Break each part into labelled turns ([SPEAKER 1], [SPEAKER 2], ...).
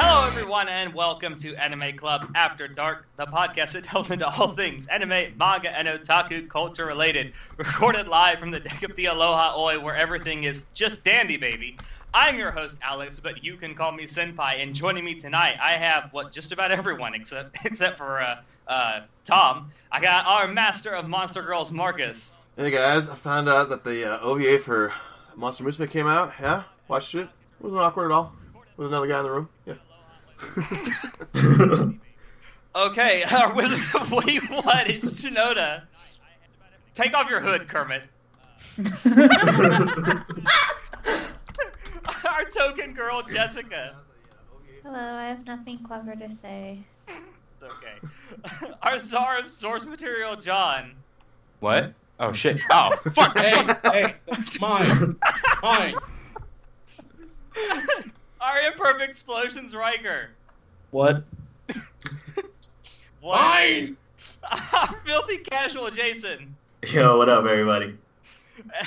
[SPEAKER 1] everyone, and welcome to Anime Club After Dark, the podcast that delves into all things anime, manga, and otaku culture related. Recorded live from the deck of the Aloha Oi, where everything is just dandy, baby. I'm your host, Alex, but you can call me Senpai. And joining me tonight, I have what just about everyone except except for uh, uh, Tom. I got our master of Monster Girls, Marcus.
[SPEAKER 2] Hey guys, I found out that the uh, OVA for Monster Musume came out. Yeah, watched it. Wasn't awkward at all. With another guy in the room. Yeah.
[SPEAKER 1] Okay, our wizard of Wait What? It's Shinoda. Take off your hood, Kermit. our token girl, Jessica.
[SPEAKER 3] Hello, I have nothing clever to say.
[SPEAKER 1] It's Okay. Our czar of source material, John.
[SPEAKER 4] What? Oh shit! Oh fuck!
[SPEAKER 5] hey, hey, that's mine, mine.
[SPEAKER 1] our imperfect explosions, Riker.
[SPEAKER 5] What?
[SPEAKER 1] What?
[SPEAKER 5] Mine.
[SPEAKER 1] Our filthy casual, Jason.
[SPEAKER 6] Yo, what up, everybody?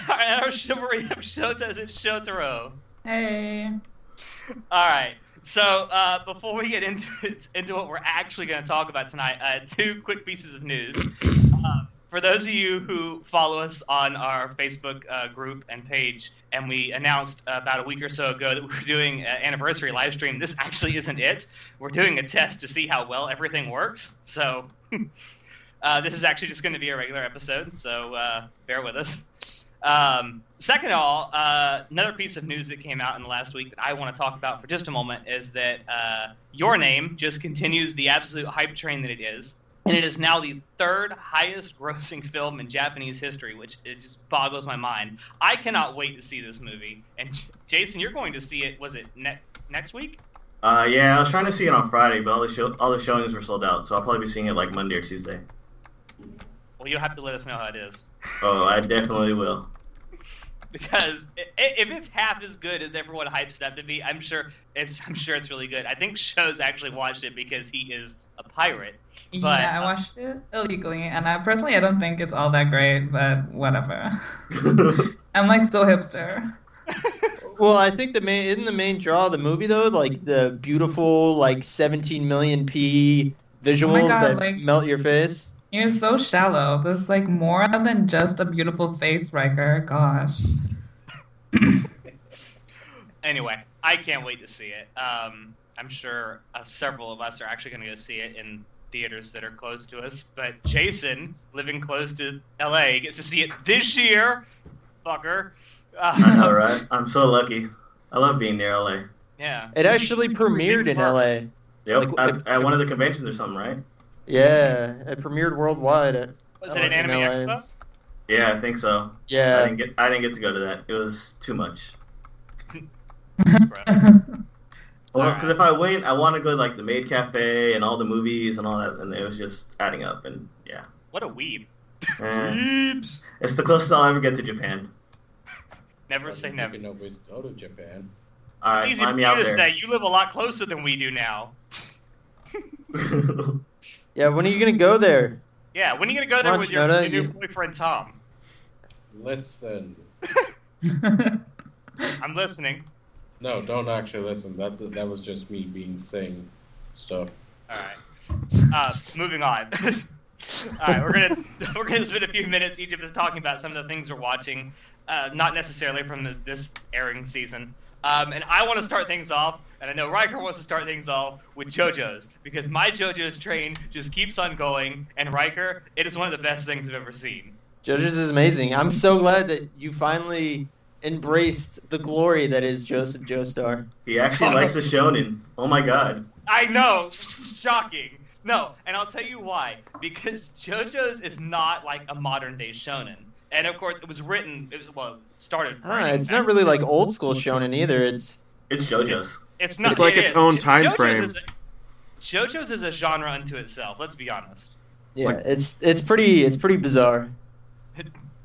[SPEAKER 1] And our chivalry of Shotas and Shotaro.
[SPEAKER 7] Hey.
[SPEAKER 1] All right. So uh, before we get into it, into what we're actually going to talk about tonight, uh, two quick pieces of news. Uh, for those of you who follow us on our Facebook uh, group and page, and we announced about a week or so ago that we were doing an anniversary live stream. This actually isn't it. We're doing a test to see how well everything works. So uh, this is actually just going to be a regular episode. So uh, bear with us. Um, second of all, uh, another piece of news that came out in the last week that I want to talk about for just a moment is that uh, Your Name just continues the absolute hype train that it is. And it is now the third highest grossing film in Japanese history, which it just boggles my mind. I cannot wait to see this movie. And J- Jason, you're going to see it, was it ne- next week?
[SPEAKER 6] Uh, yeah, I was trying to see it on Friday, but all the show all the showings were sold out, so I'll probably be seeing it like Monday or Tuesday.
[SPEAKER 1] Well, you'll have to let us know how it is.
[SPEAKER 6] Oh, I definitely will.
[SPEAKER 1] because i- i- if it's half as good as everyone hypes it up to be, I'm sure it's I'm sure it's really good. I think Shows actually watched it because he is a pirate. But- um,
[SPEAKER 7] yeah, I watched it illegally, and I personally I don't think it's all that great, but whatever. I'm like so hipster.
[SPEAKER 8] Well, I think the main isn't the main draw of the movie though, like the beautiful like 17 million p visuals
[SPEAKER 7] Oh God,
[SPEAKER 8] that
[SPEAKER 7] like-
[SPEAKER 8] melt your face.
[SPEAKER 7] You're so shallow. There's like more than just a beautiful face, Riker. Gosh.
[SPEAKER 1] um, Anyway, I can't wait to see it. Um, I'm sure uh, several of us are actually going to go see it in theaters that are close to us. But Jason, living close to L.A., gets to see it this year. Fucker. Uh,
[SPEAKER 6] I know, right? I'm so lucky. I love being near LA.
[SPEAKER 1] Yeah.
[SPEAKER 8] It actually premiered in LA.
[SPEAKER 6] Yep,
[SPEAKER 8] Like,
[SPEAKER 6] at, at one of the conventions or something, right?
[SPEAKER 8] Yeah, it premiered worldwide. At, uh,
[SPEAKER 1] Was it an
[SPEAKER 8] in
[SPEAKER 1] anime
[SPEAKER 8] LA.
[SPEAKER 1] expo?
[SPEAKER 6] Yeah, I think so. I
[SPEAKER 8] Yeah,
[SPEAKER 6] didn't get I didn't get to go to that. It was too much.
[SPEAKER 1] Bruh.
[SPEAKER 6] Well,
[SPEAKER 1] Alright.
[SPEAKER 6] because if I went, I want to go to like the Maid Cafe and all the movies and all that, and it was just adding up. And yeah,
[SPEAKER 1] What a weeb.
[SPEAKER 6] Eh,
[SPEAKER 1] Weebs.
[SPEAKER 6] it's the closest I'll ever get to Japan.
[SPEAKER 1] Never say never.
[SPEAKER 5] Fucking Nobody's go to Japan.
[SPEAKER 6] All
[SPEAKER 1] It's
[SPEAKER 6] right,
[SPEAKER 1] easy for
[SPEAKER 6] find me
[SPEAKER 1] you
[SPEAKER 6] out
[SPEAKER 1] to
[SPEAKER 6] there.
[SPEAKER 1] say. You live a lot closer than we do now.
[SPEAKER 8] yeah. When are you gonna go there?
[SPEAKER 1] Yeah, when are you gonna go there
[SPEAKER 8] Lunch,
[SPEAKER 1] with your,
[SPEAKER 8] Noda,
[SPEAKER 1] your new
[SPEAKER 8] you-
[SPEAKER 1] boyfriend Tom?
[SPEAKER 5] Listen.
[SPEAKER 1] I'm listening.
[SPEAKER 5] No, don't actually listen. That that was just me being saying stuff.
[SPEAKER 1] All right. Uh, moving on. All right, we're gonna we're gonna spend a few minutes. Each of us talking about some of the things we're watching, uh, not necessarily from the, this airing season. Um, and I want to start things off, and I know Riker wants to start things off with JoJo's because my JoJo's train just keeps on going. And Riker, it is one of the best things I've ever seen.
[SPEAKER 8] Judges is amazing. I'm so glad that you finally embraced the glory that is Joseph Joestar.
[SPEAKER 6] He actually likes the shonen. Oh my god.
[SPEAKER 1] I know, shocking. No, and I'll tell you why. Because JoJo's is not like a modern day shonen, and of course it was written. It was, well,
[SPEAKER 8] I
[SPEAKER 1] started.
[SPEAKER 2] Ah,
[SPEAKER 8] don't know,
[SPEAKER 1] writing
[SPEAKER 8] it's
[SPEAKER 1] back-
[SPEAKER 8] not really like old school shonen either. It's
[SPEAKER 6] It's JoJo's.
[SPEAKER 1] It's not.
[SPEAKER 2] It's like
[SPEAKER 1] it
[SPEAKER 2] its
[SPEAKER 1] is.
[SPEAKER 2] own
[SPEAKER 1] Jo-
[SPEAKER 2] time
[SPEAKER 1] JoJo's
[SPEAKER 2] frame.
[SPEAKER 1] Is a, JoJo's is a genre unto itself. Let's be honest.
[SPEAKER 8] yeah,
[SPEAKER 2] Like-
[SPEAKER 8] it's it's pretty it's pretty bizarre.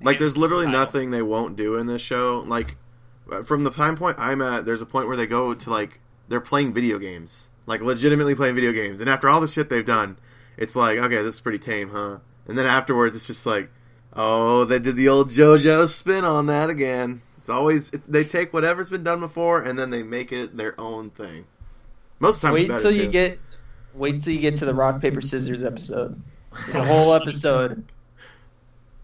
[SPEAKER 2] Like, there's literally
[SPEAKER 1] Wow.
[SPEAKER 2] nothing they won't do in this show. Like, uh, from the time point I'm at, there's a point where they go to, like, they're playing video games. Like, legitimately playing video games. And after all the shit they've done, it's like, okay, this is pretty tame, huh? And then afterwards, it's just like, oh, they did the old JoJo spin on that again. It's always, it, they take whatever's been done before and then they make it their own thing. Most times,
[SPEAKER 8] Wait
[SPEAKER 2] better,
[SPEAKER 8] till you
[SPEAKER 2] too.
[SPEAKER 8] get. Wait till you get to the rock paper scissors episode. There's a whole episode.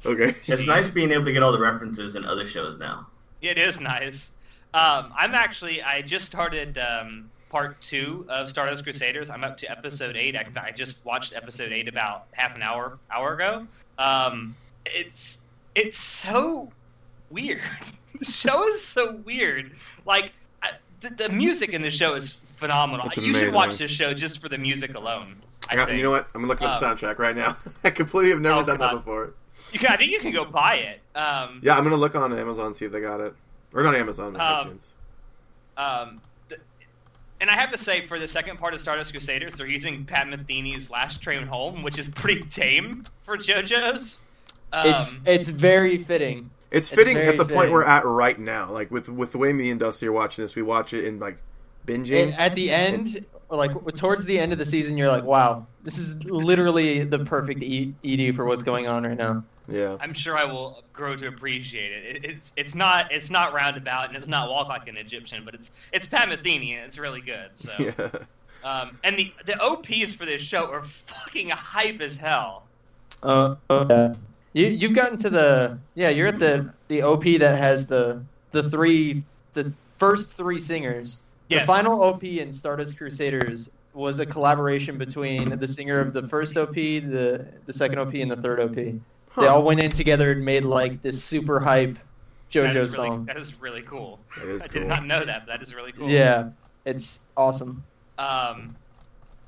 [SPEAKER 2] okay.
[SPEAKER 6] It's nice being able to get all the references in other shows now.
[SPEAKER 1] It is nice. Um, I'm actually I just started um, part two of Stardust Crusaders. I'm up to episode eight. I, I just watched episode eight about half an hour hour ago. Um, it's it's so weird. the show is so weird. Like I, the, the music in the show is phenomenal.
[SPEAKER 2] It's
[SPEAKER 1] you should
[SPEAKER 2] amazing.
[SPEAKER 1] watch this show just for the music alone. I
[SPEAKER 2] I got,
[SPEAKER 1] think.
[SPEAKER 2] you know what? I'm looking up the
[SPEAKER 1] Um,
[SPEAKER 2] soundtrack right now. I completely have never
[SPEAKER 1] Oh,
[SPEAKER 2] done that
[SPEAKER 1] God.
[SPEAKER 2] before.
[SPEAKER 1] You can, I think you can go buy it. Um,
[SPEAKER 2] Yeah, I'm gonna look on Amazon and see if they got it, or not Amazon,
[SPEAKER 1] Um,
[SPEAKER 2] iTunes.
[SPEAKER 1] Um, th- and I have to say, for the second part of Stardust Crusaders, they're using Pat Metheny's Last Train Home, which is pretty tame for JoJo's. Um,
[SPEAKER 8] it's it's very fitting.
[SPEAKER 2] It's
[SPEAKER 8] It's
[SPEAKER 2] fitting at
[SPEAKER 8] very
[SPEAKER 2] the point
[SPEAKER 8] fitting.
[SPEAKER 2] we're at right now. Like with with the way me and Dusty are watching this, we watch it in like binging.
[SPEAKER 8] And at the end, or like w- towards the end of the season, you're like, wow, this is literally the perfect E- ED for what's going on right now.
[SPEAKER 2] yeah,
[SPEAKER 1] I'm sure I will grow to appreciate it. it. It's it's not it's not roundabout and it's not walk like an Egyptian, but it's it's Pat Metheny and it's really good. So
[SPEAKER 2] yeah.
[SPEAKER 1] um, and the the OPs for this show are fucking hype as hell.
[SPEAKER 8] Uh, uh, you you've gotten to the yeah, you're at the the OP that has the the three the first three singers.
[SPEAKER 1] Yes.
[SPEAKER 8] The final OP in Stardust Crusaders was a collaboration between the singer of the first OP, the the second OP, and the third OP. They all went in together and made like this super hype JoJo
[SPEAKER 1] That is really-
[SPEAKER 8] song.
[SPEAKER 1] that is really cool.
[SPEAKER 2] That is
[SPEAKER 1] I
[SPEAKER 2] cool.
[SPEAKER 1] did not know that, but that is really cool.
[SPEAKER 8] Yeah, it's awesome.
[SPEAKER 1] Um,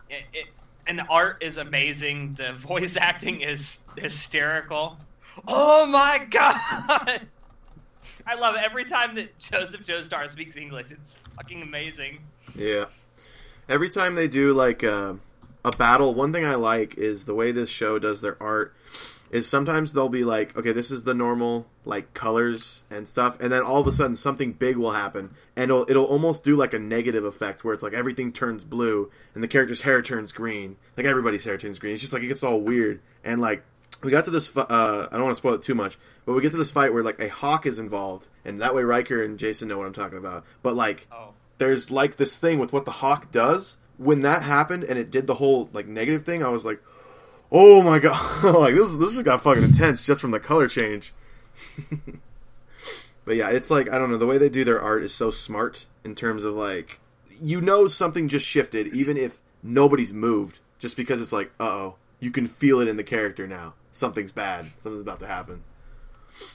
[SPEAKER 1] it, it, and the art is amazing. The voice acting is hysterical. Oh my god! I love it. every time that Joseph Joestar speaks English. It's fucking amazing.
[SPEAKER 2] Yeah. Every time they do like a, a battle, one thing I like is the way this show does their art. Is sometimes they'll be like, okay, this is the normal like colors and stuff, and then all of a sudden something big will happen, and it'll it'll almost do like a negative effect where it's like everything turns blue and the character's hair turns green, like everybody's hair turns green. It's just like it gets all weird and like we got to this. fi- Uh, I don't want to spoil it too much, but we get to this fight where like a hawk is involved, and that way Riker and Jason know what I'm talking about. But like
[SPEAKER 1] Oh,
[SPEAKER 2] there's like this thing with what the hawk does when that happened and it did the whole like negative thing i was like oh my god like this this just got fucking intense just from the color change but yeah it's like i don't know the way they do their art is so smart in terms of like you know something just shifted even if nobody's moved just because it's like uh-oh you can feel it in the character now something's bad something's about to happen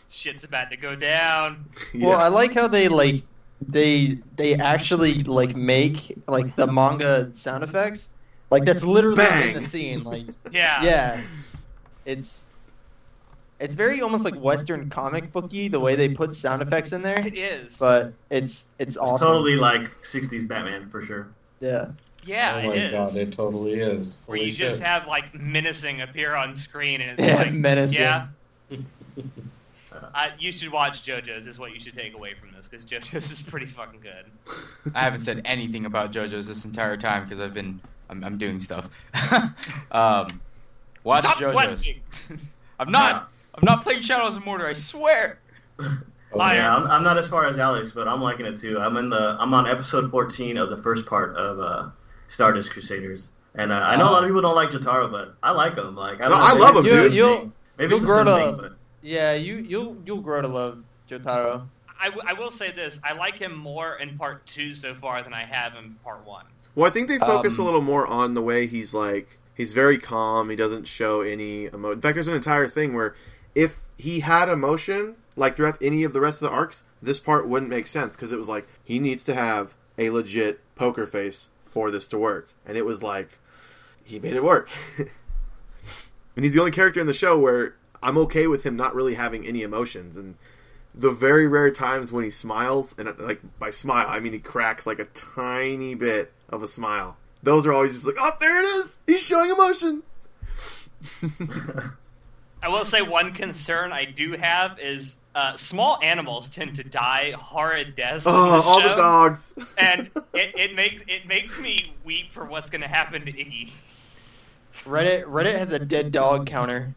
[SPEAKER 1] shit's about to go down.
[SPEAKER 2] yeah
[SPEAKER 8] Well, I like how they like they they actually like make like the manga sound effects. Like that's literally
[SPEAKER 2] Bang.
[SPEAKER 8] in the scene. Like
[SPEAKER 1] Yeah.
[SPEAKER 8] yeah, it's it's very almost like Western comic booky the way they put sound effects in there.
[SPEAKER 1] It is.
[SPEAKER 8] But it's it's
[SPEAKER 6] It's
[SPEAKER 8] awesome.
[SPEAKER 6] totally like 60s Batman for sure.
[SPEAKER 8] Yeah.
[SPEAKER 1] yeah,
[SPEAKER 5] oh my
[SPEAKER 1] it is.
[SPEAKER 5] god, it totally is.
[SPEAKER 1] Where
[SPEAKER 5] Holy
[SPEAKER 1] you just
[SPEAKER 5] shit.
[SPEAKER 1] have like menacing appear on screen and it's
[SPEAKER 8] Yeah,
[SPEAKER 1] like
[SPEAKER 8] menacing.
[SPEAKER 1] Yeah. I, you should watch JoJo's. Is what you should take away from this because JoJo's is pretty fucking good.
[SPEAKER 4] I haven't said anything about JoJo's this entire time because I've been I'm, I'm doing stuff. um, watch
[SPEAKER 1] Stop
[SPEAKER 4] JoJo's.
[SPEAKER 1] questioning.
[SPEAKER 4] I'm not. I'm not playing Shadows of Mordor. I swear.
[SPEAKER 5] Oh,
[SPEAKER 1] I-
[SPEAKER 6] Yeah, I'm, I'm not as far as Alex, but I'm liking it too. I'm in the I'm on episode 14 of the first part of uh, Stardust Crusaders, and uh, I know a lot of people don't like Jotaro, but I like him. Like I, don't
[SPEAKER 2] No,
[SPEAKER 6] know,
[SPEAKER 2] I
[SPEAKER 6] maybe
[SPEAKER 2] love
[SPEAKER 6] it's
[SPEAKER 2] him,
[SPEAKER 6] a
[SPEAKER 8] You,
[SPEAKER 2] dude.
[SPEAKER 6] thing.
[SPEAKER 8] you'll
[SPEAKER 6] Maybe
[SPEAKER 8] you'll
[SPEAKER 6] it's a
[SPEAKER 8] grow
[SPEAKER 6] certain
[SPEAKER 8] to-
[SPEAKER 6] thing, but
[SPEAKER 8] yeah you you'll you'll grow to love Jotaro.
[SPEAKER 1] I, w- I will say this: I like him more in part two so far than I have in part one.
[SPEAKER 2] Well, I think they focus
[SPEAKER 4] Um,
[SPEAKER 2] a little more on the way he's like he's very calm. He doesn't show any emotion. In fact, there's an entire thing where if he had emotion like throughout any of the rest of the arcs, this part wouldn't make sense because it was like he needs to have a legit poker face for this to work, and it was like he made it work. and he's the only character in the show where I'm okay with him not really having any emotions and the very rare times when he smiles, and like by smile, I mean he cracks like a tiny bit of a smile. Those are always just like, oh, there it is. He's showing emotion.
[SPEAKER 1] I will say one concern I do have is uh, small animals tend to die horrid deaths. in
[SPEAKER 2] Oh,
[SPEAKER 1] this
[SPEAKER 2] all the
[SPEAKER 1] show,
[SPEAKER 2] dogs.
[SPEAKER 1] and it, it makes it makes me weep for what's going to happen to Iggy.
[SPEAKER 8] Reddit Reddit has a dead dog counter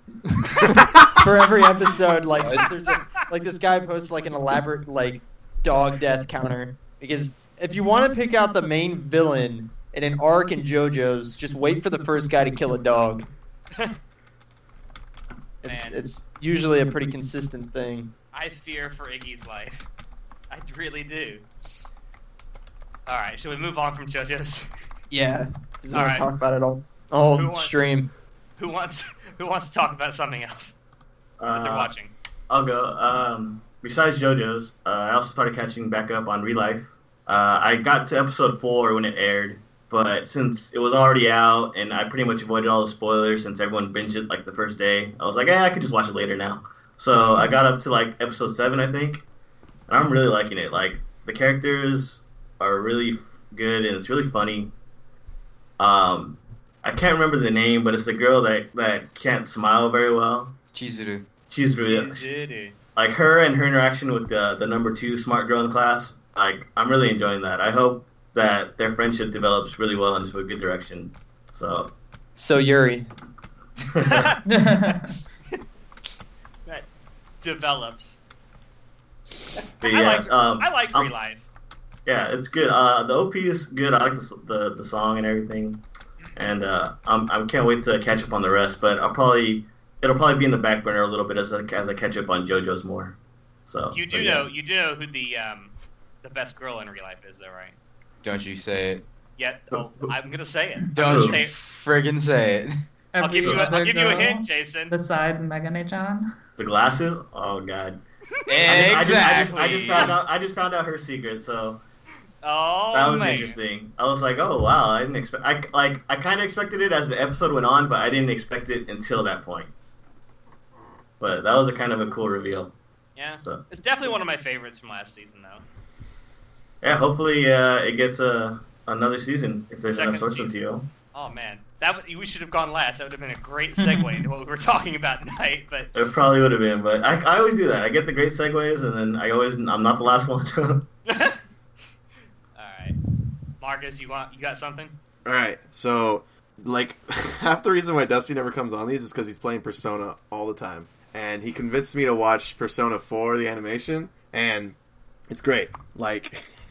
[SPEAKER 8] for every episode. Like
[SPEAKER 5] What?
[SPEAKER 8] there's a, like this guy posts like an elaborate like dog death counter because if you want to pick out the main villain, and in Ark and JoJo's, just wait for the first guy to kill a dog. It's,
[SPEAKER 1] Man.
[SPEAKER 8] it's usually a pretty consistent thing.
[SPEAKER 1] I fear for Iggy's life. I really do. All right, should we move on from JoJo's?
[SPEAKER 8] Yeah. Just
[SPEAKER 1] All
[SPEAKER 8] don't
[SPEAKER 1] right.
[SPEAKER 8] talk about it all.
[SPEAKER 1] Who
[SPEAKER 8] Oh,
[SPEAKER 1] wants-
[SPEAKER 8] stream.
[SPEAKER 1] who wants Who wants to talk about something else that they're
[SPEAKER 6] Uh,
[SPEAKER 1] watching?
[SPEAKER 6] I'll go. Um, besides JoJo's, uh, I also started catching back up on Relife. Uh, I got to episode four when it aired, but since it was already out and I pretty much avoided all the spoilers since everyone binged it like the first day, I was like, eh, I could just watch it later now. So I got up to like episode seven, I think, and I'm really liking it. Like the characters are really good and it's really funny. Um, I can't remember the name, but it's the girl that that can't smile very well.
[SPEAKER 4] Chizuru.
[SPEAKER 6] She's really
[SPEAKER 1] Jujutsu.
[SPEAKER 6] like her and her interaction with uh, the the number two smart girl in the class. Like I'm really enjoying that. I hope that their friendship develops really well into a good direction. So
[SPEAKER 8] So, Yuri.
[SPEAKER 1] that develops.
[SPEAKER 6] But
[SPEAKER 1] I
[SPEAKER 6] yeah,
[SPEAKER 1] liked,
[SPEAKER 6] um,
[SPEAKER 1] I liked
[SPEAKER 6] um,
[SPEAKER 1] Relive.
[SPEAKER 6] yeah, it's good. Uh, the OP is good. I like the s- the, the song and everything, and uh, I'm I can't wait to catch up on the rest. But I'll probably it'll probably be in the back burner a little bit as I, as I catch up on JoJo's more. So
[SPEAKER 1] You
[SPEAKER 6] Oh, but
[SPEAKER 1] do
[SPEAKER 6] yeah.
[SPEAKER 1] know you do know who the um, the best girl in real life is, though, right?
[SPEAKER 4] Don't you say it.
[SPEAKER 1] Yeah. Oh, I'm gonna say it.
[SPEAKER 4] Don't
[SPEAKER 1] Say
[SPEAKER 4] you
[SPEAKER 1] it.
[SPEAKER 4] friggin' say it.
[SPEAKER 1] I'll give you. A,
[SPEAKER 7] other
[SPEAKER 1] I'll give you a
[SPEAKER 7] girl
[SPEAKER 1] hint, Jason.
[SPEAKER 7] Besides Megane-chan.
[SPEAKER 6] the glasses. Oh god,
[SPEAKER 4] Exactly.
[SPEAKER 6] I, just, I, just, I, just, I just found out I just found out her secret. So.
[SPEAKER 1] Oh
[SPEAKER 6] that was
[SPEAKER 1] man.
[SPEAKER 6] interesting. I was like, oh wow, I didn't expect. I like I kind of expected it as the episode went on, but I didn't expect it until that point. But that was a kind of a cool reveal.
[SPEAKER 1] Yeah,
[SPEAKER 6] So
[SPEAKER 1] it's definitely one of my favorites from last season, though.
[SPEAKER 6] yeah, hopefully uh, it gets a another season if there's
[SPEAKER 1] Second
[SPEAKER 6] enough sources
[SPEAKER 1] season.
[SPEAKER 6] to go.
[SPEAKER 1] Oh man, that w- we should have gone last. That would have been a great segue into what we were talking about tonight. But
[SPEAKER 6] It probably would have been, but I, I always do that. I get the great segues, and then I always I'm not the last one to.
[SPEAKER 1] all right, Marcus, you want you got something?
[SPEAKER 2] All right, so like half the reason why Dusty never comes on these is because he's playing Persona all the time, and he convinced me to watch Persona Four the animation, and it's great. Like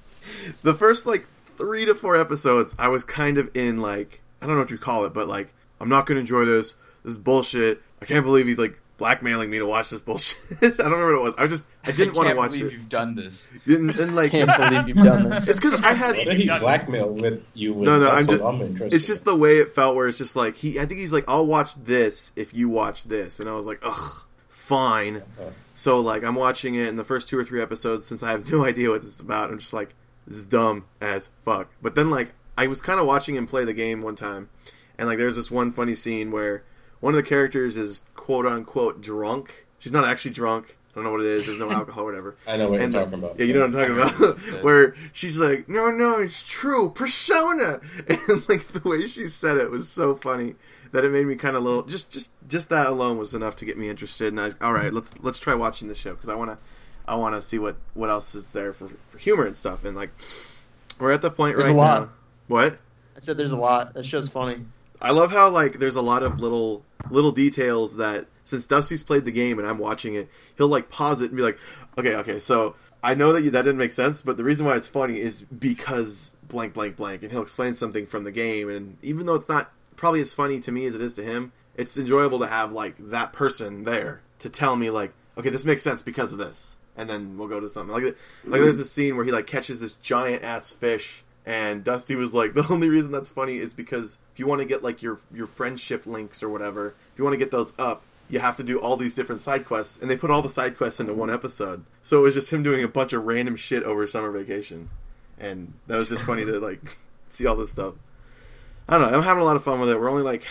[SPEAKER 2] the first like three to four episodes, I was kind of in like I don't know what you call it, but like I'm not gonna enjoy this. This is bullshit. I can't believe he's like blackmailing me to watch this bullshit. I don't remember what it was. I just I didn't want to
[SPEAKER 4] can't
[SPEAKER 2] watch
[SPEAKER 4] believe
[SPEAKER 2] it.
[SPEAKER 4] You've done this.
[SPEAKER 2] And, and like
[SPEAKER 8] Can't believe you've done this.
[SPEAKER 2] it's because I had
[SPEAKER 5] What did he blackmail with you with?
[SPEAKER 2] No, no,
[SPEAKER 5] That's
[SPEAKER 2] I'm
[SPEAKER 5] what
[SPEAKER 2] just-
[SPEAKER 5] I'm interested
[SPEAKER 2] it's just the way it felt where it's just like he i think he's like i'll watch this if you watch this and i was like ugh fine
[SPEAKER 5] Okay.
[SPEAKER 2] so like i'm watching it in the first two or three episodes since i have no idea what this is about i'm just like this is dumb as fuck but then like i was kind of watching him play the game one time and like there's this one funny scene where one of the characters is quote unquote drunk she's not actually drunk i don't know what it is there's no alcohol or whatever
[SPEAKER 5] I know what
[SPEAKER 2] and,
[SPEAKER 5] you're
[SPEAKER 2] like,
[SPEAKER 5] talking about.
[SPEAKER 2] Yeah, you know what I'm talking about.
[SPEAKER 4] Yeah.
[SPEAKER 2] Where she's like, "No, no, it's true, persona," and like the way she said it was so funny that it made me kind of little. Just, just, just that alone was enough to get me interested. And I, all right, let's let's try watching the show because I want to, I want to see what what else is there for for humor and stuff. And like, we're at the point
[SPEAKER 8] There's
[SPEAKER 2] right
[SPEAKER 8] a lot.
[SPEAKER 2] now. What?
[SPEAKER 8] I said there's a lot. That show's funny.
[SPEAKER 2] I love how like there's a lot of little little details that since Dusty's played the game and I'm watching it, he'll like pause it and be like, "Okay, okay, so I know that you, that didn't make sense, but the reason why it's funny is because blank blank blank." And he'll explain something from the game and even though it's not probably as funny to me as it is to him, it's enjoyable to have like that person there to tell me like, "Okay, this makes sense because of this." And then we'll go to something like like there's this scene where he like catches this giant ass fish and Dusty was like, the only reason that's funny is because if you want to get like your your friendship links or whatever, if you want to get those up, you have to do all these different side quests, and they put all the side quests into one episode. So it was just him doing a bunch of random shit over summer vacation, and that was just funny to like see all this stuff. I don't know. I'm having a lot of fun with it. We're only like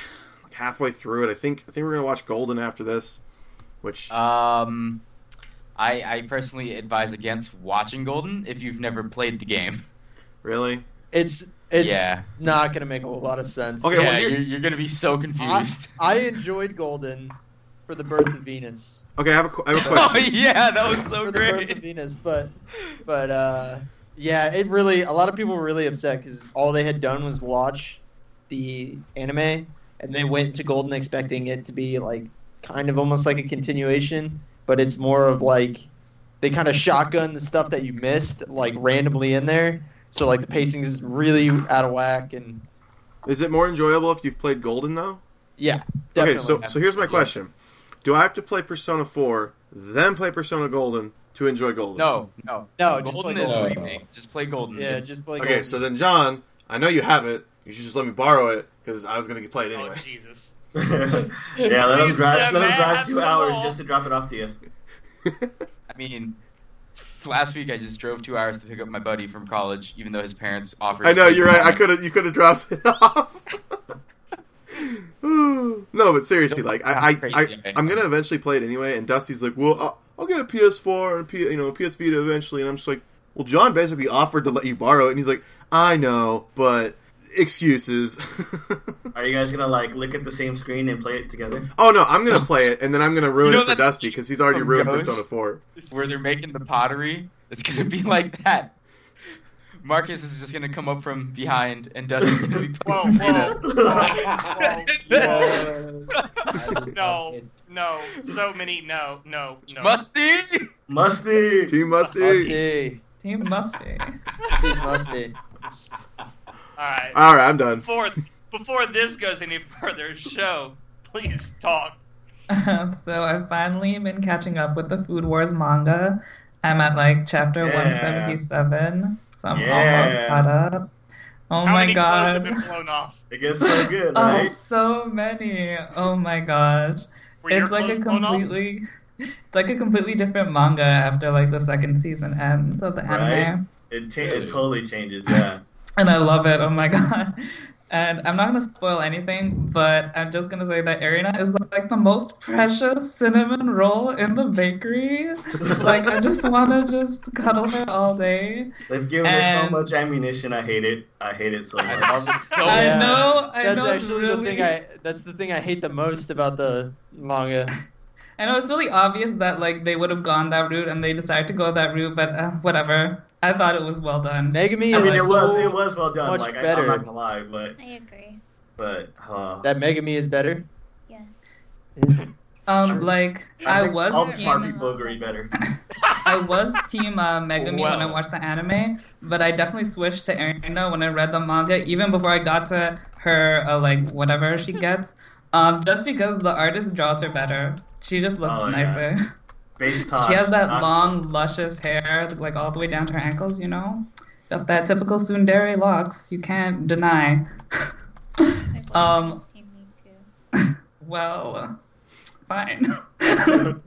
[SPEAKER 2] halfway through it. I think I think we're gonna watch Golden after this, which
[SPEAKER 4] Um, I, I personally advise against watching Golden if you've never played the game.
[SPEAKER 2] really
[SPEAKER 8] It's it's
[SPEAKER 4] Yeah.
[SPEAKER 8] not gonna make a whole lot of sense.
[SPEAKER 2] Okay, well,
[SPEAKER 4] yeah,
[SPEAKER 2] here-
[SPEAKER 4] you're, you're gonna be so confused.
[SPEAKER 8] I enjoyed Golden for the birth of Venus.
[SPEAKER 2] okay. I have a, qu- I have a
[SPEAKER 4] oh
[SPEAKER 2] question.
[SPEAKER 4] yeah, that was so
[SPEAKER 8] for the birth of
[SPEAKER 4] great.
[SPEAKER 8] Venus, but but uh, yeah, it really a lot of people were really upset because all they had done was watch the anime, and they went to Golden expecting it to be like kind of almost like a continuation, but it's more of like they kind of shotgun the stuff that you missed like randomly in there. So like the pacing is really out of whack, and
[SPEAKER 2] Is it more enjoyable if you've played Golden though?
[SPEAKER 8] yeah, definitely.
[SPEAKER 2] Okay, so so here's my question: Do I have to play Persona Four, then play Persona Golden to enjoy Golden?
[SPEAKER 4] No, no,
[SPEAKER 8] No, Oh, just
[SPEAKER 4] Golden
[SPEAKER 8] play
[SPEAKER 4] is
[SPEAKER 5] Golden.
[SPEAKER 4] remake. Just play Golden.
[SPEAKER 8] yeah, just play.
[SPEAKER 2] Okay,
[SPEAKER 8] Golden.
[SPEAKER 2] so then John, I know you have it. You should just let me borrow it because I was gonna play it
[SPEAKER 1] Oh
[SPEAKER 2] anyway.
[SPEAKER 1] Jesus!
[SPEAKER 6] yeah, let him drive.
[SPEAKER 1] Please, sir,
[SPEAKER 6] Let
[SPEAKER 1] may I
[SPEAKER 6] him drive
[SPEAKER 1] have
[SPEAKER 6] two
[SPEAKER 1] some
[SPEAKER 6] hours
[SPEAKER 1] more?
[SPEAKER 6] just to drop it off to you.
[SPEAKER 4] I mean, last week I just drove two hours to pick up my buddy from college, even though his parents offered.
[SPEAKER 2] I know
[SPEAKER 4] to pay
[SPEAKER 2] you're
[SPEAKER 4] for
[SPEAKER 2] right. I
[SPEAKER 4] it.
[SPEAKER 2] could have you could have dropped it off. no, but seriously, like I, I, I I'm gonna eventually play it anyway. And Dusty's like, well, I'll, I'll get a PS4 and a P, you know PS Vita eventually. And I'm just like, well, John basically offered to let you borrow it, and he's like, I know, but excuses.
[SPEAKER 6] Are you guys gonna like look at the same screen and play it together?
[SPEAKER 2] oh no, I'm gonna play it, and then I'm gonna ruin
[SPEAKER 4] You know
[SPEAKER 2] it for
[SPEAKER 4] that's-
[SPEAKER 2] Dusty because he's already ruined
[SPEAKER 4] Ghost?
[SPEAKER 2] Persona 4.
[SPEAKER 4] where they're making the pottery. It's gonna be like that. Marcus is just gonna come up from behind and Dustin's gonna be
[SPEAKER 1] Whoa,
[SPEAKER 4] playing
[SPEAKER 1] whoa.
[SPEAKER 4] Vita.
[SPEAKER 1] no, no, so many no, no, no.
[SPEAKER 4] Musty.
[SPEAKER 6] Musty.
[SPEAKER 2] Team Musty.
[SPEAKER 8] musty,
[SPEAKER 7] Team Musty.
[SPEAKER 8] He's musty.
[SPEAKER 1] All right.
[SPEAKER 2] All right, I'm done.
[SPEAKER 1] Before before this goes any further, show please talk.
[SPEAKER 7] so I've finally been catching up with the Food Wars manga. I'm at like chapter
[SPEAKER 6] Yeah.
[SPEAKER 7] 177, so I'm
[SPEAKER 6] Yeah.
[SPEAKER 7] almost caught up. Oh
[SPEAKER 1] How
[SPEAKER 7] my
[SPEAKER 1] many clothes have
[SPEAKER 7] god.
[SPEAKER 1] been blown off?
[SPEAKER 6] It gets so good,
[SPEAKER 7] Oh,
[SPEAKER 6] right?
[SPEAKER 7] so many. Oh my gosh.
[SPEAKER 1] Were your
[SPEAKER 7] It's like
[SPEAKER 1] clothes
[SPEAKER 7] a
[SPEAKER 1] blown off?
[SPEAKER 7] completely it's like a completely different manga after like the second season ends of the
[SPEAKER 6] Right.
[SPEAKER 7] anime.
[SPEAKER 6] It cha- it totally changes. Yeah.
[SPEAKER 7] And I love it. Oh my god. And I'm not gonna spoil anything, but I'm just gonna say that Arena is like the most precious cinnamon roll in the bakery. Like I just wanna just cuddle her all day.
[SPEAKER 6] They've given her so
[SPEAKER 7] And-
[SPEAKER 6] much ammunition. I hate it. I hate it so
[SPEAKER 4] I
[SPEAKER 6] much.
[SPEAKER 4] love it so
[SPEAKER 7] I
[SPEAKER 8] Yeah.
[SPEAKER 7] know, I
[SPEAKER 8] that's
[SPEAKER 7] know it's
[SPEAKER 8] actually the
[SPEAKER 7] really
[SPEAKER 8] thing I. That's the thing I hate the most about the manga.
[SPEAKER 7] I know it's really obvious that like they would have gone that route and they decided to go that route, but uh, whatever. I thought it was well done.
[SPEAKER 8] Megami
[SPEAKER 6] I mean,
[SPEAKER 8] is
[SPEAKER 6] it
[SPEAKER 8] so
[SPEAKER 6] was it was well done.
[SPEAKER 8] much
[SPEAKER 6] Like I,
[SPEAKER 8] better.
[SPEAKER 6] I'm not gonna lie, but
[SPEAKER 3] I agree.
[SPEAKER 6] but uh,
[SPEAKER 8] that Megami is better.
[SPEAKER 3] Yes.
[SPEAKER 7] Um, like I,
[SPEAKER 6] think
[SPEAKER 7] was
[SPEAKER 6] all the smart
[SPEAKER 7] team-
[SPEAKER 6] people agree better.
[SPEAKER 7] I was team uh, Megami when I
[SPEAKER 4] Wow.
[SPEAKER 7] watched the anime, but I definitely switched to Erina when I read the manga, even before I got to her uh, like whatever she gets, um, just because the artist draws her better. She just looks
[SPEAKER 6] Oh, yeah.
[SPEAKER 7] nicer.
[SPEAKER 6] Base toss.
[SPEAKER 7] She has that
[SPEAKER 6] not-
[SPEAKER 7] long, luscious hair, like all the way down to her ankles. You know, got that typical tsundere locks. You can't deny.
[SPEAKER 3] My boyfriend's
[SPEAKER 7] Um, oh,
[SPEAKER 3] team need to.
[SPEAKER 7] well, fine.
[SPEAKER 1] You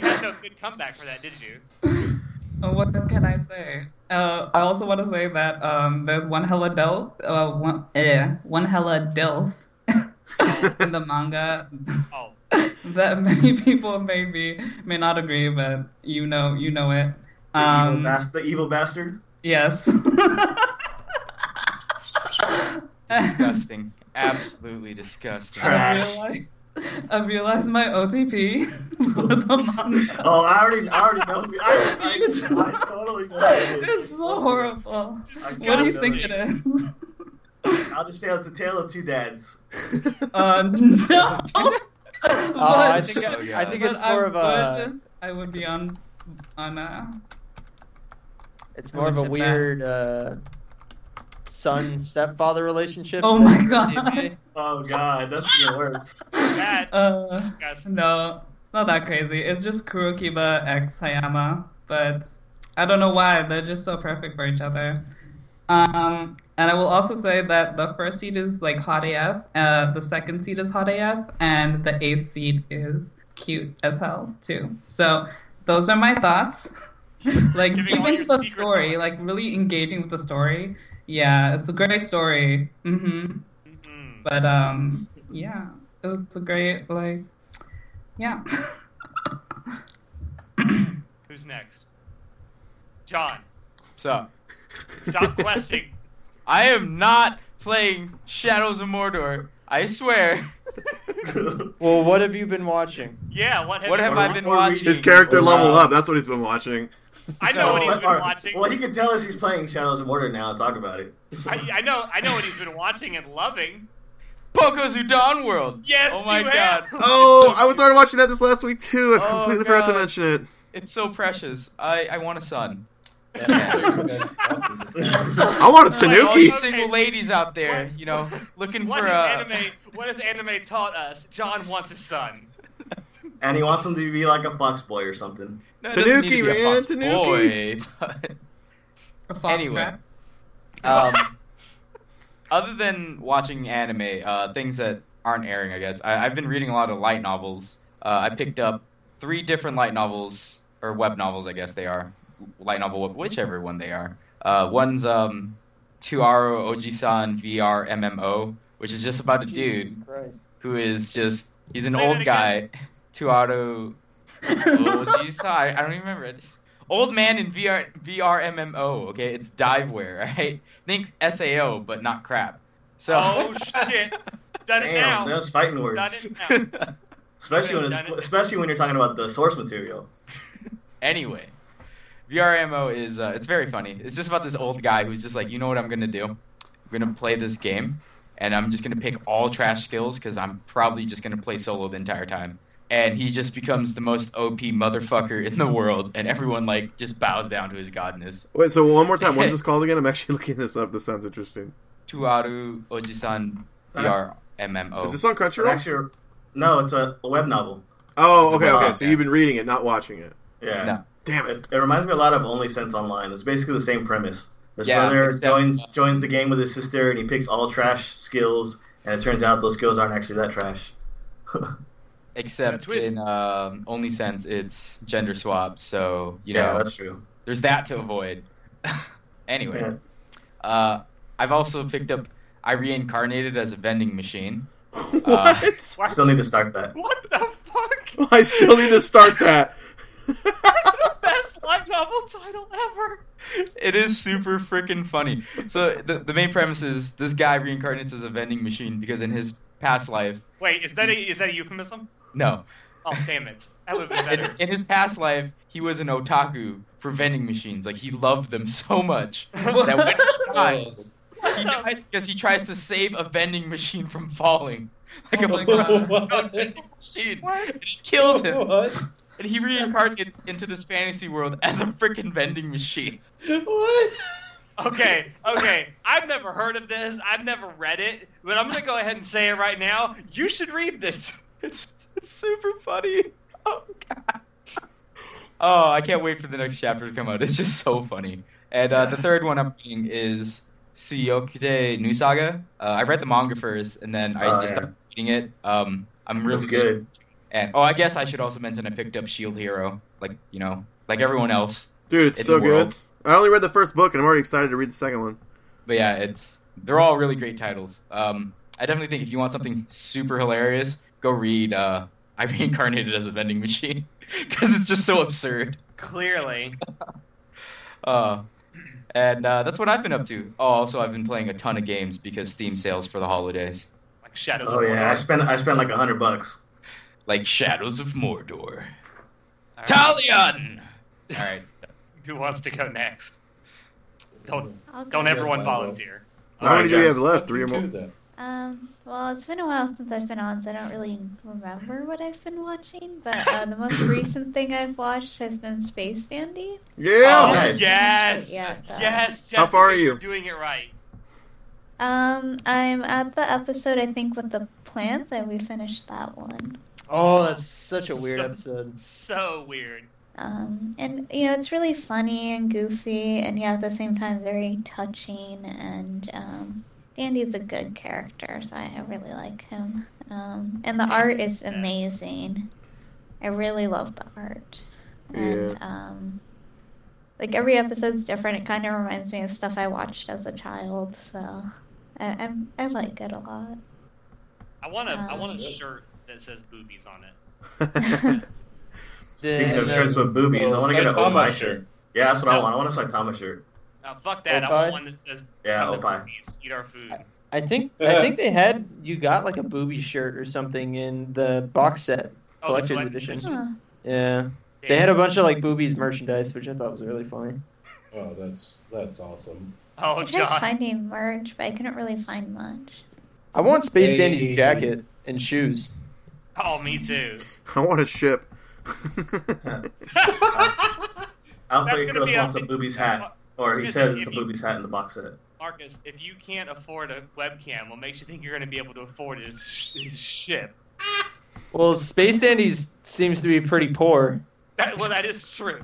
[SPEAKER 1] had no good comeback for that, did you?
[SPEAKER 7] Uh, What can I say? Uh, I also want to say that um, there's one hella delf, uh, one, eh, one hella delf in the manga
[SPEAKER 1] Oh,
[SPEAKER 7] that many people maybe may not agree, but you know, you know it.
[SPEAKER 6] The, evil
[SPEAKER 7] Um,
[SPEAKER 6] bas- the evil bastard.
[SPEAKER 7] yes.
[SPEAKER 4] disgusting. Absolutely disgusting.
[SPEAKER 6] Trash.
[SPEAKER 7] I realized, I realized my OTP for the manga.
[SPEAKER 6] Oh, I already, I already know. who- I, I, I totally know. who it is.
[SPEAKER 7] It's so horrible.
[SPEAKER 1] disgusting.
[SPEAKER 7] What do you think it is?
[SPEAKER 6] I'll just say it's a tale of two dads.
[SPEAKER 7] Uh, no.
[SPEAKER 8] Oh,
[SPEAKER 7] But-
[SPEAKER 8] I think
[SPEAKER 4] so
[SPEAKER 8] I, I
[SPEAKER 4] good.
[SPEAKER 8] think
[SPEAKER 7] but
[SPEAKER 8] it's more
[SPEAKER 7] I
[SPEAKER 8] of a
[SPEAKER 7] would- I would be on on uh, a.
[SPEAKER 8] it's
[SPEAKER 7] I
[SPEAKER 8] more of
[SPEAKER 7] would
[SPEAKER 8] a
[SPEAKER 7] chip that.
[SPEAKER 8] weird uh, son stepfather relationship.
[SPEAKER 7] Oh
[SPEAKER 8] than
[SPEAKER 7] my God.
[SPEAKER 8] anime.
[SPEAKER 6] Oh God, that's the worst.
[SPEAKER 1] That is
[SPEAKER 7] Uh,
[SPEAKER 1] disgusting.
[SPEAKER 7] No, it's not that crazy. It's just Kurokiba x Hayama, but I don't know why they're just so perfect for each other. Um, and I will also say that the first seed is like hot AF, uh, the second seed is hot AF, and the eighth seed is cute as hell too. So those are my thoughts. like
[SPEAKER 1] Giving
[SPEAKER 7] deep
[SPEAKER 1] all
[SPEAKER 7] into
[SPEAKER 1] your
[SPEAKER 7] the
[SPEAKER 1] secrets
[SPEAKER 7] story,
[SPEAKER 1] away.
[SPEAKER 7] like really engaging with the story. Yeah, it's a great story. hmm
[SPEAKER 1] Mhm.
[SPEAKER 7] but um, yeah, it was a great like, yeah.
[SPEAKER 1] Who's next? John,
[SPEAKER 4] So
[SPEAKER 1] stop questing.
[SPEAKER 4] I am not playing Shadows of Mordor. I swear.
[SPEAKER 8] Well, what have you been watching?
[SPEAKER 1] Yeah, what have,
[SPEAKER 4] What
[SPEAKER 1] you
[SPEAKER 4] have
[SPEAKER 1] been
[SPEAKER 4] I been
[SPEAKER 6] What are we-
[SPEAKER 4] watching?
[SPEAKER 2] His character
[SPEAKER 6] Oh, Wow.
[SPEAKER 2] leveled up. That's what he's been watching.
[SPEAKER 1] I know what he's been
[SPEAKER 6] Or-
[SPEAKER 1] watching.
[SPEAKER 6] Well, he can tell us he's playing Shadows of Mordor now. Talk about it.
[SPEAKER 1] I, I know I know what he's been watching and loving.
[SPEAKER 4] Poco's Udon World.
[SPEAKER 1] Yes,
[SPEAKER 4] Oh my
[SPEAKER 1] you
[SPEAKER 4] god.
[SPEAKER 1] have.
[SPEAKER 2] Oh,
[SPEAKER 4] It's so
[SPEAKER 2] I was already watching that this last week too. I
[SPEAKER 4] Oh,
[SPEAKER 2] completely forgot to
[SPEAKER 4] God.
[SPEAKER 2] mention it.
[SPEAKER 4] It's so precious. I, I want a son.
[SPEAKER 2] I want a
[SPEAKER 1] Like,
[SPEAKER 4] All
[SPEAKER 2] tanuki.
[SPEAKER 4] you single ladies out there, you know, looking
[SPEAKER 1] What
[SPEAKER 4] for
[SPEAKER 1] has
[SPEAKER 4] a.
[SPEAKER 1] anime? What has anime taught us? John wants a son.
[SPEAKER 6] And he wants him to be like a fox boy or something.
[SPEAKER 4] No, it doesn't need
[SPEAKER 2] Tanuki,
[SPEAKER 4] to be a
[SPEAKER 2] man,
[SPEAKER 4] fox
[SPEAKER 2] tanuki.
[SPEAKER 4] boy, but-
[SPEAKER 7] A fox
[SPEAKER 4] Anyway.
[SPEAKER 7] trap.
[SPEAKER 4] Um, other than watching anime, uh, things that aren't airing, I guess, I, I've been reading a lot of light novels. Uh, I picked up three different light novels, or web novels, I guess they are. Light novel, whichever one they are. Uh, one's um, Tuaro Ojisan VR MMO, which is just about a
[SPEAKER 8] Jesus
[SPEAKER 4] dude
[SPEAKER 8] Christ.
[SPEAKER 4] who is just, he's an
[SPEAKER 1] Say that
[SPEAKER 4] old guy.
[SPEAKER 1] again.
[SPEAKER 4] Tuaro Ojisan, I, I don't even remember it. Old man in VR VR MMO, okay? It's diveware, right? Think SAO, but not crap. So
[SPEAKER 1] Oh shit! Done it
[SPEAKER 6] Damn,
[SPEAKER 1] now.
[SPEAKER 6] those fighting words.
[SPEAKER 1] Done it now.
[SPEAKER 6] Especially when
[SPEAKER 1] Done it.
[SPEAKER 6] it's, especially when you're talking about the source material.
[SPEAKER 4] anyway, VRMO is uh, it's very funny. It's just about this old guy who's just like, you know what I'm gonna do? I'm gonna play this game, and I'm just gonna pick all trash skills because I'm probably just gonna play solo the entire time. And he just becomes the most OP motherfucker in the world, and everyone like just bows down to his godness.
[SPEAKER 2] Wait, so one more time. What is this called again? I'm actually looking this up. This sounds interesting.
[SPEAKER 4] Tuaru Ojisan VRMMO.
[SPEAKER 2] Is this on
[SPEAKER 6] But
[SPEAKER 2] Crunchyroll?
[SPEAKER 6] actually, no, it's a, a web novel.
[SPEAKER 2] Oh, okay, okay. So
[SPEAKER 4] Okay.
[SPEAKER 2] you've been reading it, not watching it.
[SPEAKER 6] Yeah.
[SPEAKER 4] No.
[SPEAKER 2] Damn it.
[SPEAKER 6] It, it reminds me a lot of Only Sense Online. It's basically the same premise. His
[SPEAKER 4] Yeah,
[SPEAKER 6] brother
[SPEAKER 4] except-
[SPEAKER 6] joins joins the game with his sister, and he picks all trash skills. And it turns out those skills aren't actually that trash.
[SPEAKER 4] Except
[SPEAKER 1] twist.
[SPEAKER 4] in um, only sense, it's gender swap. So you
[SPEAKER 6] yeah,
[SPEAKER 4] know,
[SPEAKER 6] that's true.
[SPEAKER 4] there's that to avoid. anyway,
[SPEAKER 6] Yeah.
[SPEAKER 4] uh, I've also picked up. I reincarnated as a vending machine.
[SPEAKER 2] What?
[SPEAKER 6] I still need to start that.
[SPEAKER 1] What the fuck?
[SPEAKER 2] I still need to start that.
[SPEAKER 1] Best light novel title ever.
[SPEAKER 4] It is super freaking funny. So the the main premise is this guy reincarnates as a vending machine because in his past life,
[SPEAKER 1] Wait, is that a is that a euphemism?
[SPEAKER 4] no,
[SPEAKER 1] Oh damn it! That would have been
[SPEAKER 4] in,
[SPEAKER 1] better.
[SPEAKER 4] in his past life he was an otaku for vending machines. Like he loved them so much that when he dies, he dies because he tries to save a vending machine from falling. Like
[SPEAKER 5] Oh
[SPEAKER 4] a
[SPEAKER 5] my God.
[SPEAKER 4] fucking vending machine.
[SPEAKER 1] What?
[SPEAKER 4] It kills him.
[SPEAKER 5] What?
[SPEAKER 4] And he reincarnates into this fantasy world as a freaking vending machine.
[SPEAKER 5] What?
[SPEAKER 1] Okay, okay. I've never heard of this. I've never read it, but I'm gonna go ahead and say it right now. You should read this.
[SPEAKER 4] It's, it's super funny. Oh god. Oh, I can't wait for the next chapter to come out. It's just so funny. And uh, the third one I'm reading is Suyokute Nusaga. Uh, I read the manga first, and then I
[SPEAKER 6] Oh,
[SPEAKER 4] just
[SPEAKER 6] yeah.
[SPEAKER 4] started reading it. Um, I'm
[SPEAKER 6] It's
[SPEAKER 4] really
[SPEAKER 6] good.
[SPEAKER 4] And oh, I guess I should also mention I E picked up Shield Hero, like you know, like everyone else.
[SPEAKER 2] Dude, it's
[SPEAKER 4] In
[SPEAKER 2] so
[SPEAKER 4] the world.
[SPEAKER 2] good. I only read the first book, and I'm already excited to read the second one.
[SPEAKER 4] But yeah, it's they're all really great titles. Um, I definitely think if you want something super hilarious, go read uh, "I Reincarnated as a Vending Machine" because it's just so absurd.
[SPEAKER 1] Clearly.
[SPEAKER 4] Uh, and uh, that's what I've been up to. Oh, also I've been playing a ton of games because Steam sales for the holidays,
[SPEAKER 1] Like Shadows
[SPEAKER 6] Oh
[SPEAKER 1] of
[SPEAKER 6] yeah, I
[SPEAKER 1] Mordor.
[SPEAKER 6] spent I spent like a hundred bucks.
[SPEAKER 4] like Shadows of Mordor.
[SPEAKER 1] All right.
[SPEAKER 4] Talion. All right.
[SPEAKER 1] Who wants to go next? Don't
[SPEAKER 3] I'll go.
[SPEAKER 1] don't
[SPEAKER 5] Yes,
[SPEAKER 1] everyone
[SPEAKER 5] I will.
[SPEAKER 1] volunteer.
[SPEAKER 2] How
[SPEAKER 5] Oh
[SPEAKER 6] All
[SPEAKER 2] many
[SPEAKER 6] right,
[SPEAKER 2] do we
[SPEAKER 6] guys.
[SPEAKER 2] have left? Three or more?
[SPEAKER 3] Um, well, it's been a while since I've been on, so I don't really remember what I've been watching. But uh, the most recent thing I've watched has been Space Dandy.
[SPEAKER 2] Yeah.
[SPEAKER 1] Oh,
[SPEAKER 6] nice.
[SPEAKER 1] yes,
[SPEAKER 3] Yeah,
[SPEAKER 1] yes,
[SPEAKER 3] so-
[SPEAKER 1] yes.
[SPEAKER 2] How far are
[SPEAKER 1] Jessica,
[SPEAKER 2] you?
[SPEAKER 1] You're doing it right.
[SPEAKER 3] Um, I'm at the episode I think with the plants, and we finished that one.
[SPEAKER 8] Oh, that's such a weird
[SPEAKER 1] So-
[SPEAKER 8] episode.
[SPEAKER 1] So weird.
[SPEAKER 3] Um, and you know, it's really funny and goofy, and yeah, at the same time, very touching. And um, Dandy's a good character, so I, I really like him. Um, and the art is amazing. I really love the art. And
[SPEAKER 2] Yeah.
[SPEAKER 3] um, like every episode's different. It kind of reminds me of stuff I watched as a child, so I, I'm I like it a lot.
[SPEAKER 1] I want a I
[SPEAKER 3] Um,
[SPEAKER 1] want a shirt that says boobies on it.
[SPEAKER 8] The,
[SPEAKER 6] Speaking
[SPEAKER 8] and
[SPEAKER 6] of
[SPEAKER 8] the-
[SPEAKER 6] shirts with boobies, I want to get an Opai shirt. Yeah, that's what I
[SPEAKER 1] No.
[SPEAKER 6] want. I want a Saitama shirt.
[SPEAKER 1] Uh, fuck that. I
[SPEAKER 8] Opie?
[SPEAKER 1] want one that says
[SPEAKER 6] Yeah,
[SPEAKER 1] "Come to
[SPEAKER 6] Opai.
[SPEAKER 1] boobies, eat our food.
[SPEAKER 8] I think
[SPEAKER 6] Mm-hmm.
[SPEAKER 8] I think they had you got like a booby shirt or something in the box set.
[SPEAKER 1] Oh, the
[SPEAKER 8] Collector's edition.
[SPEAKER 3] Huh.
[SPEAKER 8] Yeah,
[SPEAKER 1] Damn.
[SPEAKER 8] they had a bunch of like boobies merchandise, which I thought was really funny.
[SPEAKER 5] Oh, that's that's awesome.
[SPEAKER 1] Oh,
[SPEAKER 3] I tried
[SPEAKER 1] John.
[SPEAKER 3] finding merch, but I couldn't really find much.
[SPEAKER 8] I want Space
[SPEAKER 5] Hey.
[SPEAKER 8] Dandy's jacket and shoes.
[SPEAKER 1] Oh, me too.
[SPEAKER 2] I want a ship.
[SPEAKER 1] That's
[SPEAKER 6] Alpha
[SPEAKER 1] gonna
[SPEAKER 6] Girls
[SPEAKER 1] be
[SPEAKER 6] wants
[SPEAKER 1] up
[SPEAKER 6] a
[SPEAKER 1] to-
[SPEAKER 6] boobies hat, or he
[SPEAKER 1] Yes,
[SPEAKER 6] says it's a
[SPEAKER 1] if you-
[SPEAKER 6] boobies hat in the box set.
[SPEAKER 1] Marcus, if you can't afford a webcam, what makes you think you're going to be able to afford his, sh- his ship?
[SPEAKER 8] Well, Space Dandies seems to be pretty poor.
[SPEAKER 1] That, well, that is true.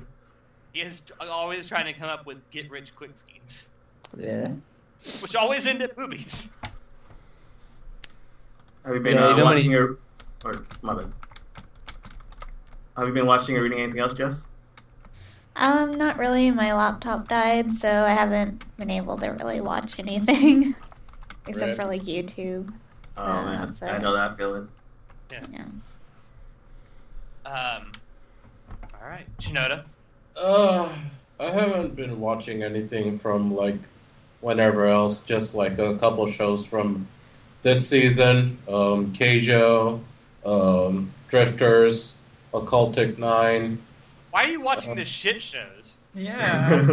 [SPEAKER 1] He is always trying to come up with get rich quick schemes,
[SPEAKER 8] Yeah.
[SPEAKER 1] which always end at boobies.
[SPEAKER 6] Have you been
[SPEAKER 8] Yeah, you
[SPEAKER 6] uh,
[SPEAKER 8] don't
[SPEAKER 6] watching or, or my bad. Have you been watching or reading anything else, Jess?
[SPEAKER 3] Um, not really. My laptop died, so I haven't been able to really watch anything except
[SPEAKER 5] Rip.
[SPEAKER 3] for like YouTube.
[SPEAKER 6] Oh
[SPEAKER 3] No,
[SPEAKER 6] man,
[SPEAKER 3] Uh, that's
[SPEAKER 6] I
[SPEAKER 3] it.
[SPEAKER 6] know that feeling.
[SPEAKER 3] Yeah.
[SPEAKER 1] Um, all right, Shinoda.
[SPEAKER 5] Uh, I haven't been watching anything from like whenever else, just like a couple shows from this season. Um, Keijo, um, Drifters, Occultic Nine.
[SPEAKER 1] Why are you watching
[SPEAKER 5] Um,
[SPEAKER 1] the shit shows?
[SPEAKER 7] Yeah.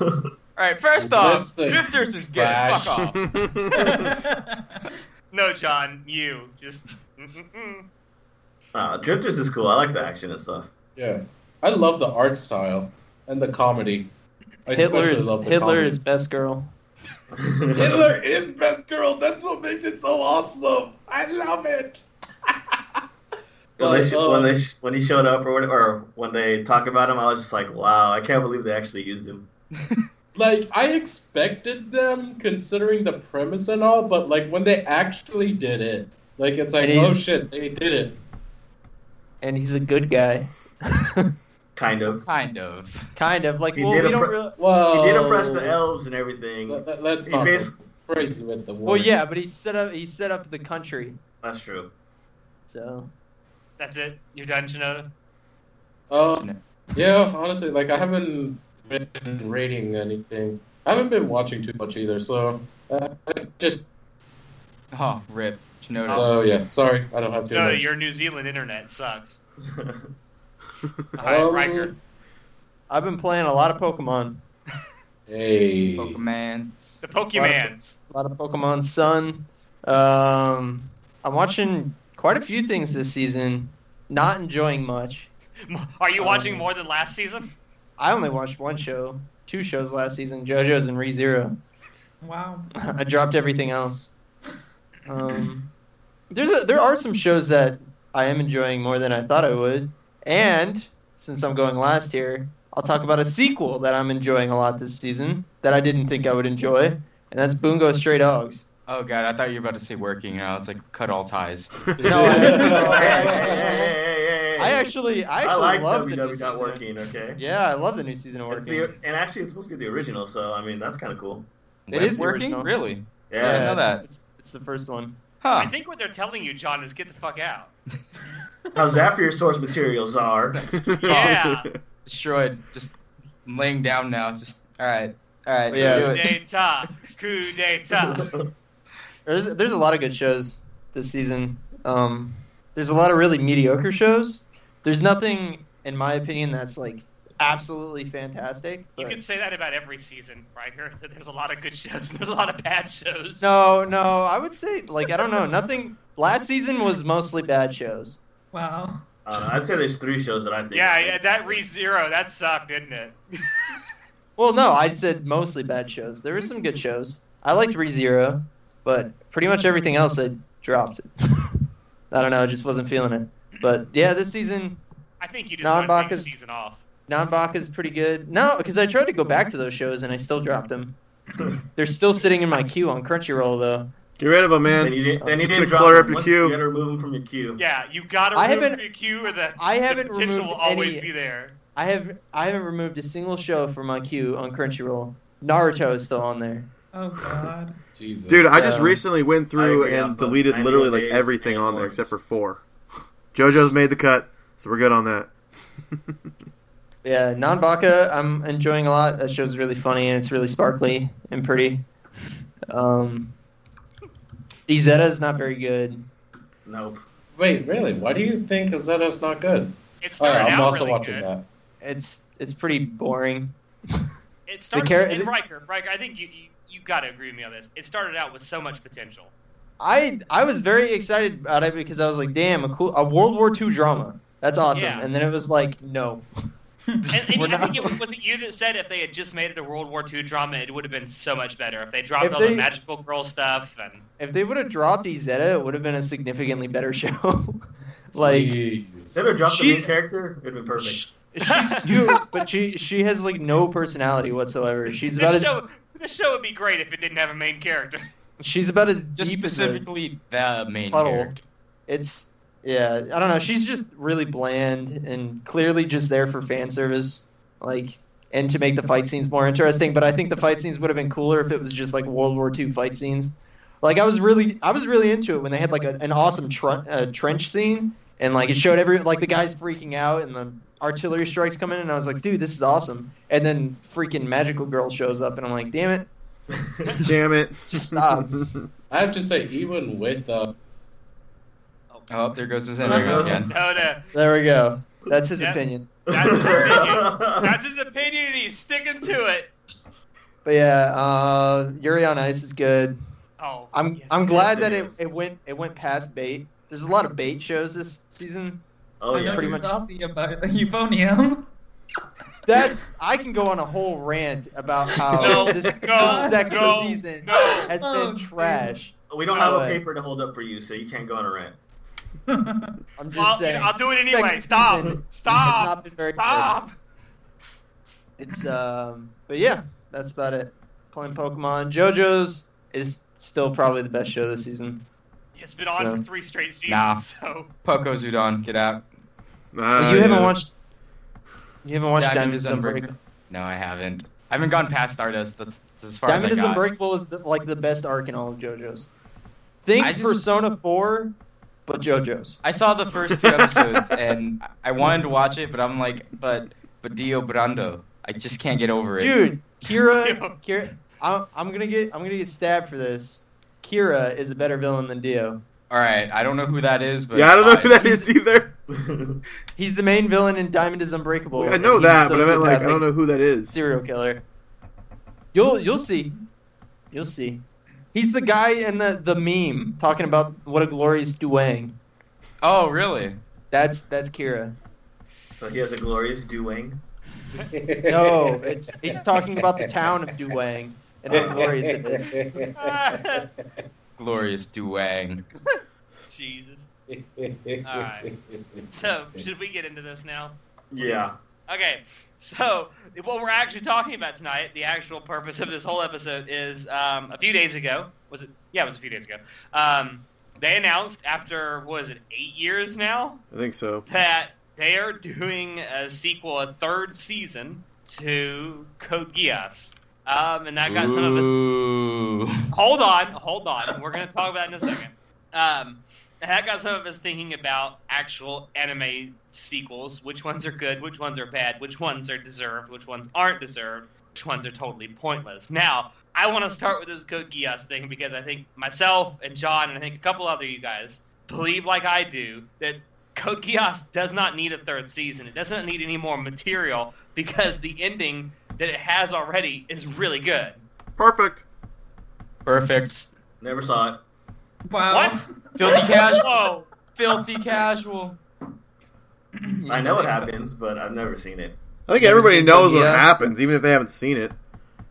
[SPEAKER 4] All right, first off,
[SPEAKER 5] This thing
[SPEAKER 4] Drifters is good.
[SPEAKER 5] trash.
[SPEAKER 4] Fuck off.
[SPEAKER 1] No, John, you just. Mm-mm-mm.
[SPEAKER 6] uh, Drifters is cool. I like the action and stuff.
[SPEAKER 5] Yeah, I love the art style and the comedy. I
[SPEAKER 8] Hitler
[SPEAKER 5] especially
[SPEAKER 8] is
[SPEAKER 5] love the
[SPEAKER 8] Hitler
[SPEAKER 5] comedy.
[SPEAKER 8] is best girl.
[SPEAKER 5] Hitler is best girl. That's what makes it so awesome. I love it.
[SPEAKER 6] when, they
[SPEAKER 5] But,
[SPEAKER 6] sh-
[SPEAKER 5] uh,
[SPEAKER 6] when, they sh- when he showed up or, what- or when they talk about him, I was just like, wow, I can't believe they actually used him.
[SPEAKER 5] like I expected them considering the premise and all, but like when they actually did it, like it's like
[SPEAKER 8] And
[SPEAKER 5] oh
[SPEAKER 8] he's-
[SPEAKER 5] shit, they did it.
[SPEAKER 8] and he's a good guy.
[SPEAKER 6] Kind of.
[SPEAKER 4] Kind of.
[SPEAKER 8] kind of like
[SPEAKER 6] He
[SPEAKER 8] well,
[SPEAKER 6] did
[SPEAKER 8] we
[SPEAKER 6] a
[SPEAKER 8] don't
[SPEAKER 6] pre-
[SPEAKER 8] really.
[SPEAKER 5] Well,
[SPEAKER 6] He did oppress the elves and everything.
[SPEAKER 5] Let, let, let's
[SPEAKER 6] He
[SPEAKER 5] not go
[SPEAKER 6] basically-
[SPEAKER 5] crazy with the
[SPEAKER 8] Well,
[SPEAKER 5] word.
[SPEAKER 8] Oh, yeah, but he set up he set up the country.
[SPEAKER 6] That's true.
[SPEAKER 8] So
[SPEAKER 1] That's it. You're done, Shinoda.
[SPEAKER 5] Um, yeah, honestly, like I haven't been reading anything. I haven't been watching too much either, so uh, I just
[SPEAKER 4] Oh, rip. Shinoda.
[SPEAKER 5] so yeah. Sorry, I don't have too
[SPEAKER 1] No,
[SPEAKER 5] much.
[SPEAKER 1] your New Zealand internet sucks. All right,
[SPEAKER 5] Um,
[SPEAKER 1] Riker.
[SPEAKER 8] I've been playing a lot of Pokemon,
[SPEAKER 5] Hey,
[SPEAKER 4] Pokemon.
[SPEAKER 1] The Pokemans.
[SPEAKER 8] a lot of Pokemon Sun. Um, I'm watching quite a few things this season. Not enjoying much.
[SPEAKER 1] Are you watching
[SPEAKER 8] Um,
[SPEAKER 1] more than last season?
[SPEAKER 8] I only watched one show, two shows last season: JoJo's and ReZero.
[SPEAKER 7] wow.
[SPEAKER 8] I dropped everything else. Um, there's a, there are some shows that I am enjoying more than I thought I would, and since I'm going last here, I'll talk about a sequel that I'm enjoying a lot this season that I didn't think I would enjoy, and that's Bungo Stray Dogs.
[SPEAKER 4] Oh god, I thought you were about to say working out. It's like cut all ties.
[SPEAKER 8] No, I,
[SPEAKER 6] hey, hey, hey, hey,
[SPEAKER 8] no, I-
[SPEAKER 6] hey, hey.
[SPEAKER 8] I actually I actually
[SPEAKER 6] I like
[SPEAKER 8] love
[SPEAKER 6] WW
[SPEAKER 8] the new season.
[SPEAKER 6] not working, okay?
[SPEAKER 8] Yeah, I love the new season of
[SPEAKER 6] It's
[SPEAKER 8] working.
[SPEAKER 6] the, and actually, it's supposed to be the original, so I mean, that's kind of cool.
[SPEAKER 8] It
[SPEAKER 4] It
[SPEAKER 8] is
[SPEAKER 4] is
[SPEAKER 8] the
[SPEAKER 4] working?
[SPEAKER 8] original.
[SPEAKER 4] Really?
[SPEAKER 8] yeah,
[SPEAKER 4] I
[SPEAKER 6] Yeah.
[SPEAKER 4] know
[SPEAKER 8] it's-
[SPEAKER 4] that.
[SPEAKER 8] It's, it's the first one.
[SPEAKER 1] I
[SPEAKER 4] Huh.
[SPEAKER 1] think what they're telling you, John, is get the fuck out.
[SPEAKER 6] Comes after your source materials are.
[SPEAKER 1] Yeah.
[SPEAKER 4] Destroyed. Just laying down now. Just alright. Alright.
[SPEAKER 8] Yeah.
[SPEAKER 4] do
[SPEAKER 1] Coup
[SPEAKER 4] it.
[SPEAKER 1] d'etat. Coup d'etat.
[SPEAKER 8] There's there's a lot of good shows this season. Um, there's a lot of really mediocre shows. There's nothing, in my opinion, that's like absolutely fantastic.
[SPEAKER 1] You
[SPEAKER 8] but-
[SPEAKER 1] can say that about every season, Riker. That there's a lot of good shows and there's a lot of bad shows.
[SPEAKER 8] No, no, I would say like I don't know. Nothing. Last season was mostly bad shows.
[SPEAKER 7] Wow.
[SPEAKER 6] I don't know, I'd say there's three shows that I think.
[SPEAKER 1] Yeah,
[SPEAKER 6] are
[SPEAKER 1] yeah, that
[SPEAKER 6] fantastic.
[SPEAKER 1] re zero, that sucked, didn't it?
[SPEAKER 8] Well, no, I said mostly bad shows. There were some good shows. I liked ReZero, but pretty much everything else I dropped. I don't know. I just wasn't feeling it. But yeah, this season
[SPEAKER 1] I think you just
[SPEAKER 8] Non-Bacchus-
[SPEAKER 1] want to take the season off.
[SPEAKER 8] Nanbaka is pretty good. No, because I tried to go back to those shows and I still dropped them. They're still sitting in my queue on Crunchyroll though.
[SPEAKER 2] Get rid of him,
[SPEAKER 6] Then
[SPEAKER 2] man.
[SPEAKER 6] you didn't, then you
[SPEAKER 2] Just
[SPEAKER 6] didn't
[SPEAKER 2] to
[SPEAKER 6] drop
[SPEAKER 2] clutter
[SPEAKER 6] them.
[SPEAKER 2] up your
[SPEAKER 6] Once-
[SPEAKER 2] queue.
[SPEAKER 6] You gotta remove them from your queue.
[SPEAKER 1] Yeah, you gotta
[SPEAKER 8] I
[SPEAKER 1] remove
[SPEAKER 8] haven't-
[SPEAKER 1] your queue or the,
[SPEAKER 8] I
[SPEAKER 1] the
[SPEAKER 8] haven't
[SPEAKER 1] potential
[SPEAKER 8] removed
[SPEAKER 1] will always
[SPEAKER 8] any-
[SPEAKER 1] be there.
[SPEAKER 8] I have I haven't removed a single show from my queue on Crunchyroll. Naruto is still on there.
[SPEAKER 7] Oh god.
[SPEAKER 5] Jesus.
[SPEAKER 2] Dude, I
[SPEAKER 4] Um,
[SPEAKER 2] just
[SPEAKER 8] So-
[SPEAKER 2] recently went through
[SPEAKER 6] I agree on
[SPEAKER 2] and
[SPEAKER 6] both
[SPEAKER 2] deleted
[SPEAKER 6] manual
[SPEAKER 2] literally like
[SPEAKER 6] days
[SPEAKER 2] everything
[SPEAKER 6] and
[SPEAKER 2] on there
[SPEAKER 6] forms.
[SPEAKER 2] except for four. JoJo's made the cut, so we're good on that.
[SPEAKER 8] Yeah, Nanbaka I'm enjoying a lot. That show's really funny and it's really sparkly and pretty. Um Izetta is not very good.
[SPEAKER 6] Nope.
[SPEAKER 5] Wait, really? Why do you think Zeta's not good?
[SPEAKER 1] It started
[SPEAKER 5] Alright, I'm
[SPEAKER 1] out
[SPEAKER 5] also
[SPEAKER 1] really
[SPEAKER 5] watching
[SPEAKER 1] good.
[SPEAKER 5] that.
[SPEAKER 8] It's it's pretty boring.
[SPEAKER 1] It started
[SPEAKER 8] char-
[SPEAKER 1] and
[SPEAKER 8] the-
[SPEAKER 1] Riker, Riker, I think you, you you gotta agree with me on this. It started out with so much potential.
[SPEAKER 8] I I was very excited about it because I was like, damn, a cool a World War II drama. That's awesome.
[SPEAKER 1] Yeah.
[SPEAKER 8] And then it was like, no.
[SPEAKER 1] And, and
[SPEAKER 8] We're
[SPEAKER 1] I
[SPEAKER 8] not-
[SPEAKER 1] think it, was it you that said if they had just made it a World War II drama, it would have been so much better if they dropped
[SPEAKER 8] If
[SPEAKER 1] all
[SPEAKER 8] they-
[SPEAKER 1] the magical girl stuff and
[SPEAKER 8] If they would have dropped Izetta, it would have been a significantly better show. like
[SPEAKER 5] Please.
[SPEAKER 6] They would have dropped the
[SPEAKER 8] She's-
[SPEAKER 6] main character. It'd been perfect.
[SPEAKER 8] she's cute, but she she has like no personality whatsoever. She's about
[SPEAKER 1] this
[SPEAKER 8] as
[SPEAKER 1] show. This show would be great if it didn't have a main character.
[SPEAKER 8] she's about as
[SPEAKER 4] Just
[SPEAKER 8] deep as a,
[SPEAKER 4] specifically the main
[SPEAKER 8] puddle.
[SPEAKER 4] character.
[SPEAKER 8] it's yeah. I don't know. She's just really bland and clearly just there for fan service, like and to make the fight scenes more interesting. But I think the fight scenes would have been cooler if it was just like World War II fight scenes. Like I was really I was really into it when they had like a, an awesome tr- uh, trench scene and like it showed every like the guys freaking out and the artillery strikes come in and I was like, dude, this is awesome. And then freaking magical girl shows up and I'm like, damn it.
[SPEAKER 2] Damn it.
[SPEAKER 8] Just stop.
[SPEAKER 5] I have to say, even with the
[SPEAKER 4] Oh, there goes his
[SPEAKER 6] There
[SPEAKER 4] internet
[SPEAKER 6] goes.
[SPEAKER 4] again.
[SPEAKER 1] No, no.
[SPEAKER 8] There we go. That's his
[SPEAKER 1] Yeah.
[SPEAKER 8] opinion.
[SPEAKER 1] That's his opinion, and he's sticking to it.
[SPEAKER 8] But yeah, uh, Yuri on Ice is good.
[SPEAKER 1] Oh,
[SPEAKER 8] I'm
[SPEAKER 1] yes,
[SPEAKER 8] I'm
[SPEAKER 1] yes,
[SPEAKER 8] glad
[SPEAKER 6] it
[SPEAKER 8] that
[SPEAKER 6] is.
[SPEAKER 8] it, it went it went past bait. There's a lot of bait shows this season.
[SPEAKER 6] oh
[SPEAKER 7] I know
[SPEAKER 6] yeah,
[SPEAKER 8] pretty
[SPEAKER 7] you're
[SPEAKER 8] much.
[SPEAKER 7] salty about euphonium.
[SPEAKER 8] That's I can go on a whole rant about how
[SPEAKER 1] No,
[SPEAKER 8] Oh, this,
[SPEAKER 1] no,
[SPEAKER 8] this second
[SPEAKER 1] no,
[SPEAKER 8] season
[SPEAKER 1] no.
[SPEAKER 8] has
[SPEAKER 7] Oh,
[SPEAKER 8] been trash.
[SPEAKER 6] we don't
[SPEAKER 8] No
[SPEAKER 6] have a
[SPEAKER 8] way.
[SPEAKER 6] paper to hold up for you, so you can't go on a rant.
[SPEAKER 8] I'm just
[SPEAKER 1] Well,
[SPEAKER 8] saying.
[SPEAKER 1] I'll do it
[SPEAKER 8] Second
[SPEAKER 1] anyway. Stop.
[SPEAKER 8] season has
[SPEAKER 1] Stop.
[SPEAKER 8] not been very good.
[SPEAKER 1] Stop.
[SPEAKER 8] It's um, but yeah, that's about it. Playing Pokemon. JoJo's is still probably the best show this season.
[SPEAKER 1] It's been on
[SPEAKER 8] So-
[SPEAKER 1] for three straight seasons.
[SPEAKER 4] Nah.
[SPEAKER 1] So
[SPEAKER 4] Poco Zudon, get out.
[SPEAKER 2] Ah,
[SPEAKER 8] you haven't
[SPEAKER 2] yeah.
[SPEAKER 8] watched. You haven't watched
[SPEAKER 4] Diamond
[SPEAKER 8] Diamond
[SPEAKER 4] is
[SPEAKER 8] is
[SPEAKER 4] Unbreakable.
[SPEAKER 8] Unbreakable.
[SPEAKER 4] No, I haven't. I haven't gone past Stardust. That's, that's as far
[SPEAKER 8] Diamond
[SPEAKER 4] as
[SPEAKER 8] is
[SPEAKER 4] I got.
[SPEAKER 8] Unbreakable is the, like the best arc in all of JoJo's. Think
[SPEAKER 4] I just-
[SPEAKER 8] Persona 4, but JoJo's.
[SPEAKER 4] I saw the first two episodes and I wanted to watch it, but I'm like, but but Dio Brando, I just can't get over it.
[SPEAKER 8] Dude,
[SPEAKER 1] Yo.
[SPEAKER 8] Kira, Kira, I'm, I'm gonna get I'm gonna get stabbed for this. Kira is a better villain than Dio.
[SPEAKER 4] All right, I don't know who that is, but
[SPEAKER 2] Yeah, I don't know
[SPEAKER 4] uh,
[SPEAKER 2] who that is either.
[SPEAKER 8] He's the main villain in Diamond is Unbreakable.
[SPEAKER 2] I know
[SPEAKER 8] He's
[SPEAKER 2] that,
[SPEAKER 8] a
[SPEAKER 2] but I meant like I
[SPEAKER 8] sociopathic
[SPEAKER 2] don't know who that is.
[SPEAKER 8] serial killer. You'll you'll see, you'll see. He's the guy in the the meme talking about what a glorious Duang.
[SPEAKER 4] Oh, really?
[SPEAKER 8] That's that's Kira.
[SPEAKER 6] So he has a glorious doing.
[SPEAKER 8] No, it's he's talking about the town of Duang and how glorious it is.
[SPEAKER 4] Glorious Duang.
[SPEAKER 1] Jesus. So should we get into this now?
[SPEAKER 6] Yeah.
[SPEAKER 1] Okay, so what we're actually talking about tonight, the actual purpose of this whole episode is um, a few days ago. Was it? Yeah, it was a few days ago. Um, they announced after what is it eight years now
[SPEAKER 2] I think so.
[SPEAKER 1] that they are doing a sequel, a third season to Code Geass, um, and that got some of us
[SPEAKER 4] Ooh.
[SPEAKER 1] hold on, hold on. We're gonna talk about it in a second. Um, that got some of us thinking about actual anime sequels. Which ones are good? Which ones are bad? Which ones are deserved? Which ones aren't deserved? Which ones are totally pointless? Now, I want to start with this Code Geass thing because I think myself and John and I think a couple other you guys believe, like I do, that Code Geass does not need a third season. It does not need any more material because the ending that it has already is really good.
[SPEAKER 2] Perfect.
[SPEAKER 4] Perfect.
[SPEAKER 6] Never saw it.
[SPEAKER 7] Wow.
[SPEAKER 1] What?
[SPEAKER 4] Filthy casual.
[SPEAKER 1] Whoa.
[SPEAKER 4] Filthy casual.
[SPEAKER 6] I know it happens, but I've never seen it.
[SPEAKER 2] I think
[SPEAKER 8] Never
[SPEAKER 2] everybody
[SPEAKER 8] seen
[SPEAKER 2] knows what
[SPEAKER 8] Code Geass.
[SPEAKER 2] happens, even if they haven't seen it.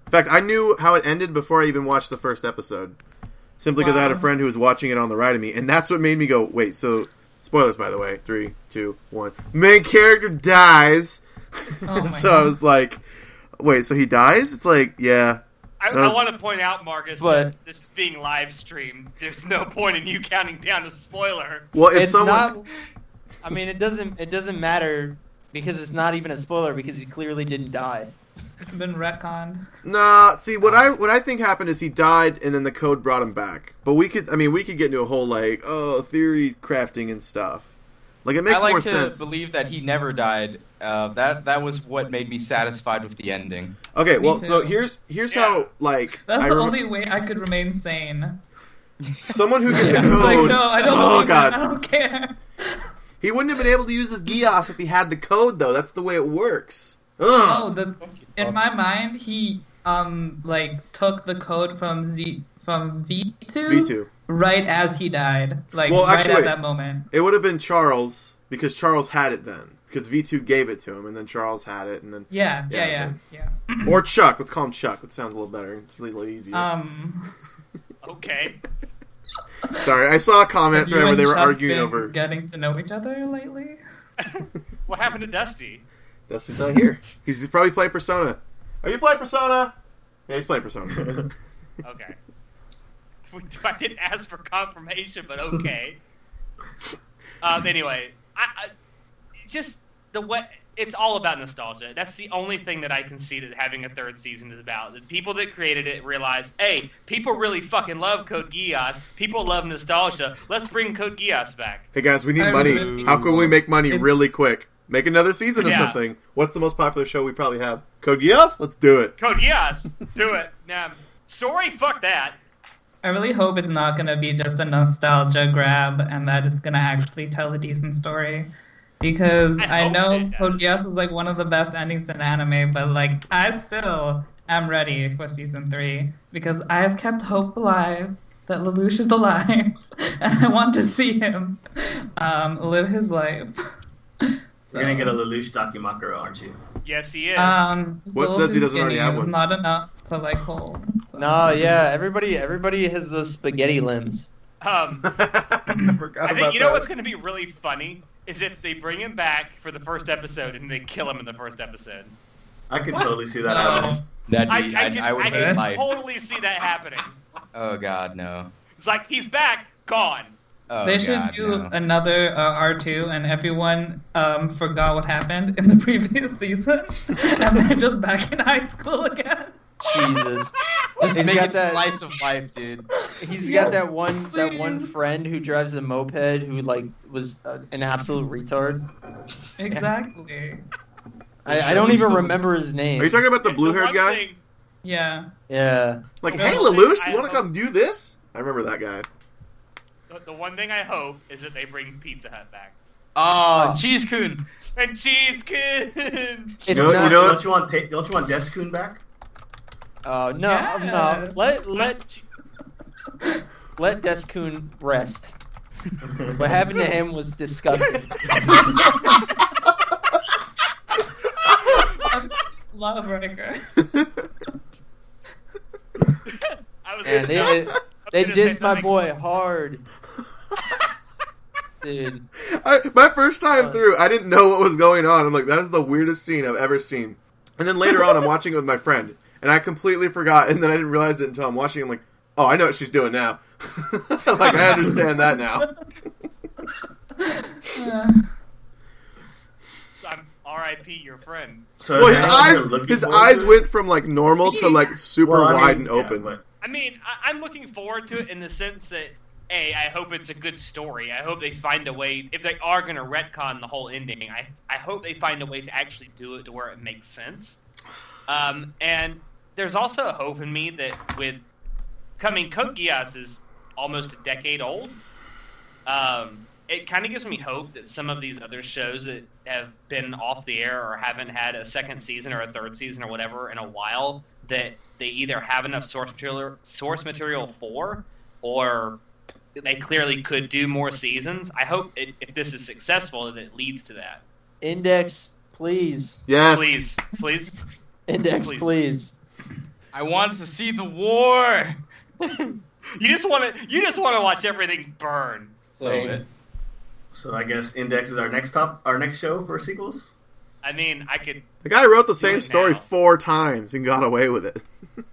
[SPEAKER 2] In fact, I knew how it ended before I even watched the first episode, simply because I had a
[SPEAKER 7] Wow.
[SPEAKER 2] friend who was watching it on the ride of me, and that's what made me go, "Wait." So, spoilers, by the way. Three, two, one. Main character dies,
[SPEAKER 7] Oh my
[SPEAKER 2] so I was like, "Wait." So he dies? It's like, yeah.
[SPEAKER 1] I,
[SPEAKER 2] That's-
[SPEAKER 1] I want to point out, Marcus,
[SPEAKER 8] But-
[SPEAKER 1] that this is being live streamed. There's no point in you counting down a spoiler.
[SPEAKER 2] Well, if
[SPEAKER 8] it's
[SPEAKER 2] someone,
[SPEAKER 8] not. I mean, it doesn't. It doesn't matter because it's not even a spoiler because he clearly didn't die.
[SPEAKER 7] It's been retconned.
[SPEAKER 2] Nah, see what
[SPEAKER 7] Oh.
[SPEAKER 2] I what I think happened is he died and then the code brought him back. But we could I mean we could get into a whole like oh theory crafting and stuff. Like it makes
[SPEAKER 4] I like
[SPEAKER 2] more
[SPEAKER 4] to
[SPEAKER 2] sense.
[SPEAKER 4] believe that he never died. Uh, that that was what made me satisfied with the ending.
[SPEAKER 2] okay, well so
[SPEAKER 7] too.
[SPEAKER 2] here's here's
[SPEAKER 1] Yeah.
[SPEAKER 2] how like
[SPEAKER 7] That's
[SPEAKER 2] I
[SPEAKER 7] the
[SPEAKER 2] remem-
[SPEAKER 7] only way I could remain sane.
[SPEAKER 2] someone who gets a
[SPEAKER 4] Yeah. Like,
[SPEAKER 2] code.
[SPEAKER 7] Like, no, I don't.
[SPEAKER 2] oh
[SPEAKER 7] believe that. I
[SPEAKER 2] god,
[SPEAKER 7] don't care.
[SPEAKER 2] he wouldn't have been able to use his Gios if he had the code though. That's the way it works.
[SPEAKER 7] No,
[SPEAKER 2] Ugh.
[SPEAKER 7] the, in my mind, he um like took the code from Z from V two
[SPEAKER 2] V two.
[SPEAKER 7] right as he died, like
[SPEAKER 2] Well,
[SPEAKER 7] right
[SPEAKER 2] actually,
[SPEAKER 7] at that moment.
[SPEAKER 2] It would have been Charles because Charles had it then. because V2 gave it to him, and then Charles had it, and then
[SPEAKER 7] Yeah, yeah,
[SPEAKER 2] Yeah,
[SPEAKER 7] yeah, yeah.
[SPEAKER 2] or Chuck. Let's call him Chuck. That sounds a little better. It's a little easier.
[SPEAKER 7] Um,
[SPEAKER 1] Okay.
[SPEAKER 2] Sorry, I saw a comment
[SPEAKER 7] have you
[SPEAKER 2] thread where
[SPEAKER 7] and
[SPEAKER 2] they were
[SPEAKER 7] Chuck
[SPEAKER 2] arguing
[SPEAKER 7] been
[SPEAKER 2] over.
[SPEAKER 7] getting to know each other lately.
[SPEAKER 1] what happened to Dusty?
[SPEAKER 2] Dusty's not here. He's probably playing Persona. Are you playing Persona? Yeah, he's playing Persona.
[SPEAKER 1] Okay. We- I didn't ask for confirmation, but okay. um, anyway, I, I just the way it's all about nostalgia. That's the only thing that I can see that having a third season is about. The people that created it realized, hey, people really fucking love Code Geass. People love nostalgia. Let's bring Code Geass back.
[SPEAKER 2] hey guys, we need
[SPEAKER 7] I
[SPEAKER 2] money.
[SPEAKER 7] remember-
[SPEAKER 2] How can we make money
[SPEAKER 7] It's-
[SPEAKER 2] really quick? Make another season of
[SPEAKER 1] Yeah.
[SPEAKER 2] something. What's the most popular show we probably have? Code Geass. Let's do it.
[SPEAKER 1] Code Geass, do it. Nah, story, fuck that.
[SPEAKER 7] I really hope it's not going to be just a nostalgia grab and that it's going to actually tell a decent story. Because
[SPEAKER 1] I
[SPEAKER 7] I,
[SPEAKER 1] hope
[SPEAKER 7] know
[SPEAKER 1] it does.
[SPEAKER 7] Code Geass is like one of the best endings in anime, but like I still am ready for season three because I have kept hope alive that Lelouch is alive and I want to see him um, live his life.
[SPEAKER 6] You're gonna get a Lelouch Dakimakura, aren't you?
[SPEAKER 1] Yes, he is.
[SPEAKER 7] um, he's a
[SPEAKER 2] What
[SPEAKER 7] little
[SPEAKER 2] says he
[SPEAKER 7] too
[SPEAKER 2] doesn't already
[SPEAKER 7] skinny.
[SPEAKER 2] have
[SPEAKER 7] It's
[SPEAKER 2] one?
[SPEAKER 7] Not enough to like hold. so.
[SPEAKER 8] No, yeah, everybody everybody has those spaghetti limbs.
[SPEAKER 1] um,
[SPEAKER 2] I forgot
[SPEAKER 1] I
[SPEAKER 2] about
[SPEAKER 1] think you know
[SPEAKER 2] that.
[SPEAKER 1] what's going to be really funny is if they bring him back for the first episode and they kill him in the first episode.
[SPEAKER 6] I could
[SPEAKER 8] What?
[SPEAKER 6] totally see that.
[SPEAKER 7] No.
[SPEAKER 6] happening.
[SPEAKER 4] That'd
[SPEAKER 1] I,
[SPEAKER 4] be, I,
[SPEAKER 1] I,
[SPEAKER 4] would
[SPEAKER 1] can,
[SPEAKER 4] I would
[SPEAKER 1] I
[SPEAKER 4] hate
[SPEAKER 1] can
[SPEAKER 4] life.
[SPEAKER 1] totally see that happening.
[SPEAKER 4] Oh god, no.
[SPEAKER 1] It's like he's back, gone.
[SPEAKER 4] Oh,
[SPEAKER 7] they should
[SPEAKER 4] God,
[SPEAKER 7] do
[SPEAKER 4] no.
[SPEAKER 7] another uh, R2 and everyone um, forgot what happened in the previous season and they're just back in high school again.
[SPEAKER 8] Jesus.
[SPEAKER 4] Just
[SPEAKER 8] He's
[SPEAKER 4] make
[SPEAKER 8] got
[SPEAKER 4] it
[SPEAKER 8] that-
[SPEAKER 4] slice of life, dude.
[SPEAKER 8] He's
[SPEAKER 7] Yes,
[SPEAKER 8] got that one that one
[SPEAKER 7] please.
[SPEAKER 8] friend who drives a moped who like was uh, an absolute retard.
[SPEAKER 7] Exactly.
[SPEAKER 8] I, I don't even
[SPEAKER 4] He's the-
[SPEAKER 8] remember his name.
[SPEAKER 2] Are you talking about the
[SPEAKER 1] And
[SPEAKER 2] blue-haired
[SPEAKER 1] one
[SPEAKER 2] guy?
[SPEAKER 1] thing-
[SPEAKER 7] Yeah.
[SPEAKER 8] yeah.
[SPEAKER 2] Like,
[SPEAKER 1] the
[SPEAKER 2] hey,
[SPEAKER 1] one thing
[SPEAKER 2] Lelouch,
[SPEAKER 1] I
[SPEAKER 2] you want to
[SPEAKER 1] hope-
[SPEAKER 2] come do this? I remember that guy.
[SPEAKER 1] the, the one thing I hope is that they bring Pizza Hut back.
[SPEAKER 4] Oh, cheese coon.
[SPEAKER 1] And cheese kid.
[SPEAKER 8] It's
[SPEAKER 2] know-
[SPEAKER 8] not
[SPEAKER 2] you know-
[SPEAKER 6] Don't you want ta- Don't you want Descoon back?
[SPEAKER 8] Oh no, no.
[SPEAKER 7] Yes.
[SPEAKER 8] Let let let Descoon rest. What happened to him was disgusting.
[SPEAKER 7] I Um, love Riker.
[SPEAKER 1] I was
[SPEAKER 8] And they they
[SPEAKER 1] gonna say
[SPEAKER 8] dissed my
[SPEAKER 1] something.
[SPEAKER 8] boy hard, dude.
[SPEAKER 2] I, my first time
[SPEAKER 8] Uh,
[SPEAKER 2] through, I didn't know what was going on. I'm like, that is the weirdest scene I've ever seen. And then later on, I'm watching it with my friend, and I completely forgot, and then I didn't realize it until I'm watching. it. I'm like, oh, I know what she's doing now. like, I understand that now.
[SPEAKER 7] Yeah.
[SPEAKER 1] I'm R.I.P. your friend.
[SPEAKER 6] So
[SPEAKER 2] Well,
[SPEAKER 6] is
[SPEAKER 2] his
[SPEAKER 6] that what you're
[SPEAKER 2] eyes,
[SPEAKER 6] looking
[SPEAKER 2] his
[SPEAKER 6] for?
[SPEAKER 2] eyes went from like normal to like super
[SPEAKER 6] Well, I mean,
[SPEAKER 2] wide and
[SPEAKER 6] yeah,
[SPEAKER 2] open.
[SPEAKER 6] but-
[SPEAKER 1] I mean, I, I'm looking forward to it in the sense that, A, I hope it's a good story. I hope they find a way, if they are going to retcon the whole ending, I, I hope they find a way to actually do it to where it makes sense. Um, and there's also a hope in me that with coming Code Geass is almost a decade old, um, it kind of gives me hope that some of these other shows that have been off the air or haven't had a second season or a third season or whatever in a while that they either have enough source material source material for or they clearly could do more seasons. I hope it, if this is successful that it leads to that.
[SPEAKER 8] Index, please.
[SPEAKER 2] Yes,
[SPEAKER 1] Please, please.
[SPEAKER 8] Index,
[SPEAKER 1] Please.
[SPEAKER 8] please.
[SPEAKER 4] I want to see the war.
[SPEAKER 1] You just want to you just want to watch everything burn.
[SPEAKER 5] So,
[SPEAKER 6] So I guess Index is our next top, our next show for sequels.
[SPEAKER 1] I mean, I could
[SPEAKER 2] the guy wrote the
[SPEAKER 1] Do
[SPEAKER 2] same
[SPEAKER 1] it
[SPEAKER 2] story
[SPEAKER 1] now.
[SPEAKER 2] four times and got away with it.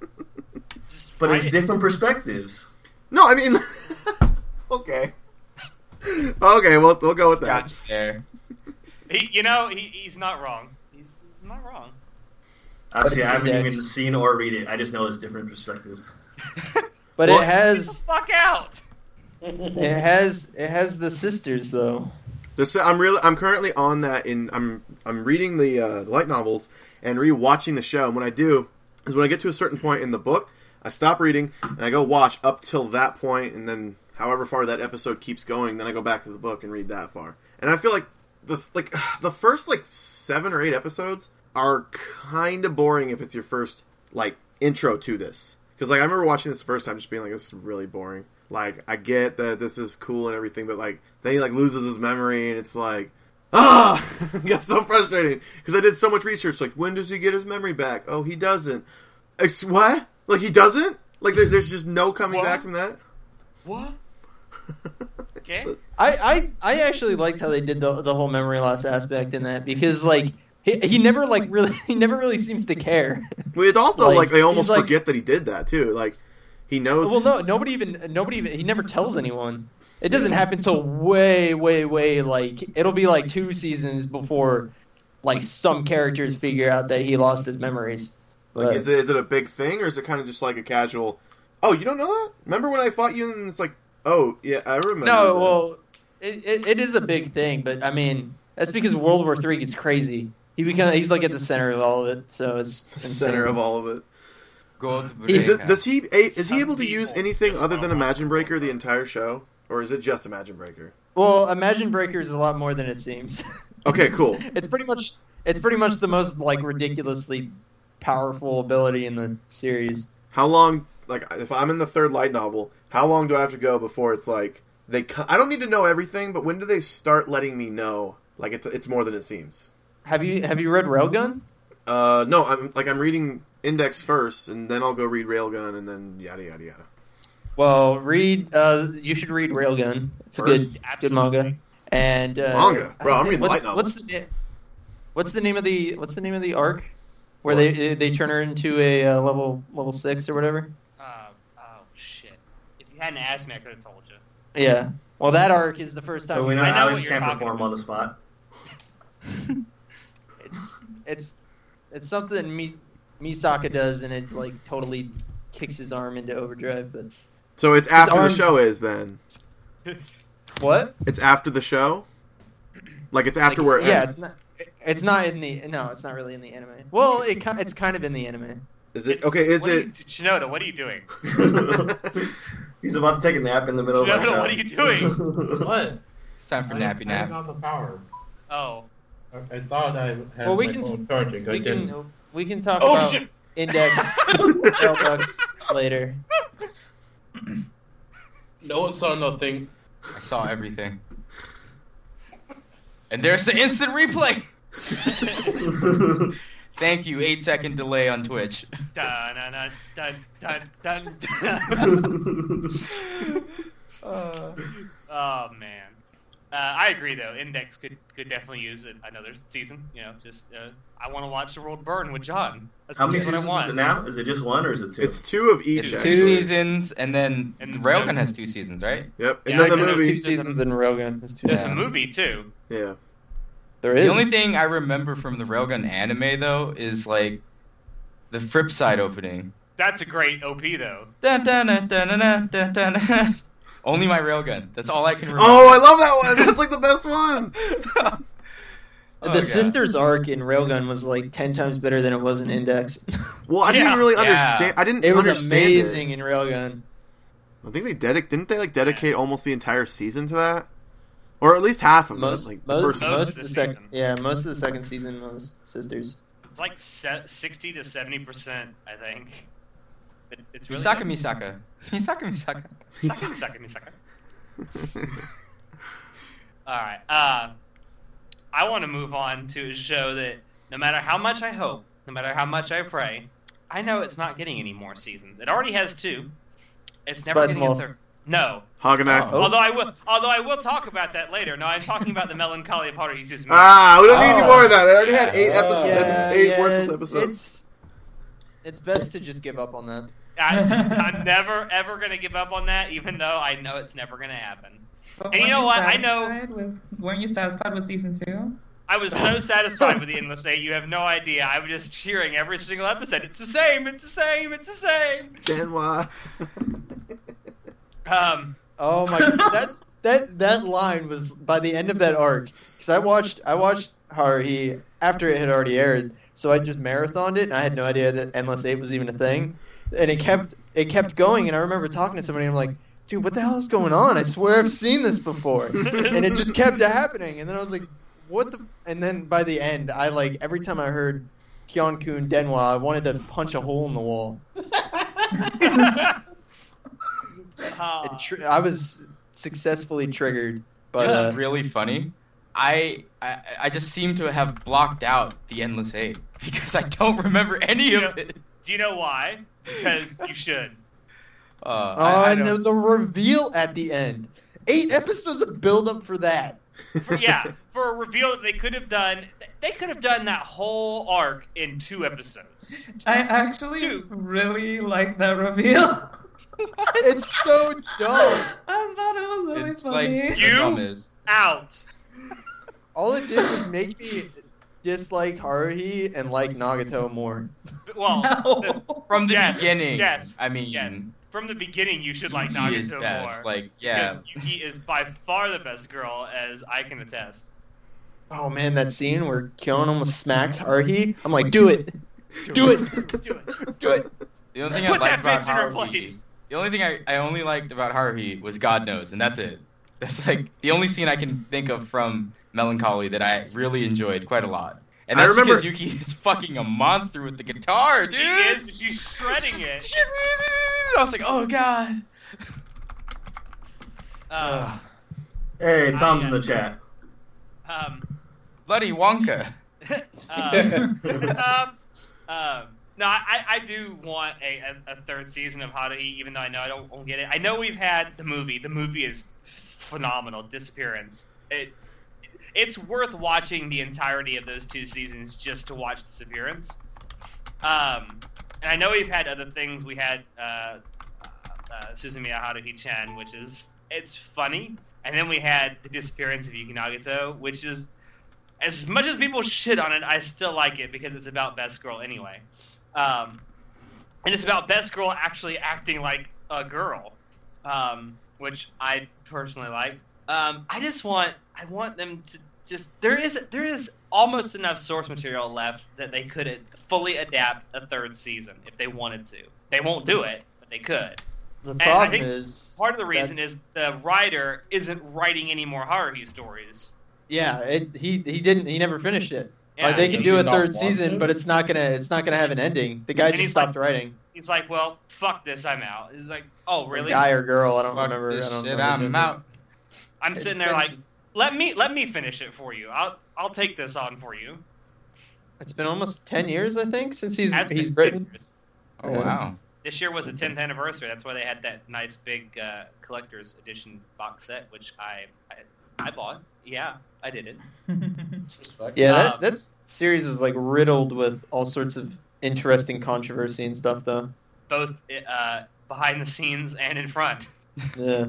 [SPEAKER 1] just
[SPEAKER 6] But it's
[SPEAKER 1] write it.
[SPEAKER 6] different perspectives.
[SPEAKER 2] No, I mean, okay, okay, we'll we'll go with that.
[SPEAKER 4] Gotcha there.
[SPEAKER 1] He, you know, he, he's not wrong. He's, he's not wrong.
[SPEAKER 6] Actually,
[SPEAKER 8] it's
[SPEAKER 6] I haven't
[SPEAKER 8] Index.
[SPEAKER 6] even seen or read it. I just know it's different perspectives.
[SPEAKER 8] But
[SPEAKER 2] What?
[SPEAKER 8] it
[SPEAKER 1] Get the
[SPEAKER 8] has
[SPEAKER 1] fuck out.
[SPEAKER 8] it has it has the sisters though.
[SPEAKER 2] This, I'm really I'm currently on that in I'm I'm reading the uh, light novels and rewatching the show. And what I do is when I get to a certain point in the book, I stop reading and I go watch up till that point, and then however far that episode keeps going, then I go back to the book and read that far. And I feel like this like the first like seven or eight episodes are kind of boring if it's your first like intro to this because like I remember watching this the first time just being like this is really boring. Like I get that this is cool and everything, but like then he like loses his memory and it's like Ah, it got so frustrating because I did so much research. Like, when does he get his memory back? Oh, he doesn't. Ex- what? Like he doesn't? Like there's there's just no coming
[SPEAKER 1] What?
[SPEAKER 2] back from that.
[SPEAKER 1] What? Okay.
[SPEAKER 8] I, I I actually liked how they did the the whole memory loss aspect in that because like he, he never like really he never really seems to care.
[SPEAKER 2] Well, it's also like,
[SPEAKER 8] Like,
[SPEAKER 2] they almost
[SPEAKER 8] he's like-
[SPEAKER 2] forget that he did that too. Like he knows.
[SPEAKER 8] well, no, nobody even nobody even he never tells anyone. It doesn't happen till way way way like it'll be like two seasons before like some characters figure out that he lost his memories.
[SPEAKER 2] like is it is it a big thing or is it kind of just like a casual? Oh, you don't know that? Remember when I fought you? And it's like, oh yeah, I remember.
[SPEAKER 8] No,
[SPEAKER 2] that."
[SPEAKER 8] well, it, it, it is a big thing, but I mean that's because World War Three gets crazy. He become he's like at the center of all of it, so it's
[SPEAKER 2] The center of all of it.
[SPEAKER 4] Gold
[SPEAKER 2] He-
[SPEAKER 4] Bodega.
[SPEAKER 2] does he a- is he
[SPEAKER 1] Some
[SPEAKER 2] able to use
[SPEAKER 1] people
[SPEAKER 2] anything
[SPEAKER 1] just
[SPEAKER 2] other than
[SPEAKER 1] don't watch
[SPEAKER 2] Imagine Breaker the entire show, or is it just Imagine Breaker?
[SPEAKER 8] Well, Imagine Breaker is a lot more than it seems.
[SPEAKER 2] Okay, cool.
[SPEAKER 8] it's pretty much it's pretty much the most like ridiculously powerful ability in the series.
[SPEAKER 2] How long? Like, if I'm in the third light novel, how long do I have to go before it's like they? co- I don't need to know everything, but when do they start letting me know? Like, it's it's more than it seems.
[SPEAKER 8] Have you have you read Railgun?
[SPEAKER 2] Uh, no, I'm like I'm reading Index first, and then I'll go read Railgun, and then yada yada yada.
[SPEAKER 8] Well, read uh, you should read Railgun. It's a good good manga. And uh,
[SPEAKER 2] Manga? Bro, I'm
[SPEAKER 8] I think-
[SPEAKER 2] reading
[SPEAKER 8] what's,
[SPEAKER 2] light
[SPEAKER 8] what's the na- what's the name of the what's the name of the arc where they they turn her into a uh, level level six or whatever?
[SPEAKER 1] Uh, oh shit! If you hadn't asked me, I could have told you.
[SPEAKER 8] Yeah. Well, that arc is the first time.
[SPEAKER 6] So we know,
[SPEAKER 1] I know
[SPEAKER 6] Alex
[SPEAKER 1] what you're
[SPEAKER 6] can't
[SPEAKER 1] talking
[SPEAKER 6] perform
[SPEAKER 1] about.
[SPEAKER 6] on the spot.
[SPEAKER 8] it's it's it's something Mi- Misaka does, and it like totally kicks his arm into overdrive. But
[SPEAKER 2] So it's after the
[SPEAKER 8] arms-
[SPEAKER 2] show is then.
[SPEAKER 8] what?
[SPEAKER 2] It's after the show. Like it's after where it
[SPEAKER 8] yeah,
[SPEAKER 2] ends.
[SPEAKER 8] it's not. It's not in the no. It's not really in the anime. Well, it ki- it's kind of in the anime.
[SPEAKER 2] Is it
[SPEAKER 1] It's-
[SPEAKER 2] okay? Is
[SPEAKER 1] what are
[SPEAKER 2] it?
[SPEAKER 1] you- Shinoda? What are you doing?
[SPEAKER 6] He's about to take a nap in the middle of
[SPEAKER 1] Jonah,
[SPEAKER 6] our show.
[SPEAKER 1] what are you doing?
[SPEAKER 5] What?
[SPEAKER 4] It's time for
[SPEAKER 5] I-
[SPEAKER 4] nappy
[SPEAKER 5] I
[SPEAKER 4] nap.
[SPEAKER 5] got the power.
[SPEAKER 1] Oh,
[SPEAKER 5] I, I thought I had
[SPEAKER 8] Well, we
[SPEAKER 5] my
[SPEAKER 8] can s-
[SPEAKER 5] phone charging. I
[SPEAKER 8] We
[SPEAKER 5] didn't.
[SPEAKER 8] can we can talk
[SPEAKER 1] Oh,
[SPEAKER 8] about
[SPEAKER 1] shit.
[SPEAKER 8] index L ducks later.
[SPEAKER 5] No one saw nothing.
[SPEAKER 4] I saw everything. And there's the instant replay. Thank you, eight second delay on Twitch.
[SPEAKER 1] dun dun dun dun dun. dun.
[SPEAKER 7] Uh,
[SPEAKER 1] oh man, uh, I agree though. Index could could definitely use it another season. You know, just uh, I want to watch the world burn with John. That's
[SPEAKER 6] How many
[SPEAKER 1] what I
[SPEAKER 6] seasons
[SPEAKER 1] want.
[SPEAKER 6] is it now? Is it just one or is it two?
[SPEAKER 2] It's two of each.
[SPEAKER 4] It's
[SPEAKER 2] actually.
[SPEAKER 4] two seasons, and then
[SPEAKER 1] And
[SPEAKER 4] Railgun
[SPEAKER 1] there's-
[SPEAKER 4] has two seasons, right?
[SPEAKER 2] Yep, and
[SPEAKER 1] Yeah,
[SPEAKER 2] then
[SPEAKER 1] I
[SPEAKER 2] the
[SPEAKER 1] know
[SPEAKER 2] movie.
[SPEAKER 8] Two seasons in Rogan. There's two
[SPEAKER 1] There's
[SPEAKER 8] seasons.
[SPEAKER 1] a movie too.
[SPEAKER 2] Yeah.
[SPEAKER 8] There is.
[SPEAKER 4] The only thing I remember from the Railgun anime though is like the Frip side opening.
[SPEAKER 1] That's a great OP though.
[SPEAKER 4] Dun, dun, dun, dun, dun, dun, dun, dun, dun. Only my Railgun. That's all I can remember.
[SPEAKER 2] Oh, I love that one. That's like the best one.
[SPEAKER 8] the
[SPEAKER 4] Oh, God.
[SPEAKER 8] sisters arc in Railgun was like ten times better than it was in Index.
[SPEAKER 2] Well, I didn't
[SPEAKER 1] Yeah.
[SPEAKER 2] even really
[SPEAKER 4] Yeah.
[SPEAKER 2] understand. I didn't.
[SPEAKER 8] It was
[SPEAKER 2] understand it.
[SPEAKER 8] amazing in Railgun.
[SPEAKER 2] I think they dedic didn't they like dedicate almost the entire season to that, or at least half of
[SPEAKER 8] Most,
[SPEAKER 2] it. Like the
[SPEAKER 8] most,
[SPEAKER 2] first.
[SPEAKER 1] Most
[SPEAKER 8] most
[SPEAKER 1] of
[SPEAKER 8] of
[SPEAKER 1] the
[SPEAKER 8] the second,
[SPEAKER 1] season.
[SPEAKER 8] yeah, most of the second season was sisters.
[SPEAKER 1] It's like se- sixty to seventy percent, I think. It, it's really
[SPEAKER 4] Misaka,
[SPEAKER 1] good.
[SPEAKER 4] Misaka, Misaka, Misaka.
[SPEAKER 1] Misaka, Misaka, Misaka. All right. Uh, I want to move on to a show that no matter how much I hope, no matter how much I pray, I know it's not getting any more seasons. It already has two. It's never
[SPEAKER 8] Spice
[SPEAKER 1] getting
[SPEAKER 8] Wolf.
[SPEAKER 1] a third. No.
[SPEAKER 2] Hagenai.
[SPEAKER 4] Oh.
[SPEAKER 1] Although I will although I will talk about that later. No, I'm talking about the melancholy of Haruhizu's
[SPEAKER 2] Ah, we don't need any
[SPEAKER 8] Oh.
[SPEAKER 2] more of that. They already had eight
[SPEAKER 5] Yeah.
[SPEAKER 2] episodes.
[SPEAKER 5] Yeah,
[SPEAKER 2] eight worthless episodes.
[SPEAKER 8] It's it's best to just give up on that.
[SPEAKER 1] I, I'm never ever gonna give up on that, even though I know it's never gonna happen.
[SPEAKER 7] But
[SPEAKER 1] And you
[SPEAKER 7] weren't
[SPEAKER 1] know what? I know-
[SPEAKER 7] satisfied With, weren't you satisfied with season two?
[SPEAKER 1] I was so satisfied with the endless eight. You have no idea. I was just cheering every single episode. It's the same. It's the same. It's the same.
[SPEAKER 2] Then why?
[SPEAKER 1] Um,
[SPEAKER 8] Oh my, that's that that line was by the end of that arc because I watched I watched Haruhi after it had already aired, so I just marathoned it and I had no idea that Endless Eight was even a thing, and it kept it kept going and I remember talking to somebody and I'm like. Dude, what the hell is going on? I swear I've seen this before, and it just kept happening. And then I was like, "What the?" And then by the end, I like every time I heard Kyonkun Denwa, I wanted to punch a hole in the wall.
[SPEAKER 1] uh,
[SPEAKER 8] It tr- I was successfully triggered by
[SPEAKER 4] But
[SPEAKER 8] that.
[SPEAKER 4] really funny I, I I just seem to have blocked out the endless eight because I don't remember any of it.
[SPEAKER 1] Do you know why? Because you should.
[SPEAKER 4] Uh,
[SPEAKER 8] Oh,
[SPEAKER 4] I, I
[SPEAKER 8] and the,
[SPEAKER 4] don't,
[SPEAKER 8] the reveal at the end. Eight episodes of build up for that.
[SPEAKER 1] For, yeah, for a reveal that they could have done, they could have done that whole arc in two episodes.
[SPEAKER 7] I actually
[SPEAKER 1] Dude.
[SPEAKER 7] really like that reveal.
[SPEAKER 8] It's so dumb.
[SPEAKER 7] I thought it was really
[SPEAKER 4] it's like
[SPEAKER 7] funny.
[SPEAKER 4] the
[SPEAKER 1] You-
[SPEAKER 4] dumbest.
[SPEAKER 1] Out.
[SPEAKER 8] All it did was make me dislike Haruhi and like Nagato more.
[SPEAKER 1] Well, the-
[SPEAKER 7] No.
[SPEAKER 4] from the
[SPEAKER 1] Yes,
[SPEAKER 4] beginning.
[SPEAKER 1] yes,
[SPEAKER 4] I mean,
[SPEAKER 1] yes. From the beginning, you should like
[SPEAKER 4] Yuki is
[SPEAKER 1] Nagato
[SPEAKER 4] best.
[SPEAKER 1] more.
[SPEAKER 4] Like, yeah,
[SPEAKER 1] Because Yuki is by far the best girl, as I can attest.
[SPEAKER 8] Oh man, that scene where Kyon almost smacks Haruhi. I'm like, do it. Do it.
[SPEAKER 1] Do it.
[SPEAKER 4] do it. The only thing I
[SPEAKER 1] Put
[SPEAKER 4] liked
[SPEAKER 1] that
[SPEAKER 4] about
[SPEAKER 1] bitch in her
[SPEAKER 4] Haruhi,
[SPEAKER 1] place.
[SPEAKER 4] the only thing I, I only liked about Haruhi was God knows, and that's it. That's like the only scene I can think of from Melancholy that I really enjoyed quite a lot. And
[SPEAKER 2] I
[SPEAKER 4] that's
[SPEAKER 2] remember-
[SPEAKER 4] because Yuki is fucking a monster with the guitar, dude.
[SPEAKER 1] She is. She's shredding it.
[SPEAKER 4] She's- I was like, oh god.
[SPEAKER 1] Uh,
[SPEAKER 6] Hey, Tom's in
[SPEAKER 1] I, uh,
[SPEAKER 6] the chat.
[SPEAKER 1] um,
[SPEAKER 4] Bloody Wonka.
[SPEAKER 1] uh, um, um, no, I, I do want a, a, a third season of How to Eat, even though I know I don't won't get it. I know we've had the movie. The movie is phenomenal. Disappearance. It it's worth watching the entirety of those two seasons just to watch Disappearance. Um, and I know we've had other things. We had uh, uh, Suzumiya Haruhi Chan, which is it's funny, and then we had the Disappearance of Yuki Nagato, which is as much as people shit on it, I still like it because it's about Best Girl anyway. Um, and it's about Best Girl actually acting like a girl, um, which I personally liked. Um, I just want I want them to just there is there is almost enough source material left that they could fully adapt a third season if they wanted to. They won't do it, but they could.
[SPEAKER 8] The
[SPEAKER 1] I
[SPEAKER 8] problem
[SPEAKER 1] think-
[SPEAKER 8] is,
[SPEAKER 1] Part of the reason is the writer isn't writing any more Haruhi stories.
[SPEAKER 8] yeah, it, he he didn't he never finished it.
[SPEAKER 1] Yeah.
[SPEAKER 8] like they
[SPEAKER 5] Does
[SPEAKER 8] could
[SPEAKER 5] he
[SPEAKER 8] do a
[SPEAKER 5] not
[SPEAKER 8] third
[SPEAKER 5] want
[SPEAKER 8] season,
[SPEAKER 5] to?
[SPEAKER 8] but it's not gonna it's not gonna have an ending. The guy
[SPEAKER 1] And
[SPEAKER 8] just
[SPEAKER 1] he's
[SPEAKER 8] stopped writing.
[SPEAKER 1] He's like, well, fuck this, I'm out. He's like, oh really?
[SPEAKER 8] Guy or girl, I don't
[SPEAKER 4] Fuck
[SPEAKER 8] remember.
[SPEAKER 4] this
[SPEAKER 8] I don't
[SPEAKER 4] shit,
[SPEAKER 8] know.
[SPEAKER 4] I'm out.
[SPEAKER 1] I'm
[SPEAKER 8] It's
[SPEAKER 1] sitting there
[SPEAKER 8] been-
[SPEAKER 1] like, let me let me finish it for you. I'll I'll take this on for you.
[SPEAKER 8] It's been almost ten years, I think, since he's
[SPEAKER 1] That's
[SPEAKER 8] he's
[SPEAKER 1] been
[SPEAKER 8] written.
[SPEAKER 1] years.
[SPEAKER 4] Oh wow.
[SPEAKER 1] This year was the 10th anniversary. That's why they had that nice big uh, collector's edition box set, which I I, I bought. Yeah, I did it.
[SPEAKER 8] Yeah,
[SPEAKER 1] Um,
[SPEAKER 8] that that series is like riddled with all sorts of interesting controversy and stuff, though.
[SPEAKER 1] Both uh, behind the scenes and in front.
[SPEAKER 8] Yeah.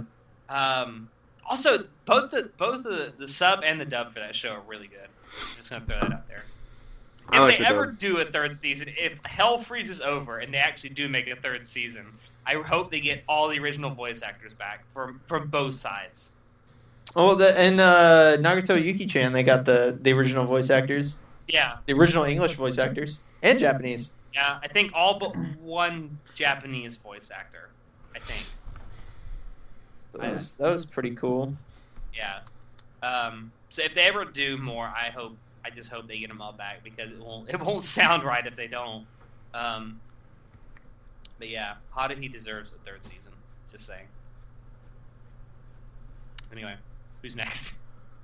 [SPEAKER 1] Um, also, both the both the, the sub and the dub for that show are really good. I'm just gonna throw that out there. If
[SPEAKER 2] I like
[SPEAKER 1] they
[SPEAKER 2] the
[SPEAKER 1] ever
[SPEAKER 2] dub.
[SPEAKER 1] do a third season, if Hell freezes over and they actually do make a third season, I hope they get all the original voice actors back from from both sides.
[SPEAKER 8] Oh, the, and uh, Nagato Yuki-chan, they got the the original voice actors,
[SPEAKER 1] Yeah,
[SPEAKER 8] the original English voice actors, and Japanese.
[SPEAKER 1] yeah. I think all but one Japanese voice actor. I think.
[SPEAKER 8] That was, that was pretty cool.
[SPEAKER 1] Yeah. Um, so if they ever do more, I hope I just hope they get them all back because it won't it won't sound right if they don't. Um, but yeah, how did he deserves a third season? Just saying. Anyway, who's next?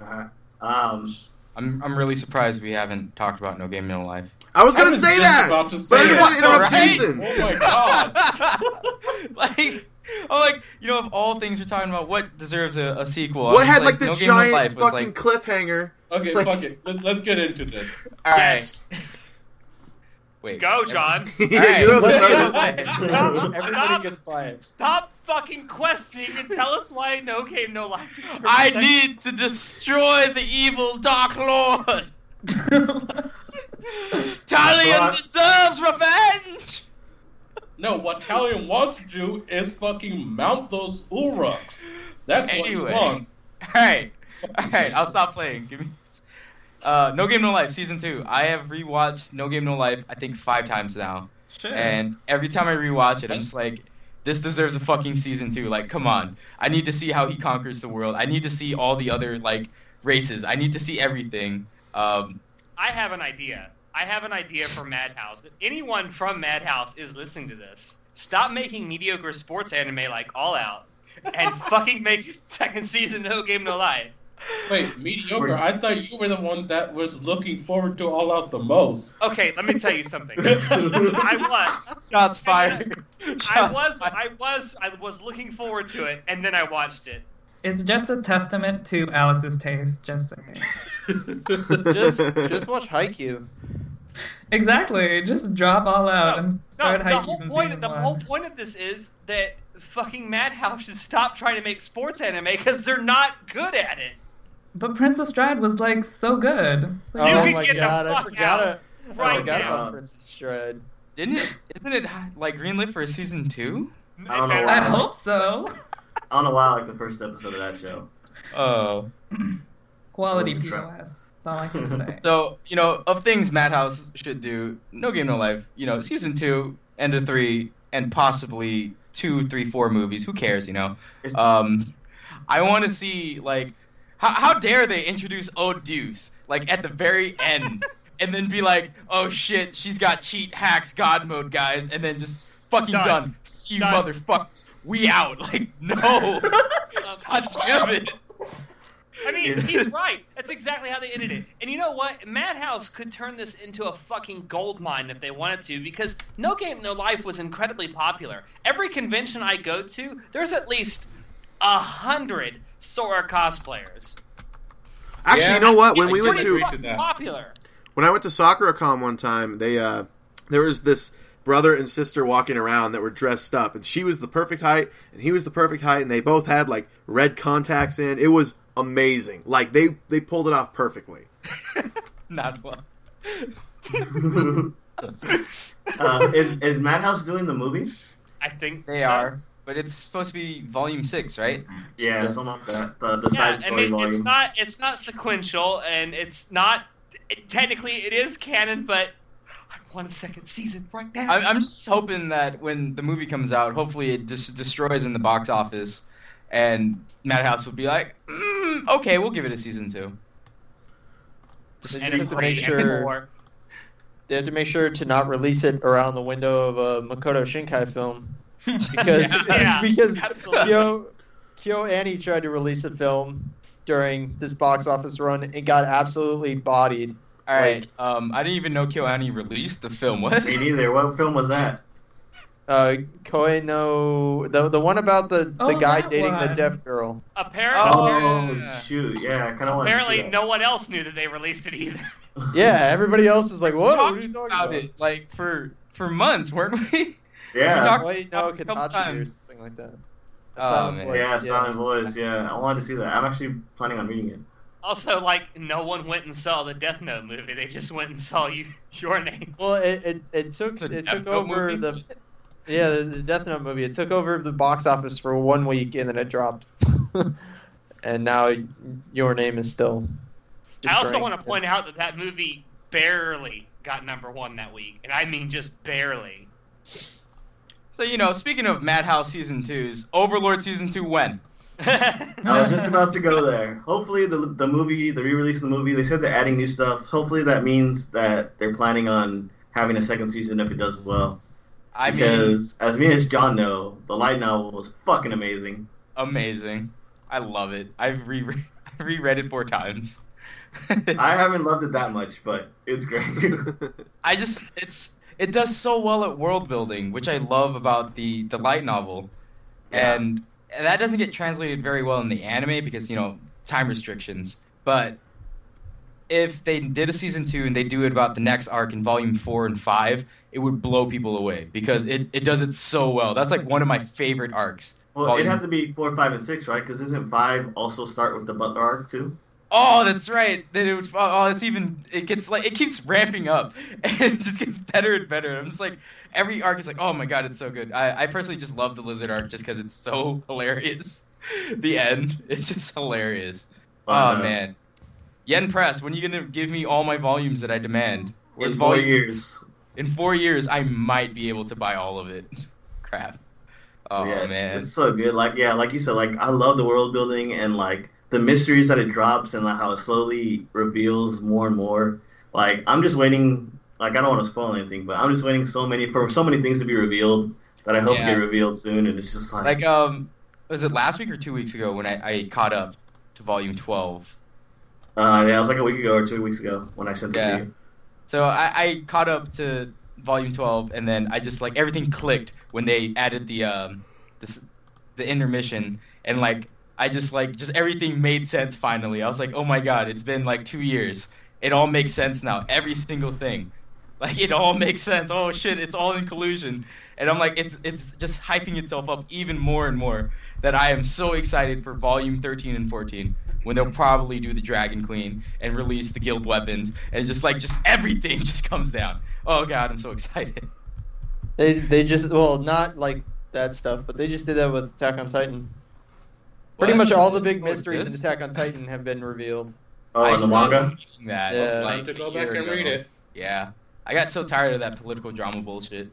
[SPEAKER 6] Uh, um,
[SPEAKER 4] I'm I'm really surprised we haven't talked about No Game No Life.
[SPEAKER 2] I was
[SPEAKER 5] I
[SPEAKER 2] gonna
[SPEAKER 5] was
[SPEAKER 2] say
[SPEAKER 5] just
[SPEAKER 2] that,
[SPEAKER 5] about to
[SPEAKER 2] but I
[SPEAKER 5] say
[SPEAKER 2] didn't
[SPEAKER 5] it.
[SPEAKER 2] want to interrupt
[SPEAKER 4] Right?
[SPEAKER 2] Jason.
[SPEAKER 5] Oh my god.
[SPEAKER 4] like, I'm like, you know, of all things you're talking about, what deserves a, a sequel? I
[SPEAKER 2] What
[SPEAKER 4] was
[SPEAKER 2] had like, the
[SPEAKER 4] No Game No Life
[SPEAKER 2] giant
[SPEAKER 4] was
[SPEAKER 2] fucking
[SPEAKER 4] like,
[SPEAKER 2] cliffhanger?
[SPEAKER 5] Okay,
[SPEAKER 2] Like-
[SPEAKER 5] fuck it. Let, let's get into this.
[SPEAKER 4] all right,
[SPEAKER 1] yes,
[SPEAKER 4] wait,
[SPEAKER 1] go, John.
[SPEAKER 2] yeah, you know the
[SPEAKER 8] Let's
[SPEAKER 4] Alright.
[SPEAKER 2] starter.
[SPEAKER 8] get away.
[SPEAKER 1] Stop.
[SPEAKER 8] Everybody gets biased.
[SPEAKER 1] Stop fucking questing and tell us why no game, no life. deserves
[SPEAKER 4] I
[SPEAKER 1] a-
[SPEAKER 4] need to destroy the evil Dark Lord. Talion
[SPEAKER 6] Well, I-
[SPEAKER 4] deserves revenge.
[SPEAKER 5] No, what Talion wants to do is fucking mount those Uruks. That's what
[SPEAKER 4] Anyway.
[SPEAKER 5] he wants.
[SPEAKER 4] All right, all right, I'll stop playing. Give me. Uh, no Game No Life season two. I have rewatched No Game No Life. I think five times now.
[SPEAKER 7] Sure.
[SPEAKER 4] And every time I rewatch it, I'm just like, this deserves a fucking season two. Like, come on. I need to see how he conquers the world. I need to see all the other like races. I need to see everything. Um,
[SPEAKER 1] I have an idea. I have an idea for Madhouse. If anyone from Madhouse is listening to this, stop making mediocre sports anime like All Out and fucking make second season No Game No Life.
[SPEAKER 5] Wait, mediocre. I thought you were the one that was looking forward to All Out the most.
[SPEAKER 1] Okay, let me tell you something. I was,
[SPEAKER 4] Shots fired.
[SPEAKER 1] I
[SPEAKER 4] Shots
[SPEAKER 1] was,
[SPEAKER 4] fired.
[SPEAKER 1] I was, I was looking forward to it, and then I watched it.
[SPEAKER 7] It's just a testament to Alex's taste, just saying.
[SPEAKER 8] just, just watch Haikyuu.
[SPEAKER 7] Exactly. Just drop all out
[SPEAKER 1] No,
[SPEAKER 7] and
[SPEAKER 1] No,
[SPEAKER 7] start
[SPEAKER 1] the
[SPEAKER 7] hiking
[SPEAKER 1] whole
[SPEAKER 7] from
[SPEAKER 1] point,
[SPEAKER 7] season
[SPEAKER 1] the
[SPEAKER 7] one.
[SPEAKER 1] whole point of this is that fucking Madhouse should stop trying to make sports anime because they're not good at it.
[SPEAKER 7] But Princess Stride was like so good.
[SPEAKER 1] You
[SPEAKER 8] oh
[SPEAKER 1] can
[SPEAKER 8] my
[SPEAKER 1] get the
[SPEAKER 8] god, I
[SPEAKER 1] fuck
[SPEAKER 8] forgot,
[SPEAKER 1] out
[SPEAKER 8] a, I
[SPEAKER 1] Right
[SPEAKER 8] forgot
[SPEAKER 1] now.
[SPEAKER 8] about Princess Shred.
[SPEAKER 4] Didn't it? Isn't it like greenlit for season two?
[SPEAKER 6] I don't know
[SPEAKER 7] I
[SPEAKER 6] why.
[SPEAKER 7] hope so.
[SPEAKER 6] I don't know why I like the first episode of that show.
[SPEAKER 4] Oh.
[SPEAKER 7] Quality
[SPEAKER 6] That was a trap.
[SPEAKER 7] POS. That's all I can say.
[SPEAKER 4] So you know, of things Madhouse should do, No Game No Life. You know, season two, end of three, and possibly two, three, four movies. Who cares? You know.
[SPEAKER 6] It's-
[SPEAKER 4] Um, I want to see like, how, how dare they introduce Ode Deuce like at the very end, and then be like, oh shit, she's got cheat hacks, God mode, guys, and then just fucking
[SPEAKER 1] Done.
[SPEAKER 4] done. See you
[SPEAKER 1] Done.
[SPEAKER 4] motherfuckers, we out. Like no, God damn it.
[SPEAKER 1] I mean,
[SPEAKER 6] Yeah.
[SPEAKER 1] he's right. That's exactly how they ended it. And you know what? Madhouse could turn this into a fucking gold mine if they wanted to, because No Game No Life was incredibly popular. Every convention I go to, there's at least a hundred Sora cosplayers.
[SPEAKER 2] Actually,
[SPEAKER 5] Yeah.
[SPEAKER 2] you know what? When
[SPEAKER 1] It's
[SPEAKER 2] we went
[SPEAKER 1] pretty
[SPEAKER 5] agree
[SPEAKER 2] to
[SPEAKER 1] fucking
[SPEAKER 5] to that.
[SPEAKER 1] popular.
[SPEAKER 2] when I went to SoccerCon one time, they uh, there was this brother and sister walking around that were dressed up, and she was the perfect height, and he was the perfect height, and they both had like red contacts in. It was amazing. Like they they pulled it off perfectly.
[SPEAKER 4] Not one.
[SPEAKER 6] uh, is is Madhouse doing the movie?
[SPEAKER 1] I think
[SPEAKER 4] They
[SPEAKER 1] so.
[SPEAKER 4] are, but it's supposed to be volume six, right?
[SPEAKER 6] Yeah, something like that. The, the
[SPEAKER 1] Yeah,
[SPEAKER 6] side
[SPEAKER 1] I
[SPEAKER 6] story
[SPEAKER 1] mean,
[SPEAKER 6] volume.
[SPEAKER 1] it's not it's not sequential, and it's not it, technically it is canon, but I want a second season right now.
[SPEAKER 4] I'm, I'm just hoping that when the movie comes out, hopefully it just destroys in the box office, and Madhouse will be like, mm, okay, we'll give it a season two.
[SPEAKER 8] Just
[SPEAKER 1] and
[SPEAKER 8] need
[SPEAKER 1] it's
[SPEAKER 8] to
[SPEAKER 1] great.
[SPEAKER 8] make
[SPEAKER 1] and
[SPEAKER 8] sure
[SPEAKER 1] more.
[SPEAKER 8] they have to make sure to not release it around the window of a Makoto Shinkai film because
[SPEAKER 1] Yeah, yeah,
[SPEAKER 8] because
[SPEAKER 1] absolutely.
[SPEAKER 8] Kyo Kyo Annie tried to release a film during this box office run and got absolutely bodied.
[SPEAKER 4] All right, um, I didn't even know KyoAni released the film. What?
[SPEAKER 6] Me neither. What film was that?
[SPEAKER 8] Uh, Koe no the the one about the, the
[SPEAKER 7] Oh,
[SPEAKER 8] guy
[SPEAKER 7] that
[SPEAKER 8] dating the
[SPEAKER 7] one.
[SPEAKER 8] deaf girl.
[SPEAKER 1] Apparently,
[SPEAKER 6] Oh,
[SPEAKER 4] yeah.
[SPEAKER 6] shoot! Yeah, I kind of want to
[SPEAKER 1] apparently
[SPEAKER 6] see that.
[SPEAKER 1] no one else knew that they released it either.
[SPEAKER 8] Yeah, everybody else is like, whoa, what are you
[SPEAKER 4] talking
[SPEAKER 8] talking
[SPEAKER 4] about it like for for months, weren't we?
[SPEAKER 6] Yeah,
[SPEAKER 4] We
[SPEAKER 1] Oh,
[SPEAKER 4] talked-
[SPEAKER 8] Koe no
[SPEAKER 4] a couple
[SPEAKER 8] Katachi or
[SPEAKER 4] times.
[SPEAKER 8] something like that.
[SPEAKER 4] Oh,
[SPEAKER 8] Silent
[SPEAKER 4] man.
[SPEAKER 8] Voice,
[SPEAKER 6] yeah, Silent Voice. Yeah, I wanted to see that. I'm actually planning on reading it.
[SPEAKER 1] Also, like no one went and saw the Death Note movie; they just went and saw you your name.
[SPEAKER 8] Well, it, it, it took
[SPEAKER 4] It's a
[SPEAKER 8] it
[SPEAKER 4] Death
[SPEAKER 8] took
[SPEAKER 4] Note
[SPEAKER 8] over
[SPEAKER 4] movie?
[SPEAKER 8] the yeah the, the Death Note movie. It took over the box office for one week and then it dropped. and now your name is still.
[SPEAKER 1] I also want to point out that that movie barely got number one that week, and I mean just barely.
[SPEAKER 4] So you know, speaking of Madhouse season twos, Overlord season two when?
[SPEAKER 6] I was just about to go there. Hopefully, the the movie, the re-release of the movie, they said they're adding new stuff. So hopefully, that means that they're planning on having a second season if it does well.
[SPEAKER 4] I mean,
[SPEAKER 6] because as me and John know, the light novel was fucking amazing.
[SPEAKER 4] amazing. I love it. I've re- I reread it four times.
[SPEAKER 6] I haven't loved it that much, but it's great.
[SPEAKER 4] I just it's it does so well at world building, which I love about the the light novel,
[SPEAKER 6] Yeah.
[SPEAKER 4] and, and that doesn't get translated very well in the anime because you know time restrictions. But if they did a season two and they do it about the next arc in volume four and five, it would blow people away because it, it does it so well. That's like one of my favorite arcs.
[SPEAKER 6] well, it'd have to be four, five, and six, right? Because isn't five also start with the Butler arc too?
[SPEAKER 4] Oh, that's right. Then it would, oh, it's even it gets like it keeps ramping up and it just gets better and better. I'm just like every arc is like, oh my god, it's so good. I, I personally just love the lizard arc just because it's so hilarious. The end, it's just hilarious.
[SPEAKER 6] Wow.
[SPEAKER 4] oh man, Yen Press, when are you gonna give me all my volumes that I demand?
[SPEAKER 6] in
[SPEAKER 4] Where's
[SPEAKER 6] four
[SPEAKER 4] volume?
[SPEAKER 6] years.
[SPEAKER 4] In four years, I might be able to buy all of it. Crap. Oh
[SPEAKER 6] yeah,
[SPEAKER 4] man.
[SPEAKER 6] it's so good. Like yeah, like you said, like I love the world building and like the mysteries that it drops and like how it slowly reveals more and more. Like I'm just waiting. Like I don't want to spoil anything, but I'm just waiting so many for so many things to be revealed that I hope
[SPEAKER 4] Yeah.
[SPEAKER 6] get revealed soon. And it's just like,
[SPEAKER 4] Like um, was it last week or two weeks ago when I, I caught up to to volume twelve.
[SPEAKER 6] Uh, yeah, it was like a week ago or two weeks ago when I sent it
[SPEAKER 4] Yeah.
[SPEAKER 6] to you.
[SPEAKER 4] So I, I caught up to volume 12, and then I just like everything clicked when they added the um this the intermission, and like I just like just everything made sense finally. I was like, oh my god, it's been like two years. It all makes sense now. Every single thing, like it all makes sense. Oh shit, it's all in collusion, and I'm like, it's it's just hyping itself up even more and more. That I am so excited for volume 13 and 14 when they'll probably do the Dragon Queen and release the guild weapons and just like just everything just comes down. Oh god, I'm so excited.
[SPEAKER 8] They they just well not like that stuff, but they just did that with Attack on Titan. Pretty
[SPEAKER 4] What?
[SPEAKER 8] much all the big
[SPEAKER 4] Oh,
[SPEAKER 8] mysteries in
[SPEAKER 4] this?
[SPEAKER 8] Attack on Titan have been revealed.
[SPEAKER 6] Oh,
[SPEAKER 4] I
[SPEAKER 6] and the
[SPEAKER 4] stopped
[SPEAKER 6] manga?
[SPEAKER 4] reading That,
[SPEAKER 8] Yeah.
[SPEAKER 4] like,
[SPEAKER 5] Time to
[SPEAKER 4] a
[SPEAKER 5] go
[SPEAKER 4] year
[SPEAKER 5] back and
[SPEAKER 4] ago.
[SPEAKER 5] read it.
[SPEAKER 4] Yeah. I got so tired of that political drama bullshit.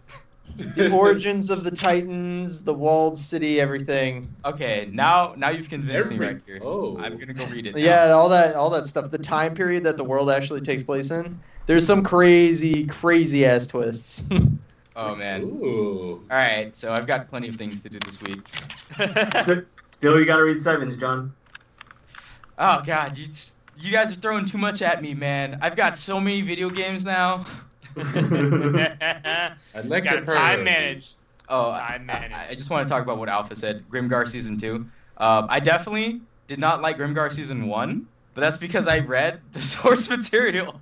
[SPEAKER 8] The origins of the Titans, the walled city, everything.
[SPEAKER 4] Okay, now now you've convinced me
[SPEAKER 5] Every-
[SPEAKER 4] right here.
[SPEAKER 5] oh.
[SPEAKER 4] I'm gonna go read it. now.
[SPEAKER 8] Yeah, all that all that stuff. The time period that the world actually takes place in. There's some crazy, crazy ass twists.
[SPEAKER 4] Oh man.
[SPEAKER 5] Ooh.
[SPEAKER 4] All right, so I've got plenty of things to do this week.
[SPEAKER 6] Still- Still, you gotta read Sevens, John.
[SPEAKER 4] Oh god, you s- you guys are throwing too much at me, man. I've got so many video games now.
[SPEAKER 5] I'd like
[SPEAKER 1] Gotta
[SPEAKER 5] to
[SPEAKER 1] time
[SPEAKER 5] purge.
[SPEAKER 1] manage.
[SPEAKER 4] Oh,
[SPEAKER 1] I managed.
[SPEAKER 4] I, I just want to talk about what Alpha said. Grimgar season two. Um, I definitely did not like Grimgar season one, but that's because I read the source material,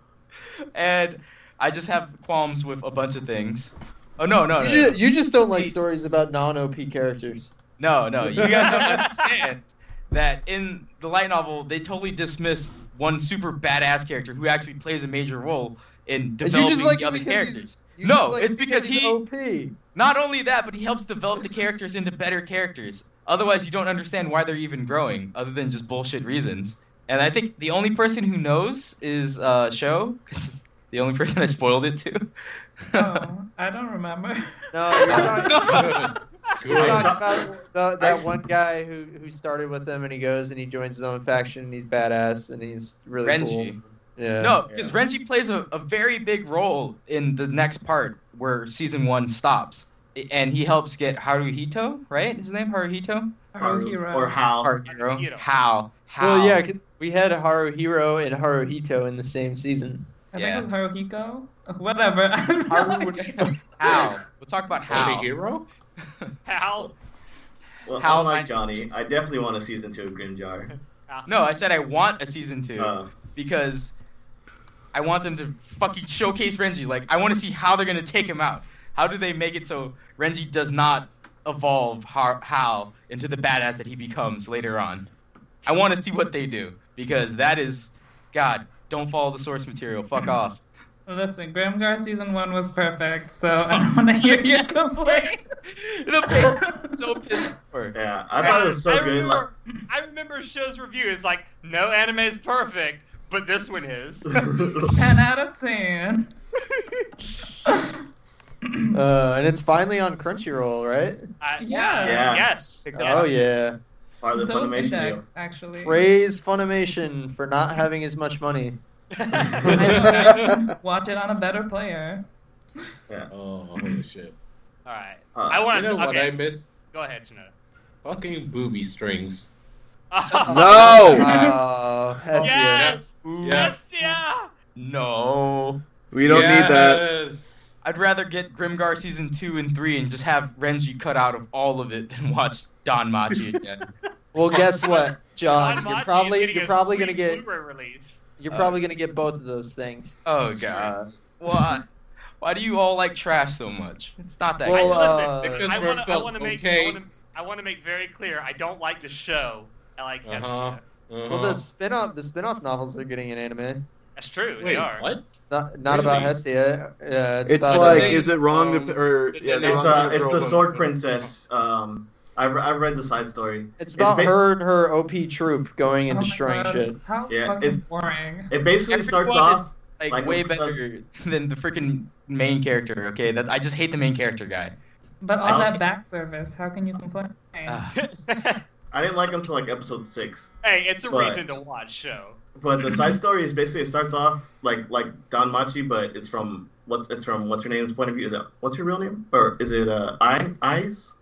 [SPEAKER 4] and I just have qualms with a bunch of things. Oh no, no,
[SPEAKER 8] you,
[SPEAKER 4] no,
[SPEAKER 8] just, you just don't like
[SPEAKER 4] He-
[SPEAKER 8] stories about non-OP characters.
[SPEAKER 4] no, no. You guys don't understand that in the light novel they totally dismiss one super badass character who actually plays a major role in
[SPEAKER 8] just
[SPEAKER 4] developing
[SPEAKER 8] like
[SPEAKER 4] the
[SPEAKER 8] him
[SPEAKER 4] other
[SPEAKER 8] because he's-
[SPEAKER 4] characters.
[SPEAKER 8] You
[SPEAKER 4] No,
[SPEAKER 8] just like
[SPEAKER 4] it's
[SPEAKER 8] him
[SPEAKER 4] because
[SPEAKER 8] he's
[SPEAKER 4] he-
[SPEAKER 8] OP.
[SPEAKER 4] Not only that, but he helps develop the characters into better characters. Otherwise, you don't understand why they're even growing, other than just bullshit reasons. And I think the only person who knows is uh, Show, because it's the only person I spoiled it to.
[SPEAKER 7] Oh, I don't remember.
[SPEAKER 8] No, you're not,
[SPEAKER 5] Good.
[SPEAKER 8] you're
[SPEAKER 5] Good.
[SPEAKER 8] talking about the,
[SPEAKER 6] I-
[SPEAKER 8] that one guy who, who started with them and he goes and he joins his own faction and he's badass and he's really
[SPEAKER 4] Renji.
[SPEAKER 8] cool. Yeah.
[SPEAKER 4] No, because
[SPEAKER 6] Yeah.
[SPEAKER 4] Renji plays a, a very big role in the next part where season one stops. I- And he helps get Haruhito, right? His name Haruhito?
[SPEAKER 7] Haruhiro.
[SPEAKER 6] or how?
[SPEAKER 4] Haruhiro.
[SPEAKER 1] Haruhiro.
[SPEAKER 4] How? How?
[SPEAKER 8] Well, yeah, 'cause we had Haruhiro and Haruhito in the same season.
[SPEAKER 7] I
[SPEAKER 4] Yeah.
[SPEAKER 7] think it was Haruhiko. Whatever. I have no
[SPEAKER 4] Haru-
[SPEAKER 7] idea.
[SPEAKER 4] How? We'll talk about
[SPEAKER 5] Happy
[SPEAKER 4] how.
[SPEAKER 5] hero?
[SPEAKER 1] Hal.
[SPEAKER 6] Well,
[SPEAKER 4] How
[SPEAKER 6] unlike
[SPEAKER 4] I-
[SPEAKER 6] Johnny, I definitely want a season two of Grimjar.
[SPEAKER 4] No, I said I want a season two.
[SPEAKER 6] Uh,
[SPEAKER 4] because I want them to fucking showcase Renji. Like, I want to see how they're gonna take him out. How do they make it so Renji does not evolve Har- Hal into the badass that he becomes later on? I want to see what they do because that is, God, don't follow the source material. Fuck off.
[SPEAKER 7] Listen, Grimgar season one was perfect, so I don't want to hear your complaint.
[SPEAKER 4] the face is so pissed for.
[SPEAKER 6] yeah, I thought it was so
[SPEAKER 1] I
[SPEAKER 6] good. Like,
[SPEAKER 1] Remember, I remember show's review is like, no anime is perfect, but this one is.
[SPEAKER 7] Ten out of ten.
[SPEAKER 8] Uh, and it's finally on Crunchyroll, right?
[SPEAKER 1] I-
[SPEAKER 7] Yeah.
[SPEAKER 6] Yeah.
[SPEAKER 1] Uh, Yes.
[SPEAKER 4] Picked
[SPEAKER 1] yes.
[SPEAKER 8] Oh yeah.
[SPEAKER 6] part of the
[SPEAKER 7] So was
[SPEAKER 6] Funimation
[SPEAKER 7] Index,
[SPEAKER 6] deal.
[SPEAKER 7] actually.
[SPEAKER 8] Praise Funimation for not having as much money.
[SPEAKER 7] I know, I watch it on a better player.
[SPEAKER 5] Oh, holy shit.
[SPEAKER 1] All right.
[SPEAKER 6] Uh,
[SPEAKER 1] I
[SPEAKER 5] You
[SPEAKER 1] want to.
[SPEAKER 5] know what I
[SPEAKER 1] Okay.
[SPEAKER 5] miss?
[SPEAKER 1] Go ahead, Shinoda.
[SPEAKER 5] Fucking booby strings.
[SPEAKER 2] No!
[SPEAKER 8] Oh, Hestia.
[SPEAKER 1] yes.
[SPEAKER 5] Yeah.
[SPEAKER 1] Yes. Yeah.
[SPEAKER 4] No.
[SPEAKER 2] We don't need that.
[SPEAKER 5] Yes.
[SPEAKER 4] I'd rather get Grimgar season two and three and just have Renji cut out of all of it than watch Don Machi again.
[SPEAKER 8] Well, guess what,
[SPEAKER 1] Don
[SPEAKER 8] John?
[SPEAKER 1] Machi
[SPEAKER 8] You're
[SPEAKER 1] is
[SPEAKER 8] probably
[SPEAKER 1] getting
[SPEAKER 8] you're
[SPEAKER 1] a
[SPEAKER 8] probably
[SPEAKER 1] sweet
[SPEAKER 8] gonna get
[SPEAKER 1] Blu-ray release.
[SPEAKER 8] you're
[SPEAKER 4] Uh,
[SPEAKER 8] probably gonna get both of those things.
[SPEAKER 4] Oh god. Why? Why do you all like trash so much? It's not that
[SPEAKER 8] Well,
[SPEAKER 4] good.
[SPEAKER 8] uh,
[SPEAKER 1] I, listen,
[SPEAKER 5] Because
[SPEAKER 1] I
[SPEAKER 5] we're
[SPEAKER 1] wanna- I
[SPEAKER 5] felt
[SPEAKER 1] want to make.
[SPEAKER 5] okay.
[SPEAKER 1] I want to. I want to make very clear. I don't like the show. I like yes.
[SPEAKER 5] Uh-huh.
[SPEAKER 8] Well,
[SPEAKER 5] Uh-huh.
[SPEAKER 8] the spin-off the spin-off novels are getting an anime.
[SPEAKER 1] That's true. they
[SPEAKER 5] Wait,
[SPEAKER 1] are.
[SPEAKER 5] what?
[SPEAKER 8] Not not about
[SPEAKER 5] Really?
[SPEAKER 8] Hestia. Uh, it's
[SPEAKER 2] It's
[SPEAKER 8] about,
[SPEAKER 2] like,
[SPEAKER 8] uh,
[SPEAKER 5] they-
[SPEAKER 2] is it wrong
[SPEAKER 5] um,
[SPEAKER 2] to. Or,
[SPEAKER 5] it's
[SPEAKER 2] yeah, is it wrong
[SPEAKER 6] It's
[SPEAKER 2] to
[SPEAKER 6] uh, it's
[SPEAKER 2] throw
[SPEAKER 6] the
[SPEAKER 2] a-
[SPEAKER 6] Sword Princess. Um, I re- I read the side story.
[SPEAKER 8] it's about
[SPEAKER 6] ba-
[SPEAKER 8] her and her OP troop going and
[SPEAKER 7] Oh my
[SPEAKER 8] destroying
[SPEAKER 7] God,
[SPEAKER 8] shit.
[SPEAKER 7] How
[SPEAKER 6] Yeah,
[SPEAKER 7] fucking
[SPEAKER 6] it's-
[SPEAKER 7] boring.
[SPEAKER 6] It basically starts
[SPEAKER 4] Everyone
[SPEAKER 6] off.
[SPEAKER 4] is, like,
[SPEAKER 6] like,
[SPEAKER 4] way
[SPEAKER 6] uh,
[SPEAKER 4] better than the freaking main character. Okay, that I just hate the main character guy.
[SPEAKER 7] But all
[SPEAKER 4] I just-
[SPEAKER 7] that back service, how can you complain?
[SPEAKER 4] Ah.
[SPEAKER 6] I didn't like them till like episode six.
[SPEAKER 1] hey, it's a
[SPEAKER 6] But-
[SPEAKER 1] reason to watch show.
[SPEAKER 6] But the side story is basically it starts off like like Don Machi, but it's from what's it's from what's her name's point of view. Is that what's her real name or is it uh I eyes?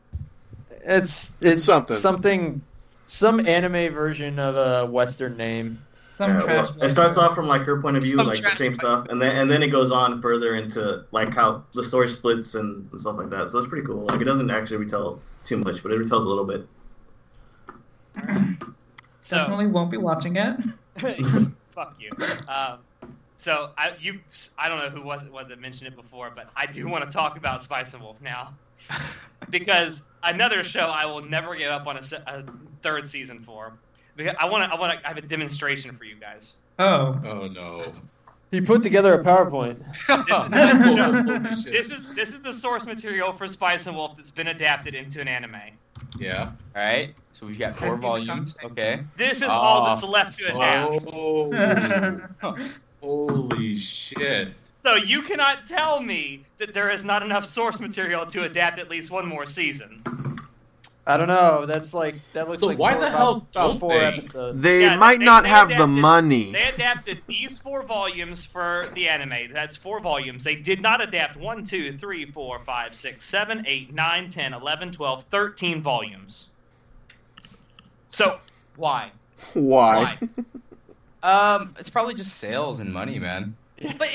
[SPEAKER 8] It's it's
[SPEAKER 2] Something.
[SPEAKER 8] something some anime version of a Western name.
[SPEAKER 7] Some
[SPEAKER 6] Yeah,
[SPEAKER 7] trash.
[SPEAKER 6] well, it starts
[SPEAKER 7] western.
[SPEAKER 6] off from like her point of view,
[SPEAKER 1] Some
[SPEAKER 6] like the
[SPEAKER 1] trash
[SPEAKER 6] same
[SPEAKER 1] bag.
[SPEAKER 6] stuff, and then and then it goes on further into like how the story splits and, and stuff like that. So it's pretty cool. Like it doesn't actually retell too much, but it retells a little bit.
[SPEAKER 1] So
[SPEAKER 7] Definitely won't be watching it.
[SPEAKER 1] fuck you. Um, so I you I don't know who was it was that mentioned it before, but I do want to talk about Spice and Wolf now because another show I will never give up on a, se- a third season for. Because I want to I want to I have a demonstration for you guys.
[SPEAKER 7] Oh.
[SPEAKER 5] Oh no.
[SPEAKER 8] He put together a PowerPoint.
[SPEAKER 1] This is
[SPEAKER 7] That
[SPEAKER 1] the
[SPEAKER 7] is-
[SPEAKER 1] show.
[SPEAKER 5] Holy shit.
[SPEAKER 1] This is this is the source material for Spice and Wolf that's been adapted into an anime.
[SPEAKER 5] Yeah.
[SPEAKER 4] All right. So we've got four
[SPEAKER 7] I see
[SPEAKER 4] volumes.
[SPEAKER 7] something.
[SPEAKER 4] Okay.
[SPEAKER 1] This is all
[SPEAKER 4] Ah.
[SPEAKER 1] that's left to adapt.
[SPEAKER 5] Oh. Holy shit.
[SPEAKER 1] So you cannot tell me that there is not enough source material to adapt at least one more season.
[SPEAKER 8] I don't know. That's like that looks
[SPEAKER 5] So
[SPEAKER 8] like
[SPEAKER 5] why
[SPEAKER 8] four-
[SPEAKER 5] the
[SPEAKER 8] about,
[SPEAKER 5] hell
[SPEAKER 8] about
[SPEAKER 5] don't
[SPEAKER 8] four
[SPEAKER 5] they?
[SPEAKER 8] episodes.
[SPEAKER 2] They
[SPEAKER 1] Yeah,
[SPEAKER 2] might
[SPEAKER 1] they-
[SPEAKER 2] not
[SPEAKER 1] they
[SPEAKER 2] have the
[SPEAKER 1] adapted-
[SPEAKER 8] Hmm.
[SPEAKER 2] money.
[SPEAKER 1] They adapted these four volumes for the anime. That's four volumes. They did not adapt one, two, three, four, five, six, seven, eight, nine, ten, eleven, twelve, thirteen volumes. So why?
[SPEAKER 2] Why?
[SPEAKER 4] Um, it's probably just sales and money, man.
[SPEAKER 1] But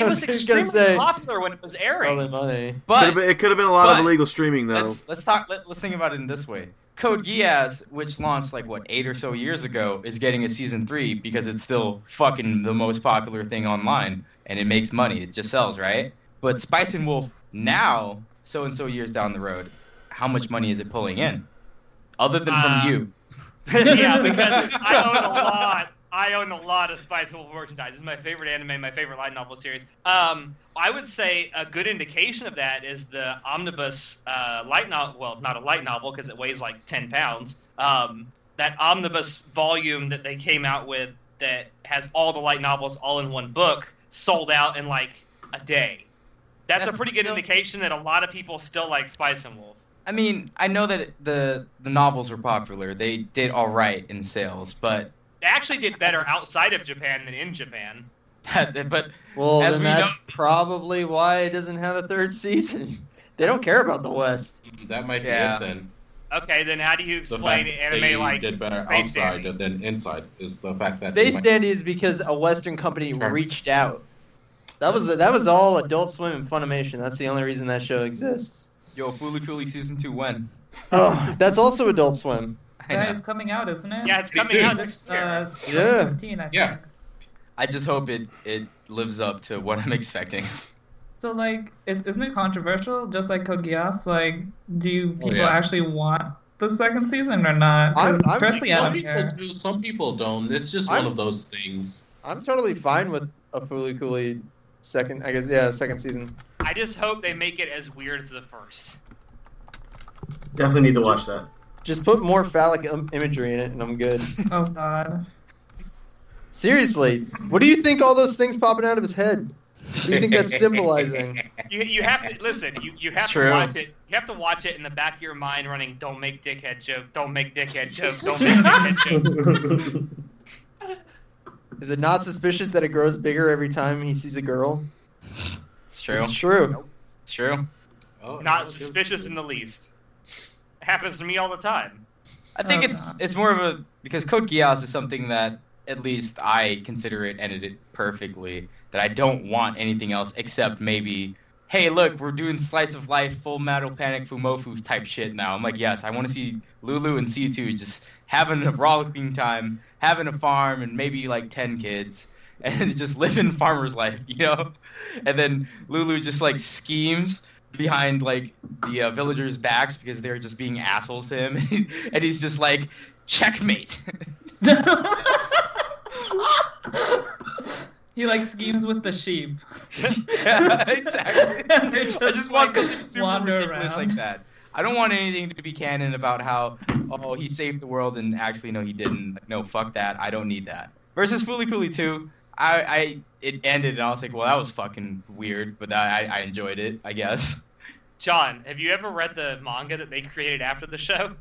[SPEAKER 8] I
[SPEAKER 1] it
[SPEAKER 8] was
[SPEAKER 1] was
[SPEAKER 8] just
[SPEAKER 1] extremely
[SPEAKER 8] gonna say-
[SPEAKER 1] popular when it was airing.
[SPEAKER 8] Probably money.
[SPEAKER 4] But
[SPEAKER 2] Could've been- it could have been a lot
[SPEAKER 4] but-
[SPEAKER 2] of illegal streaming though.
[SPEAKER 4] let's let's talk. Let, let's think about it in this way. Code Geass, which launched like what eight or so years ago, is getting a season three because it's still fucking the most popular thing online, and it makes money. It just sells, right? But Spice and Wolf now, so and so years down the road, how much money is it pulling in? Other than from
[SPEAKER 1] Uh,
[SPEAKER 4] you,
[SPEAKER 1] yeah, because I own a lot. I own a lot of Spice Wolf merchandise. This is my favorite anime, my favorite light novel series. Um, I would say a good indication of that is the omnibus uh, light novel. Well, not a light novel because it weighs like ten pounds. Um, that omnibus volume that they came out with that has all the light novels all in one book sold out in like a day. That's, a
[SPEAKER 4] That's
[SPEAKER 1] pretty good
[SPEAKER 4] still-
[SPEAKER 1] indication that a lot of people still like Spice and Wolf.
[SPEAKER 4] I mean, I know that the the novels were popular. They did all right in sales, but
[SPEAKER 1] They actually did better outside of Japan than in Japan.
[SPEAKER 4] but
[SPEAKER 8] Well,
[SPEAKER 4] As
[SPEAKER 8] then
[SPEAKER 4] we
[SPEAKER 8] that's
[SPEAKER 4] don't-
[SPEAKER 8] probably why it doesn't have a third season. They don't care about the West.
[SPEAKER 5] That might
[SPEAKER 4] Yeah.
[SPEAKER 5] be it then.
[SPEAKER 1] Okay, then how do you
[SPEAKER 5] The
[SPEAKER 1] explain
[SPEAKER 5] fact that they
[SPEAKER 1] anime like
[SPEAKER 5] did better
[SPEAKER 1] Space
[SPEAKER 5] outside
[SPEAKER 1] Dandy?
[SPEAKER 5] than inside is the fact that
[SPEAKER 8] Space
[SPEAKER 5] they might-
[SPEAKER 8] Dandy is because a Western company
[SPEAKER 5] Sure.
[SPEAKER 8] reached out. That was that was all Adult Swim and Funimation. That's the only reason that show exists.
[SPEAKER 4] yo, Fooly Cooly season two when?
[SPEAKER 8] Oh, that's also Adult Swim.
[SPEAKER 4] I know.
[SPEAKER 7] That is coming out, isn't it?
[SPEAKER 1] Yeah, it's coming out next year.
[SPEAKER 7] Uh,
[SPEAKER 8] Yeah.
[SPEAKER 7] 2015, I think.
[SPEAKER 5] Yeah.
[SPEAKER 4] I just hope it it lives up to what I'm expecting.
[SPEAKER 7] So like, is isn't it controversial? Just like Code Geass, like, do people
[SPEAKER 5] yeah.
[SPEAKER 7] actually want the second season or not? 'Cause
[SPEAKER 8] I'm- I'm-
[SPEAKER 7] Especially
[SPEAKER 5] Some
[SPEAKER 7] out
[SPEAKER 5] people
[SPEAKER 7] here.
[SPEAKER 5] do, some people don't. It's just
[SPEAKER 8] I'm-
[SPEAKER 5] one of those things.
[SPEAKER 8] I'm totally fine with a Fooly Cooly second. I guess yeah, second season.
[SPEAKER 1] I just hope they make it as weird as the first.
[SPEAKER 6] Definitely need to watch that.
[SPEAKER 8] Just put more phallic im- imagery in it, and I'm good.
[SPEAKER 7] Oh God.
[SPEAKER 8] Seriously, what do you think all those things popping out of his head? What do you think that's symbolizing?
[SPEAKER 1] You, you have to listen. You, you have
[SPEAKER 4] It's
[SPEAKER 1] to
[SPEAKER 4] true.
[SPEAKER 1] watch it. You have to watch it in the back of your mind, running. Don't make dickhead joke. Don't make dickhead jokes. Don't make dickhead jokes.
[SPEAKER 8] Is it not suspicious that it grows bigger every time he sees a girl?
[SPEAKER 4] It's true.
[SPEAKER 8] It's true.
[SPEAKER 4] It's true.
[SPEAKER 5] Oh,
[SPEAKER 1] Not suspicious in the least. It happens to me all the time.
[SPEAKER 4] I think
[SPEAKER 7] Oh,
[SPEAKER 4] it's
[SPEAKER 7] God.
[SPEAKER 4] it's more of a because Code Geass is something that at least I consider it ended it perfectly. That I don't want anything else except maybe, hey, look, we're doing slice of life, full metal panic, fumofu type shit now. I'm like, yes, I want to see Lulu and C2 just having a rollicking time, having a farm, and maybe like ten kids, and just living farmer's life, you know. And then Lulu just like schemes behind like the uh, villagers' backs because they're just being assholes to him, and he's just like, checkmate.
[SPEAKER 7] he like schemes with the sheep.
[SPEAKER 4] yeah, exactly.
[SPEAKER 7] They just,
[SPEAKER 4] I just want
[SPEAKER 7] like,
[SPEAKER 4] something super
[SPEAKER 7] wander
[SPEAKER 4] ridiculous
[SPEAKER 7] around.
[SPEAKER 4] like that. I don't want anything to be canon about how, oh, he saved the world and actually no, he didn't. No, fuck that. I don't need that. Versus Fooly Cooly 2, I, I it ended and I was like, well, that was fucking weird, but I, I enjoyed it, I guess.
[SPEAKER 1] John, have you ever read the manga that they created after the show?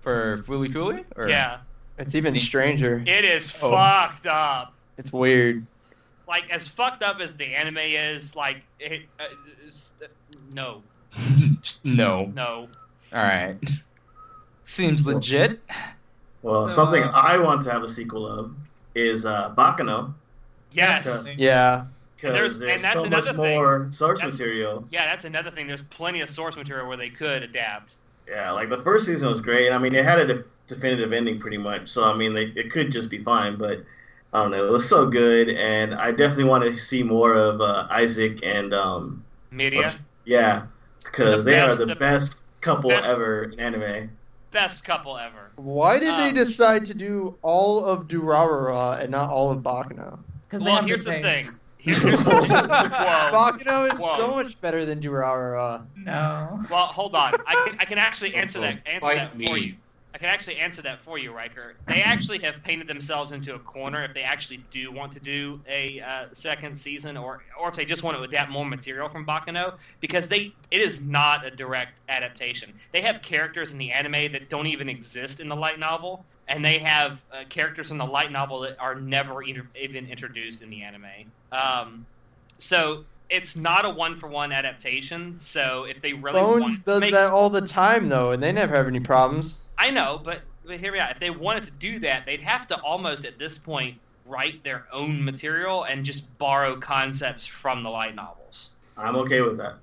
[SPEAKER 4] For Fooly Cooly? Or...
[SPEAKER 1] Yeah,
[SPEAKER 8] It's even stranger.
[SPEAKER 1] it is
[SPEAKER 4] Oh.
[SPEAKER 1] fucked up.
[SPEAKER 8] It's weird.
[SPEAKER 1] like as fucked up as the anime is, like it, uh, it's- uh, no,
[SPEAKER 4] Just no.
[SPEAKER 1] no.
[SPEAKER 4] All right. Seems legit.
[SPEAKER 6] Well,
[SPEAKER 7] So,
[SPEAKER 6] something
[SPEAKER 7] uh,
[SPEAKER 6] I want to have a sequel of is uh, Bacano.
[SPEAKER 1] Yes.
[SPEAKER 8] Yeah.
[SPEAKER 6] Because
[SPEAKER 1] There's-
[SPEAKER 6] there's,
[SPEAKER 1] and that's
[SPEAKER 6] so much
[SPEAKER 1] another thing.
[SPEAKER 6] more source
[SPEAKER 1] That's-
[SPEAKER 6] material.
[SPEAKER 1] Yeah, that's another thing. There's plenty of source material where they could adapt.
[SPEAKER 6] Yeah, like the first season was great. I mean, it had a de- definitive ending pretty much. So, I mean, they, it could just be fine, but I don't know. It was so good, and I definitely want to see more of uh, Isaac and, um,
[SPEAKER 1] Media,
[SPEAKER 6] what's- yeah, because
[SPEAKER 1] The
[SPEAKER 6] they
[SPEAKER 1] best-
[SPEAKER 6] are the,
[SPEAKER 1] the-
[SPEAKER 6] best couple
[SPEAKER 1] best-
[SPEAKER 6] ever in anime.
[SPEAKER 1] best couple ever.
[SPEAKER 8] Why did they
[SPEAKER 1] Um,
[SPEAKER 8] decide to do all of Durarara and not all of Bakano?
[SPEAKER 7] Because
[SPEAKER 1] Well, here's the thing. Here's, here's the thing. Whoa.
[SPEAKER 8] Bakano is
[SPEAKER 1] Whoa.
[SPEAKER 8] so much better than Durarara.
[SPEAKER 7] No.
[SPEAKER 1] Well, hold on. I can, I can actually answer that answer
[SPEAKER 5] Fight
[SPEAKER 1] that
[SPEAKER 5] me.
[SPEAKER 1] for you. I can actually answer that for you, Riker. They actually have painted themselves into a corner if they actually do want to do a uh, second season, or or if they just want to adapt more material from Bakano, because they it is not a direct adaptation. They have characters in the anime that don't even exist in the light novel, and they have uh, characters in the light novel that are never inter- even introduced in the anime. Um, so it's not a one for one adaptation. So if they really want
[SPEAKER 8] Bones
[SPEAKER 1] to
[SPEAKER 8] does
[SPEAKER 1] make-
[SPEAKER 8] that all the time though, and they never have any problems.
[SPEAKER 1] I know, but, but here we are. If they wanted to do that, they'd have to almost at this point write their own material and just borrow concepts from the light novels.
[SPEAKER 6] I'm okay with that.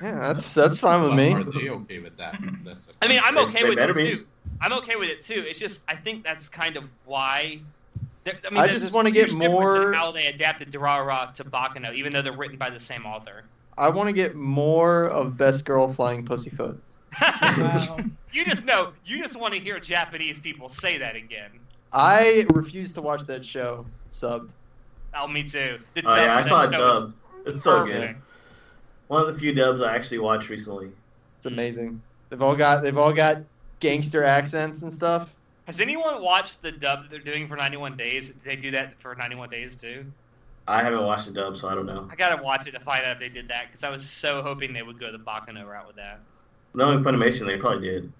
[SPEAKER 8] Yeah, that's that's fine with
[SPEAKER 5] But
[SPEAKER 8] me.
[SPEAKER 5] Are they okay with that? That's the
[SPEAKER 1] I mean, I'm
[SPEAKER 6] They-
[SPEAKER 1] okay
[SPEAKER 6] they
[SPEAKER 1] with it
[SPEAKER 6] better be.
[SPEAKER 1] too. I'm okay with it too. It's just I think that's kind of why. there- I, mean,
[SPEAKER 8] I
[SPEAKER 1] there's
[SPEAKER 8] just
[SPEAKER 1] this
[SPEAKER 8] wanna get
[SPEAKER 1] huge difference in
[SPEAKER 8] more-
[SPEAKER 1] how they adapted Durarara to Bakano, even though they're written by the same author.
[SPEAKER 8] I want to get more of Best Girl Flying Pussyfoot.
[SPEAKER 7] Wow.
[SPEAKER 1] you just know. You just want to hear Japanese people say that again.
[SPEAKER 8] I refuse to watch that show subbed.
[SPEAKER 1] Oh, me too. The
[SPEAKER 6] Oh, yeah, I
[SPEAKER 1] dub-
[SPEAKER 6] saw
[SPEAKER 1] that
[SPEAKER 6] it
[SPEAKER 1] show was
[SPEAKER 6] dubbed. It's so good.
[SPEAKER 1] perfect.
[SPEAKER 6] One of the few dubs I actually watched recently.
[SPEAKER 8] It's amazing. They've all got they've all got gangster accents and stuff.
[SPEAKER 1] Has anyone watched the dub that they're doing for 91 Days? Did they do that for 91 Days too?
[SPEAKER 6] I haven't watched the dub, so I don't know.
[SPEAKER 1] I gotta watch it to find out if they did that because I was so hoping they would go the Bakano route with that.
[SPEAKER 6] Knowing Funimation, they probably did.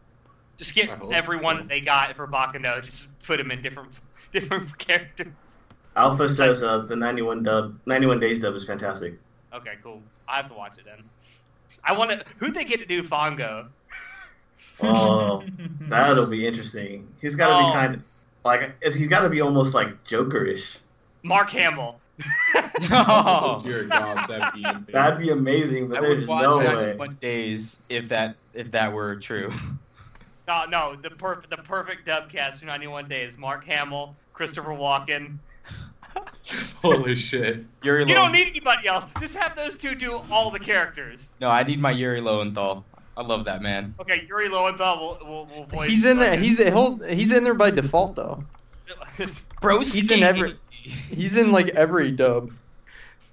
[SPEAKER 1] Just get
[SPEAKER 5] I hope
[SPEAKER 1] everyone
[SPEAKER 5] so.
[SPEAKER 1] that they got for Bakano, just put them in different different characters.
[SPEAKER 6] Alpha
[SPEAKER 4] Mm-hmm.
[SPEAKER 6] says uh, the 91 dub, 91 days dub is fantastic.
[SPEAKER 1] Okay, cool. I have to watch it then. I want to. Who'd they get to do Fongo?
[SPEAKER 6] Oh, that'll be interesting. He's got to
[SPEAKER 1] Oh.
[SPEAKER 6] be kind of like it's- he's got to be almost like Jokerish.
[SPEAKER 1] Mark Hamill.
[SPEAKER 5] Oh,
[SPEAKER 4] No.
[SPEAKER 5] dear God, that'd be amazing.
[SPEAKER 6] That'd be amazing,
[SPEAKER 4] I
[SPEAKER 6] but
[SPEAKER 4] would
[SPEAKER 6] there's
[SPEAKER 4] watch
[SPEAKER 6] no
[SPEAKER 4] that
[SPEAKER 6] way.
[SPEAKER 4] in one days if that if that were true.
[SPEAKER 1] No, no, the perfect the perfect dub cast for 91 Days. Mark Hamill, Christopher Walken.
[SPEAKER 5] Holy shit.
[SPEAKER 4] Yuri
[SPEAKER 1] You don't
[SPEAKER 4] Lowen-
[SPEAKER 1] need anybody else. Just have those two do all the characters.
[SPEAKER 4] No, I need my Yuri Lowenthal. I love that man.
[SPEAKER 1] Okay, Yuri Lowenthal will, will, will voice.
[SPEAKER 8] He's in there.
[SPEAKER 1] fucking-
[SPEAKER 8] He's he'll, he's in there by default though.
[SPEAKER 4] Bro,
[SPEAKER 8] He's in every- He's in like every dub.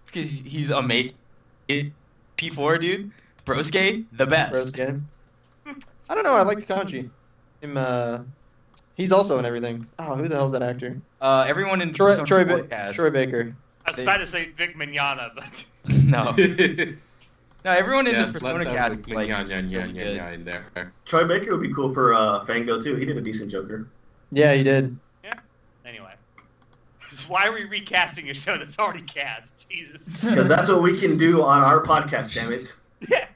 [SPEAKER 4] because he's a mate. P four dude, Broske, the best.
[SPEAKER 8] Rose game. I don't know. I liked Kanji. Him, uh, he's also in everything. Oh, who the hell's that actor?
[SPEAKER 4] Uh, everyone in
[SPEAKER 8] Troy
[SPEAKER 4] Persona
[SPEAKER 8] Troy,
[SPEAKER 4] 4
[SPEAKER 8] ba-
[SPEAKER 4] cast-
[SPEAKER 8] Troy Baker.
[SPEAKER 1] I was about to say Vic Mignogna, but
[SPEAKER 4] no,
[SPEAKER 5] yes,
[SPEAKER 4] no, everyone in
[SPEAKER 5] let's
[SPEAKER 4] the
[SPEAKER 5] have
[SPEAKER 4] Persona cast is
[SPEAKER 5] like,
[SPEAKER 4] like
[SPEAKER 5] yeah,
[SPEAKER 4] just
[SPEAKER 5] yeah, yeah,
[SPEAKER 4] really
[SPEAKER 5] yeah,
[SPEAKER 4] good.
[SPEAKER 5] yeah, in there.
[SPEAKER 6] Troy Baker would be cool for uh, Fango too. He did a decent Joker.
[SPEAKER 8] Yeah, he did.
[SPEAKER 1] anyway. Why are we recasting your show that's already cast? Jesus.
[SPEAKER 6] Because that's what we can do on our podcast. Damn it!
[SPEAKER 1] Yeah.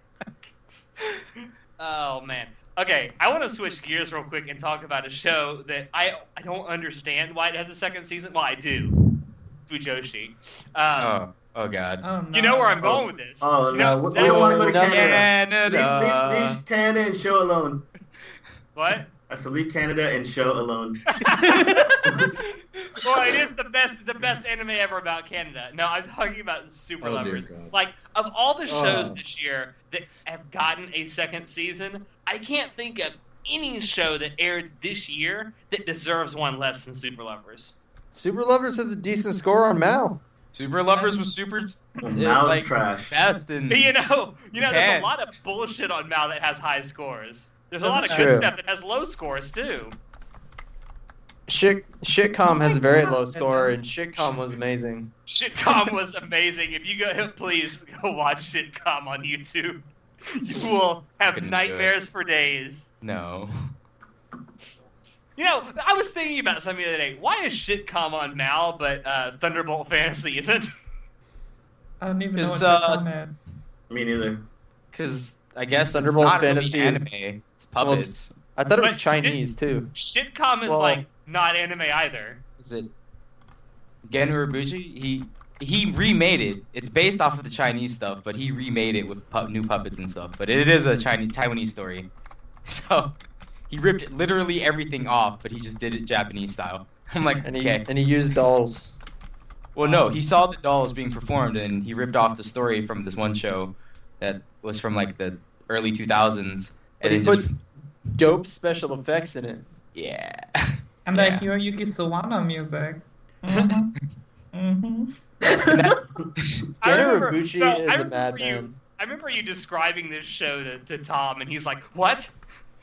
[SPEAKER 1] oh man. Okay, I want to switch gears real quick and talk about a show that I I don't understand why it has a second season. Well, I do. Fujoshi. Um,
[SPEAKER 4] Oh, oh god.
[SPEAKER 7] Oh, no.
[SPEAKER 1] You know where I'm going with this.
[SPEAKER 6] Oh
[SPEAKER 1] You
[SPEAKER 6] no,
[SPEAKER 1] know
[SPEAKER 6] we, we
[SPEAKER 1] exactly-
[SPEAKER 6] don't want to go to
[SPEAKER 8] No, no, no.
[SPEAKER 6] Canada.
[SPEAKER 4] Canada.
[SPEAKER 6] Leave, leave, leave Canada and show alone.
[SPEAKER 1] What?
[SPEAKER 6] I said leave Canada and show alone.
[SPEAKER 1] well, it is the best the best anime ever about Canada. No, I'm talking about Super
[SPEAKER 5] Oh, dear
[SPEAKER 1] Lovers.
[SPEAKER 5] God. Oh.
[SPEAKER 1] Like of all the shows
[SPEAKER 8] Ugh.
[SPEAKER 1] this year that have gotten a second season, I can't think of any show that aired this year that deserves one less than Super Lovers.
[SPEAKER 8] Super Lovers has a decent score on Mal.
[SPEAKER 4] Super Lovers was super uh,
[SPEAKER 6] Now
[SPEAKER 4] like,
[SPEAKER 6] it's trash.
[SPEAKER 4] fast and
[SPEAKER 1] But, you know, you know, there's
[SPEAKER 4] Man.
[SPEAKER 1] a lot of bullshit on Mal that has high scores. There's a
[SPEAKER 8] That's
[SPEAKER 1] lot of
[SPEAKER 8] true.
[SPEAKER 1] good stuff that has low scores too.
[SPEAKER 8] Shit, Shitcom has a very low score, and Shitcom was amazing.
[SPEAKER 1] Shitcom was amazing. If you go, please go watch Shitcom on YouTube. You will have
[SPEAKER 4] Couldn't do it.
[SPEAKER 1] nightmares for days.
[SPEAKER 4] no.
[SPEAKER 1] You know, I was thinking about something the other day. Why is Shitcom on Mal, but uh, Thunderbolt Fantasy isn't?
[SPEAKER 7] I don't even know what
[SPEAKER 4] Because,
[SPEAKER 7] to
[SPEAKER 4] uh,
[SPEAKER 7] comment.
[SPEAKER 6] Me neither.
[SPEAKER 4] Because I guess
[SPEAKER 8] Thunderbolt
[SPEAKER 4] it's not
[SPEAKER 8] Fantasy
[SPEAKER 4] really
[SPEAKER 8] is-
[SPEAKER 4] anime. It's
[SPEAKER 8] Well,
[SPEAKER 4] puppets.
[SPEAKER 8] it's- I thought it was
[SPEAKER 1] But didn't-
[SPEAKER 8] Chinese too.
[SPEAKER 1] Shitcom is
[SPEAKER 4] Well-
[SPEAKER 1] like not anime either.
[SPEAKER 4] Is it Gen Urobuchi? He he remade it. It's based off of the Chinese stuff, but he remade it with pu- new puppets and stuff. But it is a Chinese Taiwanese story. So he ripped literally everything off, but he just did it Japanese style. I'm like,
[SPEAKER 8] And he
[SPEAKER 4] okay.
[SPEAKER 8] and he used dolls.
[SPEAKER 4] Well, no, he saw the dolls being performed, and he ripped off the story from this one show that was from like the early 2000s.
[SPEAKER 8] But
[SPEAKER 4] And
[SPEAKER 8] he
[SPEAKER 4] then
[SPEAKER 8] put
[SPEAKER 4] just,
[SPEAKER 8] dope special effects in it.
[SPEAKER 4] yeah.
[SPEAKER 7] And
[SPEAKER 4] Yeah.
[SPEAKER 7] that Hiroyuki Sawano music. Mhm. Mhm.
[SPEAKER 1] I
[SPEAKER 8] Gen
[SPEAKER 1] remember,
[SPEAKER 8] Urobuchi
[SPEAKER 1] no,
[SPEAKER 8] is
[SPEAKER 1] I
[SPEAKER 8] a
[SPEAKER 1] remember you.
[SPEAKER 8] madman.
[SPEAKER 1] I remember you describing this show to, to Tom, and he's like, "What?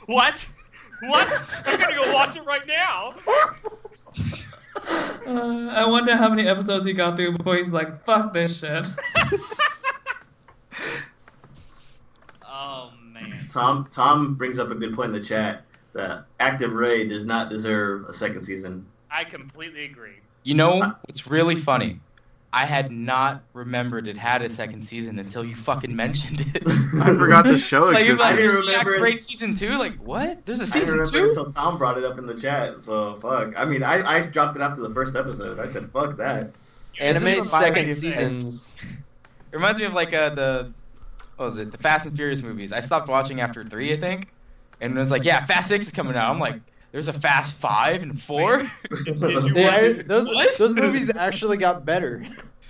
[SPEAKER 1] What? What? I'm gonna go watch it right now."
[SPEAKER 7] Uh, I wonder how many episodes he got through before he's like, fuck this shit.
[SPEAKER 1] Oh man.
[SPEAKER 6] Tom Tom brings up a good point in the chat that Active Raid does not deserve a second season.
[SPEAKER 1] I completely agree.
[SPEAKER 4] You know what's really funny? I had not remembered it had a second season until you fucking mentioned it.
[SPEAKER 2] I forgot the show
[SPEAKER 4] like, it's
[SPEAKER 2] existed.
[SPEAKER 4] like,
[SPEAKER 6] I didn't
[SPEAKER 4] you got
[SPEAKER 6] remember it.
[SPEAKER 4] great season two. Like, what? There's a
[SPEAKER 6] I didn't
[SPEAKER 4] season
[SPEAKER 6] remember
[SPEAKER 4] two.
[SPEAKER 6] until Tom brought it up in the chat. So fuck. I mean, I, I dropped it after the first episode. I said fuck that.
[SPEAKER 8] Anime
[SPEAKER 4] This is what my
[SPEAKER 8] second
[SPEAKER 4] rating is.
[SPEAKER 8] seasons.
[SPEAKER 4] It reminds me of like uh, the what was it? The Fast and Furious movies. I stopped watching after three, I think, and it was like, yeah, Fast Six is coming out. I'm like, there's a Fast Five and Four.
[SPEAKER 1] Did you
[SPEAKER 8] They, I,
[SPEAKER 1] watch-
[SPEAKER 8] those
[SPEAKER 4] What?
[SPEAKER 8] those movies actually got better.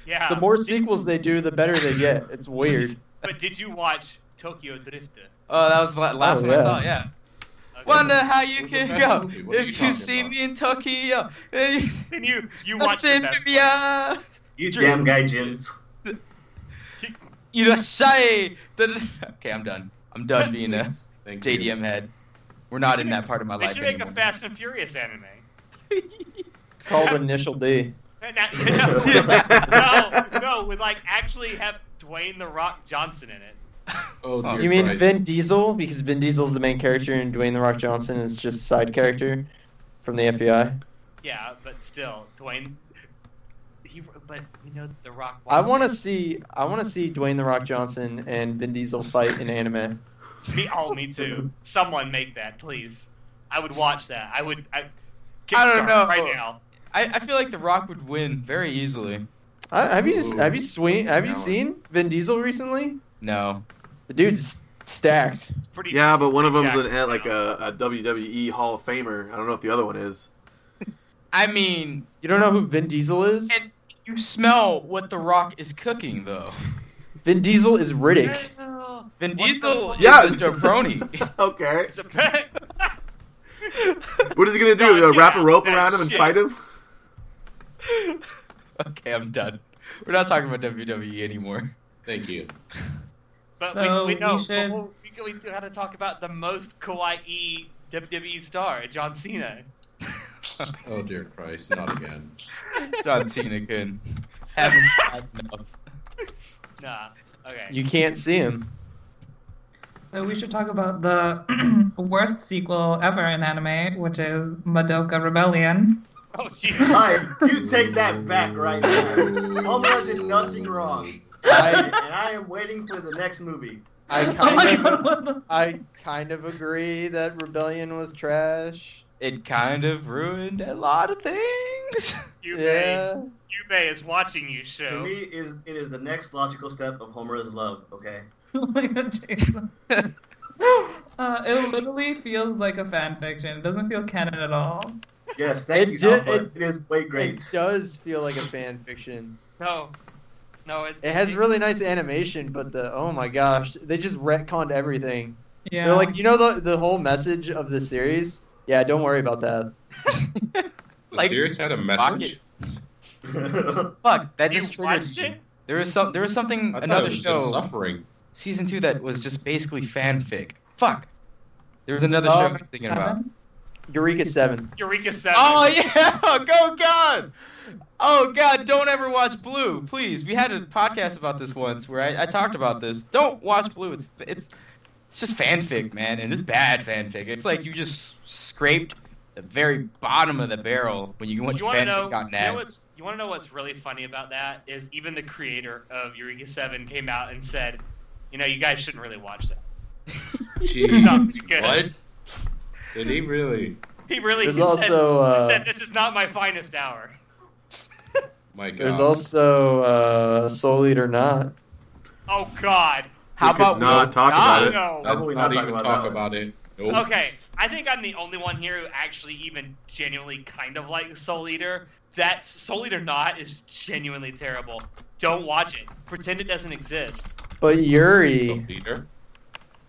[SPEAKER 1] yeah.
[SPEAKER 8] The more sequels they do, the better they get. It's weird.
[SPEAKER 1] But did you watch Tokyo Drift?
[SPEAKER 4] Oh, that was the la- last
[SPEAKER 8] Oh,
[SPEAKER 4] one I
[SPEAKER 8] yeah.
[SPEAKER 4] saw. Yeah.
[SPEAKER 1] Okay.
[SPEAKER 4] Wonder how you
[SPEAKER 5] Who's the
[SPEAKER 4] can
[SPEAKER 5] best
[SPEAKER 4] go
[SPEAKER 5] movie? What are
[SPEAKER 4] if
[SPEAKER 5] you
[SPEAKER 4] you
[SPEAKER 5] talking
[SPEAKER 4] see
[SPEAKER 5] about?
[SPEAKER 4] me in Tokyo.
[SPEAKER 1] Then you you watched the best. one.
[SPEAKER 4] Cynthia.
[SPEAKER 6] You
[SPEAKER 4] True.
[SPEAKER 6] damn guy, Jim's.
[SPEAKER 4] Irashai. Okay, I'm done. I'm done being a
[SPEAKER 5] Thank you.
[SPEAKER 4] JDM head. We're not
[SPEAKER 1] should
[SPEAKER 4] in that part of my
[SPEAKER 1] They
[SPEAKER 4] life
[SPEAKER 1] should make
[SPEAKER 4] anymore.
[SPEAKER 1] a Fast and Furious anime.
[SPEAKER 8] It's called Initial D.
[SPEAKER 1] And that- no, no, no, with like actually have Dwayne the Rock Johnson in it.
[SPEAKER 5] Oh, dear
[SPEAKER 8] You mean
[SPEAKER 5] Christ.
[SPEAKER 8] Vin Diesel? Because Vin Diesel's the main character and Dwayne the Rock Johnson is just a side character from the FBI.
[SPEAKER 1] Yeah, but still, Dwayne. He, but we know the Rock.
[SPEAKER 8] I want to see I want to see Dwayne the Rock Johnson and Vin Diesel fight in anime.
[SPEAKER 1] to me. Oh, me too. Someone make that, please. I would watch that. I would. I,
[SPEAKER 4] I don't
[SPEAKER 1] Kickstart
[SPEAKER 4] know.
[SPEAKER 1] Right now,
[SPEAKER 4] I, I feel like The Rock would win very easily.
[SPEAKER 8] I, have you just, have you swe- have you
[SPEAKER 5] Now I-
[SPEAKER 8] seen Vin Diesel recently?
[SPEAKER 4] No.
[SPEAKER 8] The dude's stacked.
[SPEAKER 1] it's pretty.
[SPEAKER 2] Yeah, but one of them's
[SPEAKER 1] jacked
[SPEAKER 2] an, at like
[SPEAKER 1] now.
[SPEAKER 2] a, a WWE Hall of Famer. I don't know if the other one is.
[SPEAKER 4] I mean,
[SPEAKER 8] You don't know who Vin Diesel is?
[SPEAKER 4] and you smell what The Rock is cooking, though.
[SPEAKER 8] Vin Diesel is Riddick.
[SPEAKER 4] Vin Diesel is
[SPEAKER 2] Yeah.
[SPEAKER 4] just a brony.
[SPEAKER 2] okay.
[SPEAKER 1] It's a pet.
[SPEAKER 2] What is he gonna
[SPEAKER 1] God,
[SPEAKER 2] do? Uh,
[SPEAKER 1] get
[SPEAKER 2] wrap a
[SPEAKER 1] out
[SPEAKER 2] rope
[SPEAKER 1] that
[SPEAKER 2] around him and
[SPEAKER 1] shit.
[SPEAKER 2] fight him?
[SPEAKER 4] okay, I'm done. We're not talking about WWE anymore.
[SPEAKER 5] Thank you.
[SPEAKER 1] But
[SPEAKER 7] So
[SPEAKER 1] we, we
[SPEAKER 7] we
[SPEAKER 1] know.
[SPEAKER 7] should-
[SPEAKER 1] but we, we, we had to talk about the most kawaii WWE star, John Cena.
[SPEAKER 5] Oh dear Christ, not again.
[SPEAKER 4] John Cena could. Haven't had enough.
[SPEAKER 1] Nah. Okay.
[SPEAKER 8] You can't see him.
[SPEAKER 7] So we should talk about the worst sequel ever in anime, which is Madoka Rebellion.
[SPEAKER 1] Oh, Jesus.
[SPEAKER 6] Alright, you take that back right now. Homer did nothing wrong. and
[SPEAKER 8] I
[SPEAKER 6] I am waiting for the next movie.
[SPEAKER 8] I kind
[SPEAKER 7] Oh my
[SPEAKER 8] of
[SPEAKER 7] god, what the?
[SPEAKER 8] I kind of agree that Rebellion was trash.
[SPEAKER 4] It kind of ruined a lot of things.
[SPEAKER 1] Yubei,
[SPEAKER 8] Yeah.
[SPEAKER 1] Yubei is watching you,
[SPEAKER 6] To
[SPEAKER 1] show.
[SPEAKER 6] me, is it is the next logical step of Homer's love. Okay.
[SPEAKER 7] Oh my god, Jason. Uh, it literally feels like a fan fiction. It doesn't feel canon at all.
[SPEAKER 6] Yes, thank
[SPEAKER 8] It
[SPEAKER 6] you.
[SPEAKER 8] did-
[SPEAKER 6] Alpha.
[SPEAKER 8] it-
[SPEAKER 6] it is way great.
[SPEAKER 8] It does feel like a fan fiction.
[SPEAKER 1] No. No, it,
[SPEAKER 8] It has really nice animation, but the oh my gosh, they just retconned everything.
[SPEAKER 7] Yeah.
[SPEAKER 8] They're like, you know the the whole message of the series? Yeah, don't worry about that.
[SPEAKER 5] The
[SPEAKER 4] Like-
[SPEAKER 5] series had a message.
[SPEAKER 4] Fuck, that
[SPEAKER 1] You
[SPEAKER 4] just triggered
[SPEAKER 1] watched
[SPEAKER 4] me.
[SPEAKER 1] it?
[SPEAKER 4] There was some. There was something.
[SPEAKER 5] I thought
[SPEAKER 4] another
[SPEAKER 5] it was
[SPEAKER 4] show.
[SPEAKER 5] Just suffering.
[SPEAKER 4] season two that was just basically fanfic. Fuck. There was another
[SPEAKER 8] Oh,
[SPEAKER 4] show I was thinking about.
[SPEAKER 7] Seven?
[SPEAKER 8] Eureka Seven.
[SPEAKER 1] Eureka 7.
[SPEAKER 4] Oh yeah! Go God! Oh God! Don't ever watch Blue, please. We had a podcast about this once where I, I talked about this. Don't watch Blue. It's it's it's just fanfic, man, and it's bad fanfic. It's like you just scraped the very bottom of the barrel when you
[SPEAKER 1] Do
[SPEAKER 4] went
[SPEAKER 1] you want to
[SPEAKER 4] fanfic
[SPEAKER 1] know?
[SPEAKER 4] on
[SPEAKER 1] You, know
[SPEAKER 4] that.
[SPEAKER 1] what's, you want to know what's really funny about that is even the creator of Eureka Seven came out and said, "You know, you guys shouldn't really watch that. It's
[SPEAKER 5] Jeez.
[SPEAKER 1] not too good."
[SPEAKER 5] what? Did he really?
[SPEAKER 1] He really
[SPEAKER 8] There's
[SPEAKER 1] he said,
[SPEAKER 8] also,
[SPEAKER 1] he
[SPEAKER 8] uh,
[SPEAKER 1] said, "This is not my finest hour."
[SPEAKER 5] My God.
[SPEAKER 8] There's also uh, Soul Eater Not.
[SPEAKER 1] Oh God.
[SPEAKER 2] We
[SPEAKER 4] How
[SPEAKER 2] could
[SPEAKER 4] about
[SPEAKER 2] not
[SPEAKER 4] we
[SPEAKER 2] talk
[SPEAKER 4] not-
[SPEAKER 2] about it.
[SPEAKER 7] Oh.
[SPEAKER 1] No.
[SPEAKER 5] Let's
[SPEAKER 6] Probably
[SPEAKER 5] not
[SPEAKER 6] not
[SPEAKER 5] even
[SPEAKER 6] talk
[SPEAKER 5] talk
[SPEAKER 6] about
[SPEAKER 5] about it. Nope.
[SPEAKER 1] Okay, I think I'm the only one here who actually even genuinely kind of likes Soul Eater. That Soul Eater not is genuinely terrible. Don't watch it. Pretend it doesn't exist.
[SPEAKER 8] But
[SPEAKER 5] So,
[SPEAKER 8] Yuri,
[SPEAKER 5] Peter,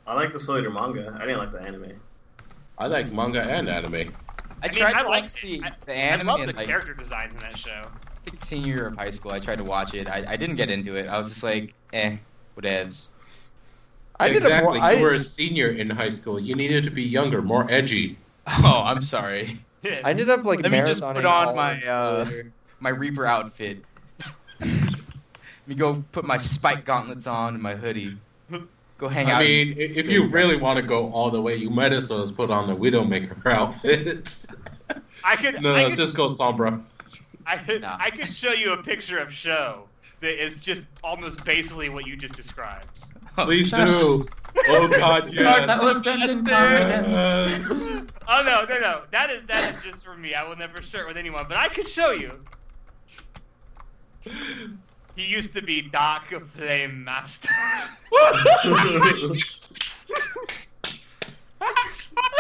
[SPEAKER 6] I like the Soul Eater manga. I didn't like the anime.
[SPEAKER 5] I like manga and anime.
[SPEAKER 1] I
[SPEAKER 4] I
[SPEAKER 1] mean,
[SPEAKER 4] tried
[SPEAKER 1] I
[SPEAKER 4] to
[SPEAKER 1] like
[SPEAKER 4] watch
[SPEAKER 1] it.
[SPEAKER 4] the, the anime
[SPEAKER 1] I love
[SPEAKER 4] in,
[SPEAKER 1] the
[SPEAKER 4] like,
[SPEAKER 1] character designs in that show.
[SPEAKER 4] think senior year of high school. I tried to watch it. I, I didn't get into it. I was just like,
[SPEAKER 5] Hmm.
[SPEAKER 4] eh, whatevs.
[SPEAKER 8] I did a
[SPEAKER 5] exactly.
[SPEAKER 8] more. I,
[SPEAKER 5] you were a senior in high school. You needed to be younger, more edgy.
[SPEAKER 4] Oh, I'm sorry.
[SPEAKER 1] Yeah.
[SPEAKER 8] I ended up like
[SPEAKER 4] Let me just
[SPEAKER 8] marathoning
[SPEAKER 4] put on
[SPEAKER 8] all
[SPEAKER 4] my,
[SPEAKER 8] of Soul
[SPEAKER 4] uh,
[SPEAKER 8] Eater.
[SPEAKER 4] My Reaper outfit. Let me go put my spike gauntlets on and my hoodie. Go hang
[SPEAKER 5] I
[SPEAKER 4] out.
[SPEAKER 5] mean, i- if you really want to go all the way, you might as well just put on the Widowmaker outfit.
[SPEAKER 1] I could,
[SPEAKER 5] no,
[SPEAKER 1] I
[SPEAKER 5] no,
[SPEAKER 1] could,
[SPEAKER 5] just go Sombra.
[SPEAKER 1] I could,
[SPEAKER 4] Nah.
[SPEAKER 1] I could show you a picture of show that is just almost basically what you just described.
[SPEAKER 5] Please do. Oh God, yes.
[SPEAKER 7] That was such
[SPEAKER 1] Yes,
[SPEAKER 7] an compliment.
[SPEAKER 5] Yes.
[SPEAKER 1] Oh no, no, no. That is that is just for me. I will never share it with anyone, but I could show you. He used to be Dark Flame Master.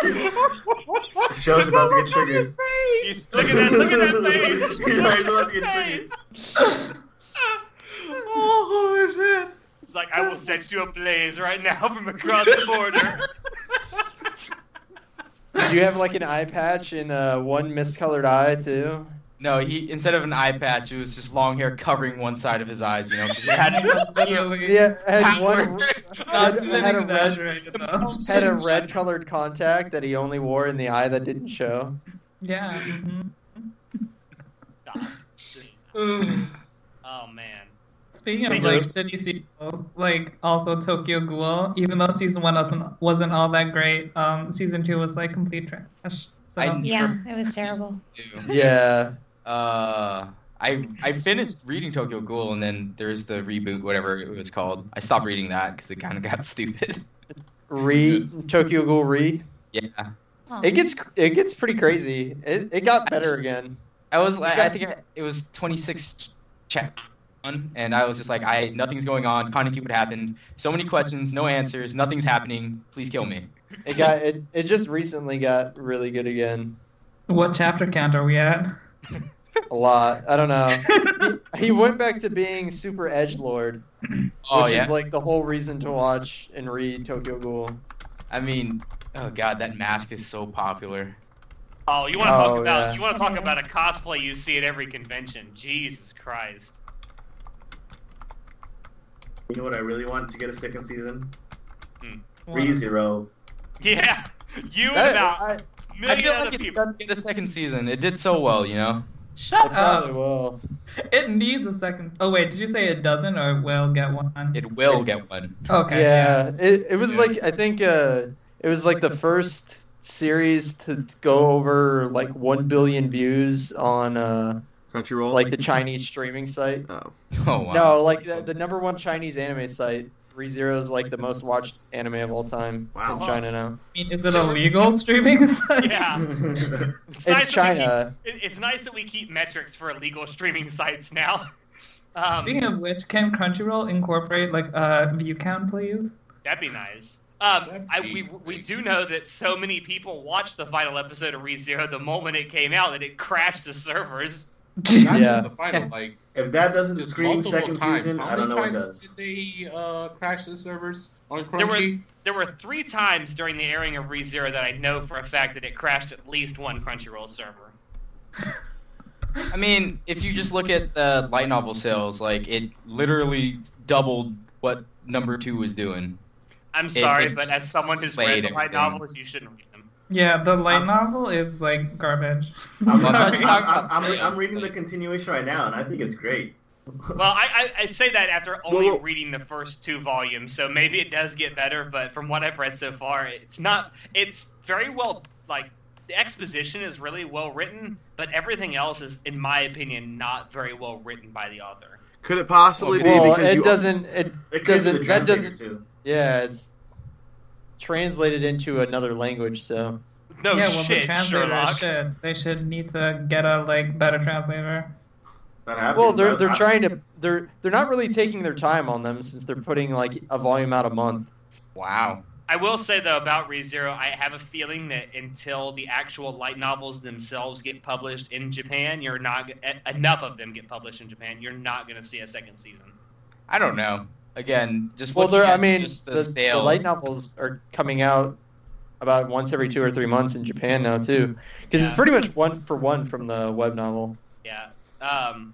[SPEAKER 6] The show's about to get triggered.
[SPEAKER 1] He's, look at that! Look at that face!
[SPEAKER 6] Yeah, he's
[SPEAKER 1] Look
[SPEAKER 6] about
[SPEAKER 1] at
[SPEAKER 6] to
[SPEAKER 1] that
[SPEAKER 6] get
[SPEAKER 1] face.
[SPEAKER 6] triggered.
[SPEAKER 5] oh holy shit.
[SPEAKER 1] It's like I will set you ablaze right now from across the border.
[SPEAKER 8] Did you have like an eye patch and uh, one miscolored eye too?
[SPEAKER 4] No, he instead of an eye patch, it was just long hair covering one side of his eyes. You know, 'cause he had
[SPEAKER 7] Absolutely.
[SPEAKER 8] Yeah, had one
[SPEAKER 7] Not
[SPEAKER 8] had,
[SPEAKER 7] even
[SPEAKER 8] had a red
[SPEAKER 7] exaggerated, though.
[SPEAKER 8] had a red colored contact that he only wore in the eye that didn't show.
[SPEAKER 7] Yeah. mhm.
[SPEAKER 1] oh man.
[SPEAKER 7] Speaking of
[SPEAKER 1] Thank
[SPEAKER 7] like
[SPEAKER 1] you.
[SPEAKER 7] shitty sequels, like also Tokyo Ghoul, even though season one wasn't, wasn't all that great, um, season two was like complete trash. So
[SPEAKER 4] I-
[SPEAKER 3] Yeah, it was terrible.
[SPEAKER 4] two.
[SPEAKER 8] Yeah,
[SPEAKER 4] Uh, I I finished reading Tokyo Ghoul, and then there's the reboot, whatever it was called. I stopped reading that because it kind of got stupid.
[SPEAKER 8] re Tokyo Ghoul re.
[SPEAKER 4] yeah.
[SPEAKER 3] Oh.
[SPEAKER 8] It gets it gets pretty crazy. It, it got better again.
[SPEAKER 4] I was like, I think I- it was 26 chat one, and I was just like, I nothing's going on. Can't keep what happened. So many questions, no answers, nothing's happening. Please kill me.
[SPEAKER 8] It got it, it just recently got really good again.
[SPEAKER 7] what chapter count are we at?
[SPEAKER 8] A lot. I don't know. he, he went back to being super edge lord,
[SPEAKER 4] Oh
[SPEAKER 8] which
[SPEAKER 4] yeah.
[SPEAKER 8] is like the whole reason to watch and read Tokyo Ghoul.
[SPEAKER 4] I mean, oh god, that mask is so popular.
[SPEAKER 1] Oh, you want to talk
[SPEAKER 8] Oh,
[SPEAKER 1] about
[SPEAKER 8] yeah.
[SPEAKER 1] you want to talk about a cosplay you see at every convention? Jesus Christ!
[SPEAKER 6] You know what I really want to get a second season?
[SPEAKER 1] Hmm.
[SPEAKER 7] What?
[SPEAKER 6] ReZero.
[SPEAKER 1] Yeah, you and
[SPEAKER 8] That-
[SPEAKER 1] about
[SPEAKER 8] I-
[SPEAKER 1] a
[SPEAKER 4] I
[SPEAKER 1] million
[SPEAKER 4] feel
[SPEAKER 1] other
[SPEAKER 4] like it
[SPEAKER 1] people.
[SPEAKER 4] doesn't get a second season. It did so well, you know.
[SPEAKER 8] I
[SPEAKER 7] Shut up.
[SPEAKER 8] probably will.
[SPEAKER 7] It needs a second. Oh wait, did you say it doesn't or will get one?
[SPEAKER 4] It will get one.
[SPEAKER 7] okay.
[SPEAKER 8] yeah, It, it was
[SPEAKER 4] Yeah.
[SPEAKER 8] like I think uh, it was like the first series to go over like one billion views on uh,
[SPEAKER 2] Crunchyroll.
[SPEAKER 8] like the Chinese streaming site.
[SPEAKER 2] oh,
[SPEAKER 4] Oh wow.
[SPEAKER 8] No, like the, the number one Chinese anime site. ReZero is like the most watched anime of all time
[SPEAKER 2] Wow.
[SPEAKER 8] in China now.
[SPEAKER 7] I mean, is it a legal streaming site?
[SPEAKER 1] Yeah,
[SPEAKER 8] It's
[SPEAKER 1] nice that we
[SPEAKER 8] China.
[SPEAKER 1] keep- it- it's nice that we keep metrics for illegal streaming sites now. Um,
[SPEAKER 7] Speaking of which, can Crunchyroll incorporate like a view count, please?
[SPEAKER 1] that'd be nice. Um,
[SPEAKER 5] That'd
[SPEAKER 1] I,
[SPEAKER 5] be
[SPEAKER 1] we we
[SPEAKER 5] great.
[SPEAKER 1] do know that so many people watched the final episode of ReZero the moment it came out that it crashed the servers.
[SPEAKER 5] Not
[SPEAKER 8] Yeah.
[SPEAKER 5] just the final, like
[SPEAKER 6] If that doesn't
[SPEAKER 5] just
[SPEAKER 6] scream
[SPEAKER 5] multiple
[SPEAKER 6] second
[SPEAKER 5] times.
[SPEAKER 6] season,
[SPEAKER 5] How
[SPEAKER 6] I don't know
[SPEAKER 5] many
[SPEAKER 6] what
[SPEAKER 5] times
[SPEAKER 6] does.
[SPEAKER 5] Did they uh, crash the servers on
[SPEAKER 1] There were-
[SPEAKER 5] Crunchy?
[SPEAKER 1] There were three times during the airing of ReZero that I know for a fact that it crashed at least one Crunchyroll server.
[SPEAKER 4] I mean, if you just look at the light novel sales, like it literally doubled what number two was doing.
[SPEAKER 1] I'm sorry,
[SPEAKER 4] it
[SPEAKER 1] but as someone who's
[SPEAKER 4] slayed
[SPEAKER 1] read the light
[SPEAKER 4] everything.
[SPEAKER 1] novels, you shouldn't read them.
[SPEAKER 7] Yeah, the light novel is like garbage.
[SPEAKER 6] Uh, I'm,
[SPEAKER 4] Well,
[SPEAKER 6] I'm,
[SPEAKER 4] that's-
[SPEAKER 7] Sorry.
[SPEAKER 6] I'm- I'm- I'm- I'm reading the continuation right now, and I think it's great.
[SPEAKER 1] Well, I, I, I say that after only
[SPEAKER 2] whoa.
[SPEAKER 1] reading the first two volumes, so maybe it does get better. But from what I've read so far, it's not. It's very well like the exposition is really well written, but everything else is, in my opinion, not very well written by the author.
[SPEAKER 2] could it possibly be
[SPEAKER 8] Well,
[SPEAKER 2] because
[SPEAKER 8] it
[SPEAKER 2] you
[SPEAKER 8] doesn't. It
[SPEAKER 6] It could be
[SPEAKER 8] doesn't.
[SPEAKER 6] the
[SPEAKER 8] That
[SPEAKER 6] translator
[SPEAKER 8] doesn't.
[SPEAKER 6] too.
[SPEAKER 8] Yeah, it's translated into another language, so
[SPEAKER 1] No
[SPEAKER 7] yeah, well, the
[SPEAKER 1] shit,
[SPEAKER 7] translators
[SPEAKER 1] Sherlock.
[SPEAKER 7] should. They should need to get a like better translator.
[SPEAKER 6] That happens.
[SPEAKER 8] Well, they're
[SPEAKER 6] I-
[SPEAKER 8] they're
[SPEAKER 6] I-
[SPEAKER 8] trying to they're they're not really taking their time on them since they're putting like a volume out a month.
[SPEAKER 4] Wow.
[SPEAKER 1] I will say though about ReZero, I have a feeling that until the actual light novels themselves get published in Japan, you're not e- enough of them get published in Japan. You're not going to see a second season.
[SPEAKER 4] I don't know. Again, just
[SPEAKER 8] Well,
[SPEAKER 4] looking
[SPEAKER 8] they're I
[SPEAKER 4] at
[SPEAKER 8] mean
[SPEAKER 4] just the,
[SPEAKER 8] the, the
[SPEAKER 4] sales.
[SPEAKER 8] light novels are coming out about once every two or three months in Japan now too, because it's
[SPEAKER 1] Yeah.
[SPEAKER 8] pretty much one for one from the web novel.
[SPEAKER 1] Yeah. Um,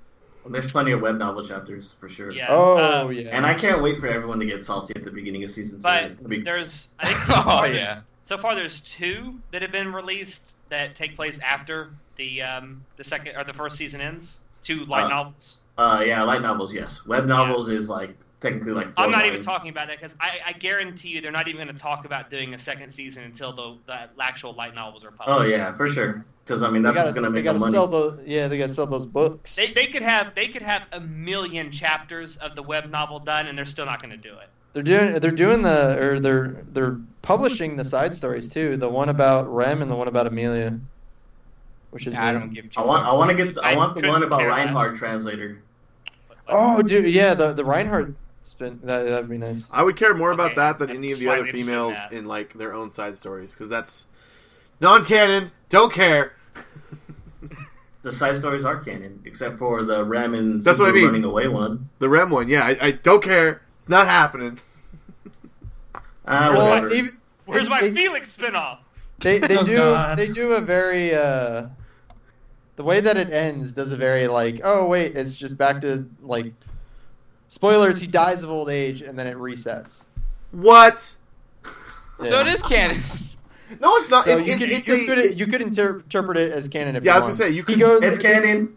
[SPEAKER 6] There's plenty of web novel chapters for sure.
[SPEAKER 1] yeah.
[SPEAKER 8] Oh
[SPEAKER 1] um,
[SPEAKER 8] yeah,
[SPEAKER 6] And I can't wait for everyone to get salty at the beginning of season two.
[SPEAKER 1] But
[SPEAKER 6] it's gonna be
[SPEAKER 1] there's, I think, so far,
[SPEAKER 4] Oh,
[SPEAKER 1] there's-
[SPEAKER 4] yeah.
[SPEAKER 1] so far there's two that have been released that take place after the um, the second or the first season ends. Two light
[SPEAKER 6] Uh,
[SPEAKER 1] novels.
[SPEAKER 6] Uh, yeah, light novels, yes. Web novels is like technically like. four
[SPEAKER 1] I'm not even
[SPEAKER 6] volumes.
[SPEAKER 1] talking about that because I, I guarantee you they're not even going to talk about doing a second season until the, the actual light novels are published.
[SPEAKER 6] Oh yeah, for sure. Because I mean,
[SPEAKER 8] they
[SPEAKER 6] that's
[SPEAKER 8] gotta,
[SPEAKER 6] what's gonna
[SPEAKER 8] they
[SPEAKER 6] make
[SPEAKER 8] gotta
[SPEAKER 6] them money.
[SPEAKER 8] sell those. Yeah, they gotta sell those books.
[SPEAKER 1] They, they could have they could have a million chapters of the web novel done and they're still not going to do it.
[SPEAKER 8] They're doing they're doing the or they're they're publishing the side stories too. The one about Rem and the one about Amelia, which is
[SPEAKER 4] I
[SPEAKER 8] new.
[SPEAKER 4] don't give. two
[SPEAKER 6] I want, I want to get, I,
[SPEAKER 1] I
[SPEAKER 6] want the one
[SPEAKER 1] couldn't
[SPEAKER 6] about
[SPEAKER 1] care less.
[SPEAKER 6] Reinhardt translator.
[SPEAKER 1] But- but-
[SPEAKER 8] Oh, dude, yeah, the the Reinhardt spin that that'd be nice.
[SPEAKER 2] I would care more about
[SPEAKER 1] Okay,
[SPEAKER 2] that than
[SPEAKER 1] I'm
[SPEAKER 2] any of the other
[SPEAKER 1] slightly interested in
[SPEAKER 2] females
[SPEAKER 1] that.
[SPEAKER 2] in like their own side stories because that's non-canon. Don't care.
[SPEAKER 6] The side stories are canon, except for the Rem and
[SPEAKER 2] That's what I
[SPEAKER 6] Super
[SPEAKER 2] mean.
[SPEAKER 6] running away one.
[SPEAKER 2] The Rem one, yeah, I, I don't care. It's not happening.
[SPEAKER 6] Ah,
[SPEAKER 8] Well,
[SPEAKER 6] whatever.
[SPEAKER 8] even-
[SPEAKER 1] Where's my
[SPEAKER 8] they-
[SPEAKER 1] Felix spinoff?
[SPEAKER 8] they they
[SPEAKER 7] Oh,
[SPEAKER 8] do
[SPEAKER 7] God.
[SPEAKER 8] they do a very uh, the way that it ends does a very like oh wait it's just back to like spoilers he dies of old age and then it resets.
[SPEAKER 2] What?
[SPEAKER 4] So
[SPEAKER 8] Yeah.
[SPEAKER 4] it is canon.
[SPEAKER 2] No, it's not.
[SPEAKER 8] So
[SPEAKER 2] it's
[SPEAKER 8] you
[SPEAKER 2] it's,
[SPEAKER 8] could,
[SPEAKER 2] it's
[SPEAKER 8] you
[SPEAKER 2] a.
[SPEAKER 8] could, you could inter- interpret it as canon. If
[SPEAKER 2] yeah, I
[SPEAKER 8] you
[SPEAKER 2] was gonna say
[SPEAKER 8] want.
[SPEAKER 2] you
[SPEAKER 8] he
[SPEAKER 2] could.
[SPEAKER 8] goes.
[SPEAKER 6] it's canon.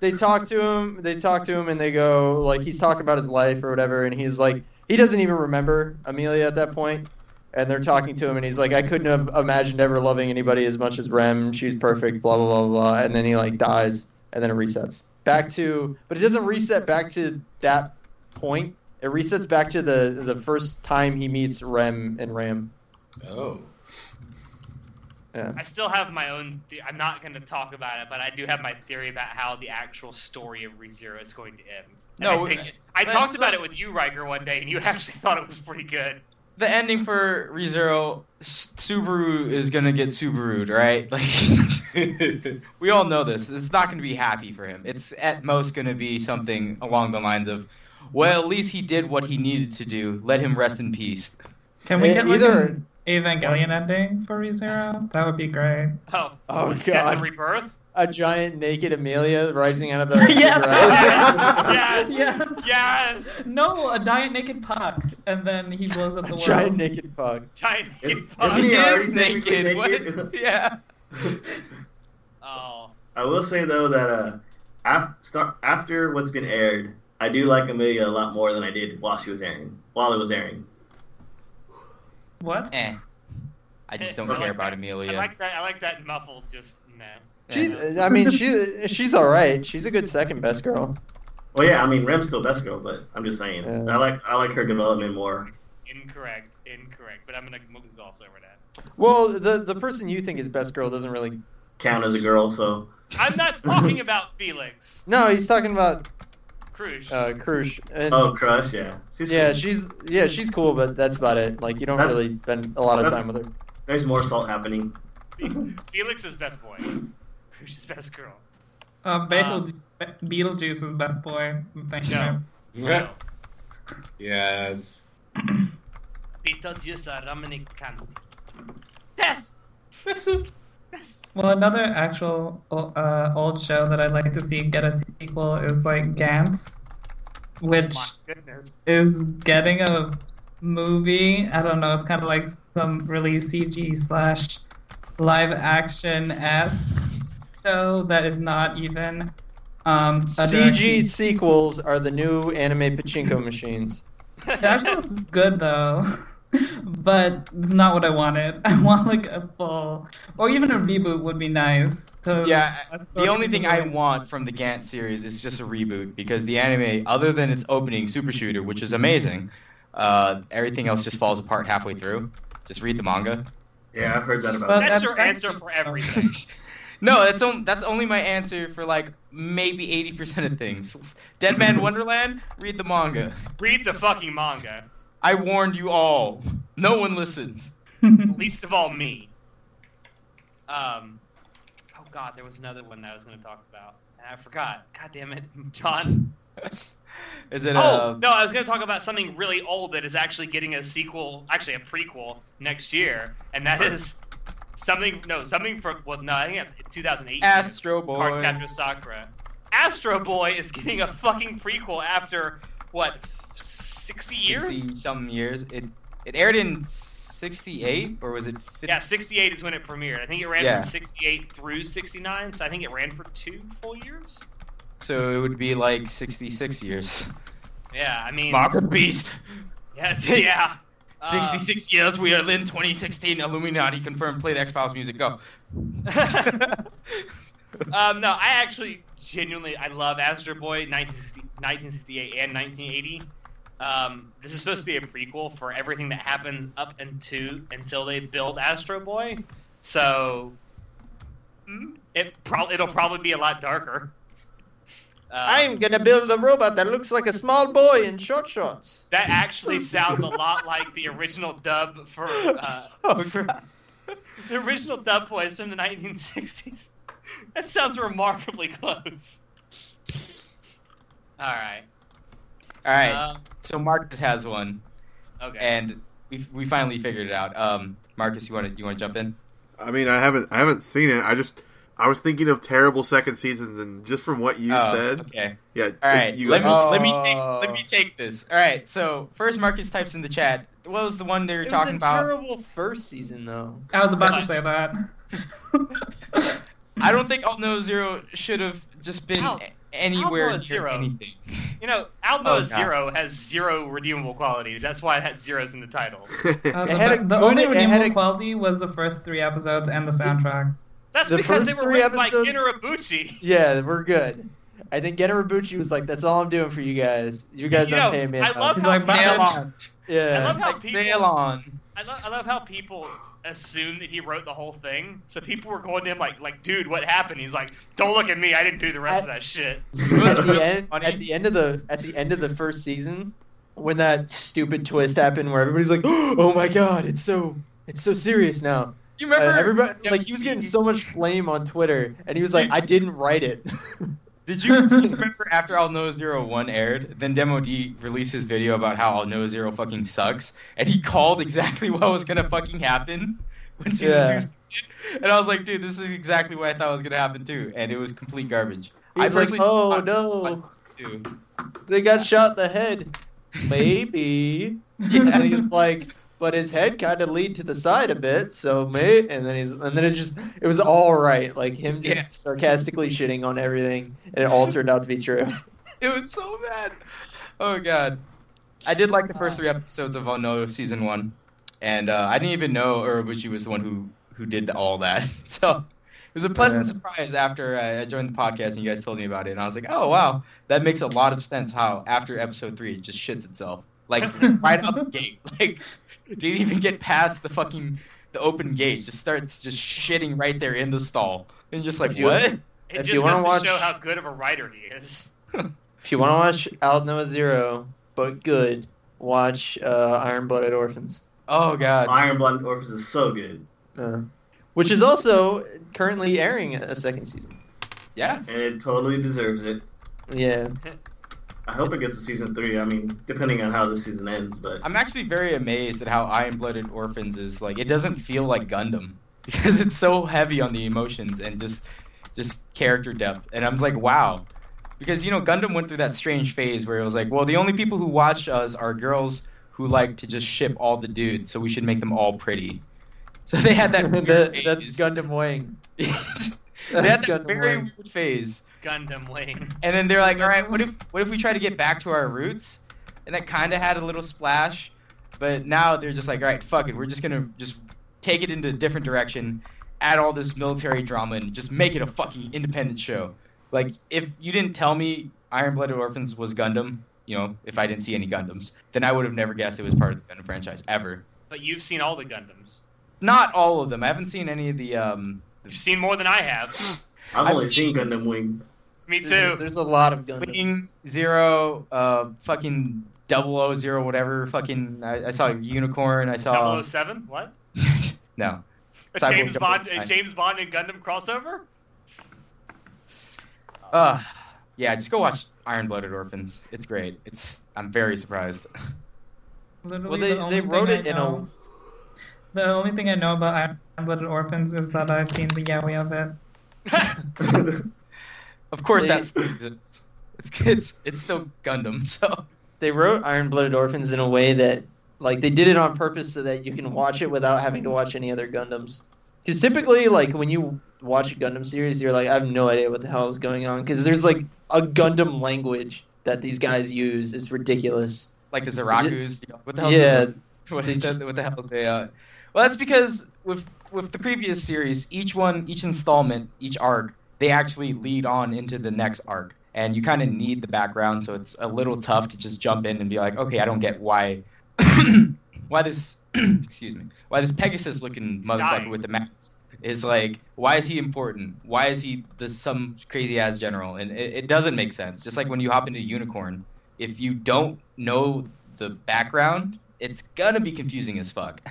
[SPEAKER 8] they talk to him they talk to him and they go like he's talking about his life or whatever and he's like he doesn't even remember amelia at that point and they're talking to him and he's like i couldn't have imagined ever loving anybody as much as rem she's perfect blah blah blah blah and then he like dies and then it resets back to but it doesn't reset back to that point it resets back to the the first time he meets rem and ram
[SPEAKER 5] Oh.
[SPEAKER 8] yeah
[SPEAKER 1] I still have my own. The- I'm not going to talk about it, but I do have my theory about how the actual story of ReZero is going to end. And
[SPEAKER 4] No,
[SPEAKER 1] I, think-
[SPEAKER 4] uh,
[SPEAKER 1] I
[SPEAKER 4] but-
[SPEAKER 1] talked about it with you, Riker, one day, and you actually thought it was pretty good.
[SPEAKER 4] the ending for ReZero, S- Subaru is gonna get Subaru'd, right? Like. we all know this. It's not going to be happy for him. It's at most going to be something along the lines of, well, at least he did what he needed to do. Let him rest in peace.
[SPEAKER 7] Can we
[SPEAKER 8] Eh,
[SPEAKER 7] get like
[SPEAKER 8] either-
[SPEAKER 7] an Evangelion ending for ReZero? That would be great.
[SPEAKER 1] Oh,
[SPEAKER 8] Oh,
[SPEAKER 1] is that
[SPEAKER 8] God.
[SPEAKER 1] the rebirth?
[SPEAKER 8] a giant naked amelia rising out of the
[SPEAKER 1] Yes, yes,
[SPEAKER 7] Yes.
[SPEAKER 1] yes.
[SPEAKER 7] No, a giant naked puck, and then he blows up
[SPEAKER 8] a
[SPEAKER 7] the world.
[SPEAKER 8] giant naked pug
[SPEAKER 1] Giant.
[SPEAKER 6] Isn't-
[SPEAKER 1] Oh,
[SPEAKER 6] isn't he
[SPEAKER 1] yes.
[SPEAKER 6] already
[SPEAKER 4] naked.
[SPEAKER 6] technically
[SPEAKER 4] What?
[SPEAKER 6] naked?
[SPEAKER 4] yeah.
[SPEAKER 1] Oh,
[SPEAKER 6] I will say though that uh, af- start, after what's been aired, I do like Amelia a lot more than I did while she was airing. While it was airing,
[SPEAKER 7] What?
[SPEAKER 4] Eh. I just don't
[SPEAKER 1] I like
[SPEAKER 4] care about
[SPEAKER 1] that.
[SPEAKER 4] Amelia.
[SPEAKER 1] I like that. I like that muffled. Just no.
[SPEAKER 4] Eh.
[SPEAKER 8] She's, I mean, she she's all right. She's a good second best girl.
[SPEAKER 6] well, yeah, I mean Rem's still best girl, but I'm just saying
[SPEAKER 8] Yeah.
[SPEAKER 6] I like I like her development more.
[SPEAKER 1] Incorrect. Incorrect. But I'm gonna gloss over that.
[SPEAKER 8] Well, the the person you think is best girl doesn't really.
[SPEAKER 6] Count as a girl, so
[SPEAKER 1] I'm not talking about Felix.
[SPEAKER 8] No, he's talking about
[SPEAKER 1] Cruz.
[SPEAKER 8] uh, Krush. And,
[SPEAKER 6] oh crush, yeah, she's
[SPEAKER 8] yeah,
[SPEAKER 6] cool.
[SPEAKER 8] she's yeah, she's cool, but that's about it. Like you don't
[SPEAKER 6] That's-
[SPEAKER 8] really spend a lot of
[SPEAKER 6] that's-
[SPEAKER 8] time with her.
[SPEAKER 6] There's more salt happening.
[SPEAKER 1] Felix is best boy. Cruz is best girl.
[SPEAKER 7] Uh, Beetle, Beetlejuice is best boy. Thank
[SPEAKER 1] No.
[SPEAKER 7] you.
[SPEAKER 1] No.
[SPEAKER 5] yes.
[SPEAKER 1] Beetlejuice Ramanikanti. Yes! Yes!
[SPEAKER 7] Well, another actual uh, old show that I'd like to see get a sequel is like Gantz,
[SPEAKER 1] Oh
[SPEAKER 7] which
[SPEAKER 1] my goodness.
[SPEAKER 7] is getting a movie. I don't know. It's kind of like some really CG slash live action esque show that is not even um, a
[SPEAKER 8] CG
[SPEAKER 7] direct-
[SPEAKER 8] sequels are the new anime pachinko machines.
[SPEAKER 7] It actually looks good though, but it's not what I wanted. I want like a full, or even a reboot would be nice. 'cause
[SPEAKER 4] Yeah,
[SPEAKER 7] that's
[SPEAKER 4] The
[SPEAKER 7] what
[SPEAKER 4] only thing I
[SPEAKER 7] people-
[SPEAKER 4] want from the Gantt series is just a reboot because the anime, other than its opening, Super Shooter, which is amazing, uh, everything else just falls apart halfway through. Just read the manga.
[SPEAKER 6] Yeah, I've heard that about.
[SPEAKER 7] But
[SPEAKER 1] that's,
[SPEAKER 7] that's
[SPEAKER 1] your
[SPEAKER 7] actually-
[SPEAKER 1] answer for everything.
[SPEAKER 4] no, that's on, that's only my answer for like maybe eighty percent of things. Dead Man Wonderland, read the manga.
[SPEAKER 1] Read the fucking manga.
[SPEAKER 4] I warned you all. No one listens.
[SPEAKER 1] least of all me. Um, oh god, there was another one that I was going to talk about, and I forgot. God damn it, John.
[SPEAKER 4] Is it?
[SPEAKER 1] oh
[SPEAKER 4] uh,
[SPEAKER 1] no, I was going to talk about something really old that is actually getting a sequel, actually a prequel next year, and that is something. No, something from. Well, no, I think it's 2008.
[SPEAKER 4] Astro
[SPEAKER 1] Card
[SPEAKER 4] Boy.
[SPEAKER 1] Captor Sakura. Astro Boy is getting a fucking prequel after what? 60 years?
[SPEAKER 4] some years. It it aired in '68 or was it? 50?
[SPEAKER 1] Yeah, 68 is when it premiered. I think it ran
[SPEAKER 4] Yeah.
[SPEAKER 1] from 68 through 69, so I think it ran for two full years.
[SPEAKER 4] So it would be like 66 years.
[SPEAKER 1] Yeah, I mean,
[SPEAKER 4] Beast.
[SPEAKER 1] yeah, yeah. Uh,
[SPEAKER 4] 66 years. We are in 2016. Illuminati confirmed. Play the X Files music. Go.
[SPEAKER 1] um, no, I actually genuinely I love Astro Boy 1960, 1968 and 1980. Um, this is supposed to be a prequel for everything that happens up into until they build Astro Boy. So mm, it probably it'll probably be a lot darker. Um,
[SPEAKER 8] I'm gonna build a robot that looks like a small boy in short shorts.
[SPEAKER 1] That actually sounds a lot like the original dub for uh,
[SPEAKER 8] Oh,
[SPEAKER 1] for- the original dub voice from the 1960s. That sounds remarkably close. All right.
[SPEAKER 4] All right.
[SPEAKER 1] Um,
[SPEAKER 4] so Marcus has one,
[SPEAKER 1] okay.
[SPEAKER 4] and we we finally figured it out. Um, Marcus, you want to you want to jump in?
[SPEAKER 2] I mean, I haven't I haven't seen it. I just I was thinking of terrible second seasons, and just from what you
[SPEAKER 4] Oh,
[SPEAKER 2] said,
[SPEAKER 4] Okay.
[SPEAKER 2] yeah.
[SPEAKER 4] All right,
[SPEAKER 2] you
[SPEAKER 4] let me
[SPEAKER 8] go.
[SPEAKER 4] let me take,
[SPEAKER 7] Oh.
[SPEAKER 4] let me take this. All right, so first Marcus types in the chat. What was the one they were
[SPEAKER 8] It was
[SPEAKER 4] talking
[SPEAKER 8] a
[SPEAKER 4] about?
[SPEAKER 8] terrible first season though. Uh,
[SPEAKER 7] I was about to say that.
[SPEAKER 4] I don't think Alt No Zero should have just been
[SPEAKER 1] Al-
[SPEAKER 4] a- anywhere
[SPEAKER 1] Alpha
[SPEAKER 4] near
[SPEAKER 1] Zero.
[SPEAKER 4] anything.
[SPEAKER 1] you know, Almo
[SPEAKER 4] Oh, God.
[SPEAKER 1] Zero has zero redeemable qualities. That's why it had zeros in the title.
[SPEAKER 7] Uh,
[SPEAKER 8] It
[SPEAKER 7] the
[SPEAKER 8] had a
[SPEAKER 7] the
[SPEAKER 8] good-
[SPEAKER 7] only
[SPEAKER 8] it had
[SPEAKER 7] redeemable
[SPEAKER 8] a-
[SPEAKER 7] quality was the first three episodes and the soundtrack.
[SPEAKER 1] That's
[SPEAKER 8] The
[SPEAKER 1] because
[SPEAKER 8] first
[SPEAKER 1] they were
[SPEAKER 8] three
[SPEAKER 1] written
[SPEAKER 8] episodes-
[SPEAKER 1] by Ken Ibuchi.
[SPEAKER 8] Yeah, we're good. I think Genarabuchi was like, "That's all I'm doing for you guys. You guys
[SPEAKER 1] You
[SPEAKER 8] don't
[SPEAKER 1] know,
[SPEAKER 8] pay me."
[SPEAKER 1] I
[SPEAKER 8] enough."
[SPEAKER 1] love
[SPEAKER 7] He's
[SPEAKER 1] how
[SPEAKER 7] like,
[SPEAKER 1] people-
[SPEAKER 8] Nail
[SPEAKER 7] "Bam."
[SPEAKER 8] on.
[SPEAKER 1] I
[SPEAKER 8] Yeah.
[SPEAKER 1] love how
[SPEAKER 4] Like,
[SPEAKER 1] people-
[SPEAKER 4] sail on.
[SPEAKER 1] I, lo- I love how people assume that he wrote the whole thing. So people were going to him like, like, dude, what happened? He's like, don't look at me. I didn't do the rest of that shit.
[SPEAKER 8] at the end,
[SPEAKER 4] funny.
[SPEAKER 8] at the end of the at the end of the first season, when that stupid twist happened, where everybody's like, "Oh my god, it's so it's so serious now."
[SPEAKER 4] You
[SPEAKER 8] Uh,
[SPEAKER 4] remember?
[SPEAKER 8] everybody like he was getting so much flame on Twitter, and he was like, "I didn't write it."
[SPEAKER 4] Did you remember after All No Zero One aired, then Demo D released his video about how All No Zero fucking sucks, and he called exactly what was gonna fucking happen when season
[SPEAKER 8] Yeah.
[SPEAKER 4] two started. And I was like, dude, this is exactly what I thought was gonna happen too, and it was complete garbage.
[SPEAKER 8] He was
[SPEAKER 4] I
[SPEAKER 8] like,
[SPEAKER 4] personally
[SPEAKER 8] "Oh
[SPEAKER 4] thought-
[SPEAKER 8] no,
[SPEAKER 4] Too.
[SPEAKER 8] they got shot in the head." Maybe. And he's like, but his head kind of leaned to the side a bit, so mate. And then he's, and then it just, it was all right, like him just
[SPEAKER 4] Yeah.
[SPEAKER 8] sarcastically shitting on everything, and it all turned out to be true.
[SPEAKER 4] It was so bad. Oh god. I did like the first three episodes of Oh No season one, and uh, I didn't even know Urobuchi was the one who who did all that. So it was a pleasant
[SPEAKER 8] Yeah.
[SPEAKER 4] surprise after I I joined the podcast and you guys told me about it, and I was like, oh wow, that makes a lot of sense. How after episode three, it just shits itself like right out the gate, like didn't even get past the fucking the open gate, just starts just shitting right there in the stall, and just like
[SPEAKER 8] If you-
[SPEAKER 4] what?
[SPEAKER 1] It
[SPEAKER 8] If
[SPEAKER 1] just
[SPEAKER 8] you wanna
[SPEAKER 1] goes to
[SPEAKER 8] watch-
[SPEAKER 1] show how good of a writer he is.
[SPEAKER 8] If you want to watch Out Noah Zero, but good, watch uh, Iron Blooded Orphans,
[SPEAKER 4] Oh god.
[SPEAKER 6] Iron Blood Orphans is so good,
[SPEAKER 8] uh, which is also currently airing a second season.
[SPEAKER 4] Yeah.
[SPEAKER 6] and it totally deserves it.
[SPEAKER 8] Yeah.
[SPEAKER 6] I hope it gets a season three. I mean, depending on how the season ends, but
[SPEAKER 4] I'm actually very amazed at how Iron Blooded Orphans is like. It doesn't feel like Gundam because it's so heavy on the emotions and just just character depth. And I'm like, wow, because you know Gundam went through that strange phase where it was like, well, the only people who watch us are girls who like to just ship all the dudes, so we should make them all pretty. So they had that. weird
[SPEAKER 8] That- that's
[SPEAKER 4] phase.
[SPEAKER 8] Gundam Wing.
[SPEAKER 4] they had
[SPEAKER 8] That's
[SPEAKER 4] that
[SPEAKER 8] Gundam
[SPEAKER 4] very
[SPEAKER 8] Wing.
[SPEAKER 4] weird phase.
[SPEAKER 1] Gundam Wing.
[SPEAKER 4] And then they're like, all right, what if what if we try to get back to our roots? And that kind of had a little splash, but now they're just like, all right, fuck it, we're just gonna just take it into a different direction, add all this military drama, and just make it a fucking independent show. Like, if you didn't tell me Iron Blooded Orphans was Gundam, you know, if I didn't see any Gundams, then I would have never guessed it was part of the Gundam franchise ever.
[SPEAKER 1] But you've seen all the Gundams.
[SPEAKER 4] not all of them. I haven't seen any of the. Um,
[SPEAKER 1] You've seen more than I have.
[SPEAKER 6] I've
[SPEAKER 4] I've
[SPEAKER 6] only seen Gundam Wing.
[SPEAKER 1] Me
[SPEAKER 8] There's, just-
[SPEAKER 1] too.
[SPEAKER 8] there's a lot of Gundams.
[SPEAKER 4] Wing Zero, uh, fucking double O Zero, whatever. Fucking, I, I saw Unicorn. I saw
[SPEAKER 1] 007? What?
[SPEAKER 4] no.
[SPEAKER 1] A
[SPEAKER 4] Cyborg
[SPEAKER 1] James
[SPEAKER 4] double- oh
[SPEAKER 1] Bond, a
[SPEAKER 4] I-
[SPEAKER 1] James Bond and Gundam crossover?
[SPEAKER 4] Uh, yeah, just go watch Iron Blooded Orphans. It's great. It's I'm very surprised.
[SPEAKER 7] Literally,
[SPEAKER 8] Well, they,
[SPEAKER 7] the only
[SPEAKER 8] they wrote it
[SPEAKER 7] thing I
[SPEAKER 8] in a
[SPEAKER 7] know, The only thing I know about Iron Blooded Orphans is that I've seen the yaoi of it.
[SPEAKER 4] Of course,
[SPEAKER 8] They-
[SPEAKER 4] that's it's, it's it's it's still Gundam. So
[SPEAKER 8] they wrote Iron Blooded Orphans in a way that like they did it on purpose so that you can watch it without having to watch any other Gundams. Because typically, like when you watch a Gundam series, you're like, I have no idea what the hell is going on. Because there's like a Gundam language that these guys use. It's ridiculous.
[SPEAKER 4] like the Zerakus. You know, what the hell? is
[SPEAKER 8] yeah,
[SPEAKER 4] it? What,
[SPEAKER 8] they
[SPEAKER 4] the-
[SPEAKER 8] just-
[SPEAKER 4] what the hell? Is they, uh, well, that's because with with the previous series, each one, each installment, each arc, they actually lead on into the next arc, and you kind of need the background. So it's a little tough to just jump in and be like, okay, I don't get why why this excuse me why this Pegasus looking
[SPEAKER 1] He's
[SPEAKER 4] motherfucker
[SPEAKER 1] dying.
[SPEAKER 4] with the mask is like why is he important? Why is he the some crazy ass general? And it, it doesn't make sense. Just like when you hop into Unicorn, if you don't know the background, it's gonna be confusing as fuck.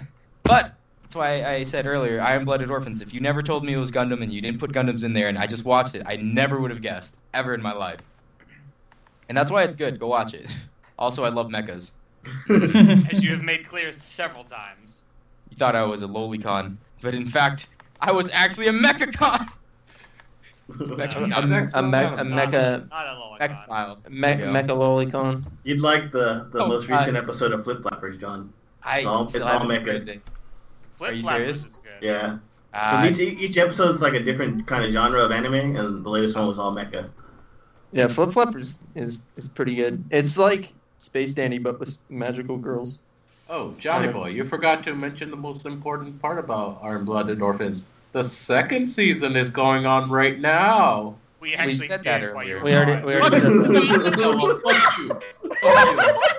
[SPEAKER 4] But that's why I said earlier, Iron Blooded Orphans. If you never told me it was Gundam and you didn't put Gundams in there, and I just watched it, I never would have guessed ever in my life. And that's why it's good. Go watch it. Also, I love mechas.
[SPEAKER 1] As you have made clear several times.
[SPEAKER 4] You thought I was a lolicon, but in fact, I was actually a mechacon.
[SPEAKER 1] Mechacon.
[SPEAKER 4] I'm-
[SPEAKER 5] That's
[SPEAKER 8] a,
[SPEAKER 5] actually
[SPEAKER 8] me-
[SPEAKER 5] kind
[SPEAKER 8] a
[SPEAKER 5] of
[SPEAKER 1] Not-
[SPEAKER 8] mecha,
[SPEAKER 1] Not a lower god.
[SPEAKER 4] Mechaphile.
[SPEAKER 8] me-
[SPEAKER 4] There you go.
[SPEAKER 8] mecha lolicon.
[SPEAKER 6] You'd like the, the
[SPEAKER 4] Oh,
[SPEAKER 6] most recent episode of Flip Flappers, John.
[SPEAKER 4] I
[SPEAKER 6] It's all-
[SPEAKER 4] still
[SPEAKER 6] it's all
[SPEAKER 4] haven't
[SPEAKER 6] mecha.
[SPEAKER 4] read it.
[SPEAKER 1] Flip
[SPEAKER 4] Are you
[SPEAKER 1] Flappers
[SPEAKER 4] serious?
[SPEAKER 1] is good.
[SPEAKER 6] Yeah. 'Cause
[SPEAKER 4] Uh,
[SPEAKER 6] each, each episode's like a different kind of genre of anime, and the latest one was all mecha.
[SPEAKER 8] Yeah, Flip Floppers is is pretty good. It's like Space Dandy but with magical girls.
[SPEAKER 5] Oh, Johnny Boy, you forgot to mention the most important part about Iron Blooded Orphans. The second season is going on right now.
[SPEAKER 1] We actually
[SPEAKER 4] said
[SPEAKER 1] did
[SPEAKER 4] that
[SPEAKER 1] while you
[SPEAKER 4] earlier.
[SPEAKER 1] were
[SPEAKER 8] We already we already
[SPEAKER 5] What?
[SPEAKER 8] said that.
[SPEAKER 5] Fuck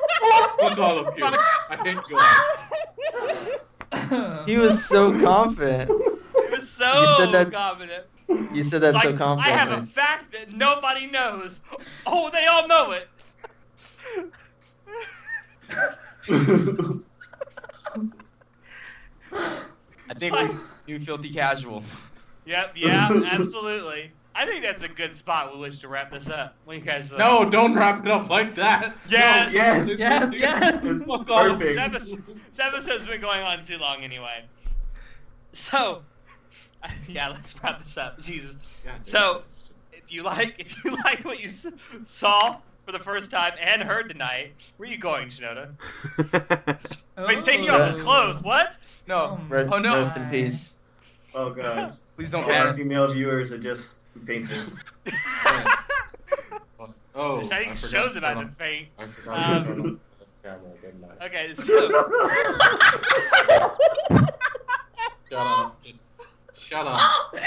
[SPEAKER 8] Oh,
[SPEAKER 5] you. Fuck you. Fuck all of you. I hate you all.
[SPEAKER 4] Uh.
[SPEAKER 8] He was so confident.
[SPEAKER 1] It was so
[SPEAKER 8] You said that-
[SPEAKER 1] confident.
[SPEAKER 8] You said that so
[SPEAKER 1] Like,
[SPEAKER 8] confident.
[SPEAKER 1] I have a fact that nobody knows. Oh, they all know it.
[SPEAKER 4] I think we do filthy casual.
[SPEAKER 1] Yep, yeah, absolutely. I think that's a good spot with which to wrap this up. What do you guys think?
[SPEAKER 5] No, don't wrap it up like that.
[SPEAKER 1] Yes.
[SPEAKER 5] No,
[SPEAKER 6] Yes.
[SPEAKER 5] it's-
[SPEAKER 7] Yes, yes.
[SPEAKER 6] It's
[SPEAKER 5] Fuck all of
[SPEAKER 1] This
[SPEAKER 6] perfect.
[SPEAKER 1] episode, this episode's been going on too long anyway. So, yeah, let's wrap this up. Jesus. So- if you like if you liked what you s- saw for the first time and heard tonight, where are you going, Shinoda? Oh, he's taking off his clothes. What?
[SPEAKER 4] No,
[SPEAKER 8] Rest,
[SPEAKER 4] Oh, no.
[SPEAKER 8] rest in peace.
[SPEAKER 6] Oh god.
[SPEAKER 4] please don't
[SPEAKER 6] All our
[SPEAKER 4] ask.
[SPEAKER 6] female viewers are just painted.
[SPEAKER 5] Oh,
[SPEAKER 1] Which I
[SPEAKER 5] forgot
[SPEAKER 1] think show's
[SPEAKER 5] to
[SPEAKER 1] about
[SPEAKER 5] turn
[SPEAKER 1] to faint.
[SPEAKER 5] on- I forgot to
[SPEAKER 1] Um,
[SPEAKER 5] turn on the camera, didn't I?
[SPEAKER 1] Okay, so
[SPEAKER 5] Shut up. Just shut
[SPEAKER 1] Oh,
[SPEAKER 5] up.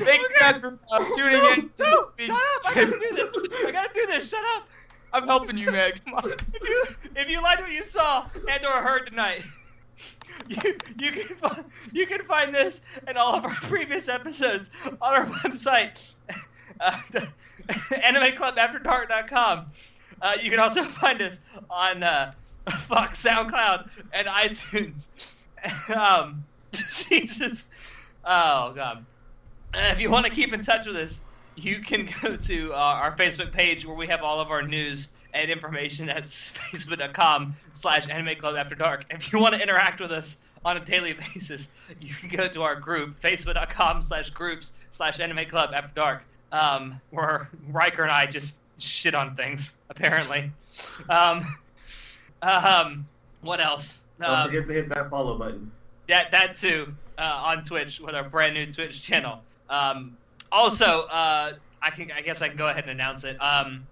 [SPEAKER 4] Thank you guys for uh, tuning in.
[SPEAKER 1] No, no, shut up! I gotta do this. I gotta do this. Shut up.
[SPEAKER 4] I'm helping you, Meg. Come on.
[SPEAKER 1] If you if you liked what you saw and or heard tonight, you, you can find, you can find this and all of our previous episodes on our website, uh, animeclubafterdark.com. Uh, you can also find us on uh, fuck SoundCloud and iTunes. um, Jesus, oh god. Uh, if you want to keep in touch with us, you can go to uh, our Facebook page where we have all of our news and information at facebook.com slash anime club after dark. If you want to interact with us on a daily basis, you can go to our group, facebook.com slash groups slash anime club after dark, um, where Riker and I just shit on things, apparently. Um, um, what else?
[SPEAKER 6] Don't
[SPEAKER 1] Um,
[SPEAKER 6] forget to hit that follow button.
[SPEAKER 1] that that too uh, on Twitch with our brand new Twitch channel. Um, also, uh, I can I guess I can go ahead and announce it. Um,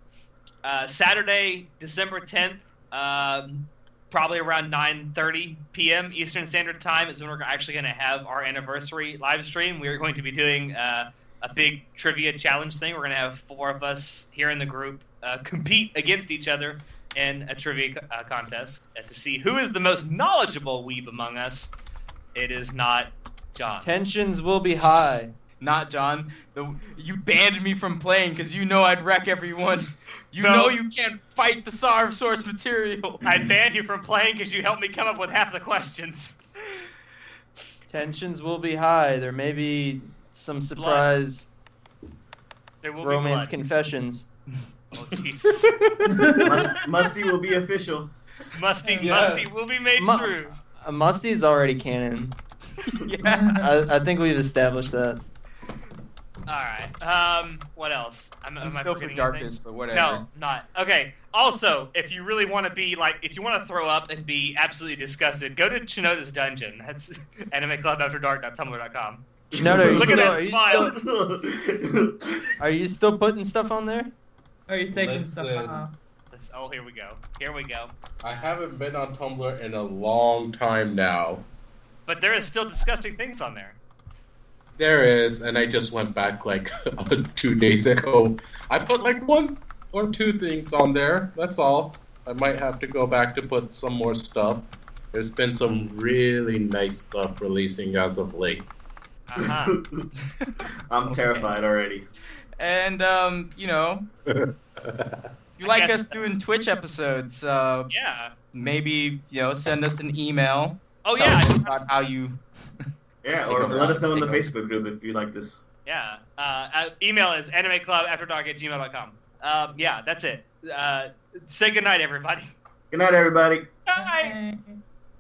[SPEAKER 1] uh, Saturday, December tenth, um probably around nine thirty p.m. Eastern Standard Time is when we're actually going to have our anniversary live stream. We are going to be doing uh, a big trivia challenge thing. We're going to have four of us here in the group uh, compete against each other in a trivia uh, contest uh, to see who is the most knowledgeable weeb among us. It is not John.
[SPEAKER 8] Tensions will be high.
[SPEAKER 4] Not John. The, you banned me from playing because you know I'd wreck everyone. You
[SPEAKER 1] No.
[SPEAKER 4] know you can't fight the Tsar of source material.
[SPEAKER 1] I banned you from playing because you helped me come up with half the questions.
[SPEAKER 8] Tensions will be high. There may be some surprise
[SPEAKER 1] There will
[SPEAKER 8] romance
[SPEAKER 1] be blood.
[SPEAKER 8] confessions.
[SPEAKER 1] Oh Jesus!
[SPEAKER 6] Must, Musty will be official.
[SPEAKER 1] Musty,
[SPEAKER 5] Yes.
[SPEAKER 1] Musty will be made
[SPEAKER 8] Mu-
[SPEAKER 1] true.
[SPEAKER 8] Uh, Musty's already canon.
[SPEAKER 4] yeah.
[SPEAKER 8] I, I think we've established that.
[SPEAKER 1] All right. Um, what else? Am,
[SPEAKER 4] I'm
[SPEAKER 1] am I
[SPEAKER 4] still for
[SPEAKER 1] forgetting
[SPEAKER 4] darkness, but
[SPEAKER 1] anything?
[SPEAKER 4] whatever.
[SPEAKER 1] No, not okay. Also, if you really want to be like, if you want to throw up and be absolutely disgusted, go to Chinoda's dungeon. That's animeclubafterdark.tumblr.com.
[SPEAKER 8] No, no, you
[SPEAKER 1] Look at
[SPEAKER 8] still-
[SPEAKER 1] that
[SPEAKER 8] are you
[SPEAKER 1] smile.
[SPEAKER 8] still- are you still putting stuff on there?
[SPEAKER 7] Are you taking stuff
[SPEAKER 5] Listen.
[SPEAKER 7] off?
[SPEAKER 1] That's- Oh, here we go. Here we go.
[SPEAKER 5] I haven't been on Tumblr in a long time now.
[SPEAKER 1] But there is still disgusting things on there.
[SPEAKER 5] There is, and I just went back like uh, two days ago. I put like one or two things on there. That's all. I might have to go back to put some more stuff. There's been some really nice stuff releasing as of late.
[SPEAKER 1] Uh-huh.
[SPEAKER 6] I'm terrified already.
[SPEAKER 4] And um, you know, you
[SPEAKER 1] I
[SPEAKER 4] like
[SPEAKER 1] guess-
[SPEAKER 4] us doing Twitch episodes. Uh,
[SPEAKER 1] yeah.
[SPEAKER 4] maybe you know, send us an email.
[SPEAKER 1] Oh
[SPEAKER 4] Tell
[SPEAKER 1] yeah. I
[SPEAKER 4] us
[SPEAKER 1] just-
[SPEAKER 4] about how you.
[SPEAKER 6] Yeah,
[SPEAKER 4] Take
[SPEAKER 6] or
[SPEAKER 4] over.
[SPEAKER 6] let us know in the
[SPEAKER 4] Take
[SPEAKER 6] Facebook group if you like this.
[SPEAKER 1] Yeah. Uh, uh, email is animeclubafterdark at gmail.com. Um, yeah, that's it. Uh, say goodnight, everybody.
[SPEAKER 6] Good night, everybody.
[SPEAKER 1] Bye.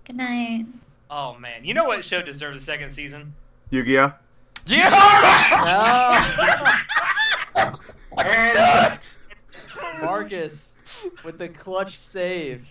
[SPEAKER 3] Good night.
[SPEAKER 1] Oh, man. You know what show deserves a second season?
[SPEAKER 2] Yu-Gi-Oh.
[SPEAKER 4] Yeah.
[SPEAKER 8] No.
[SPEAKER 6] And
[SPEAKER 8] Marcus with the clutch save.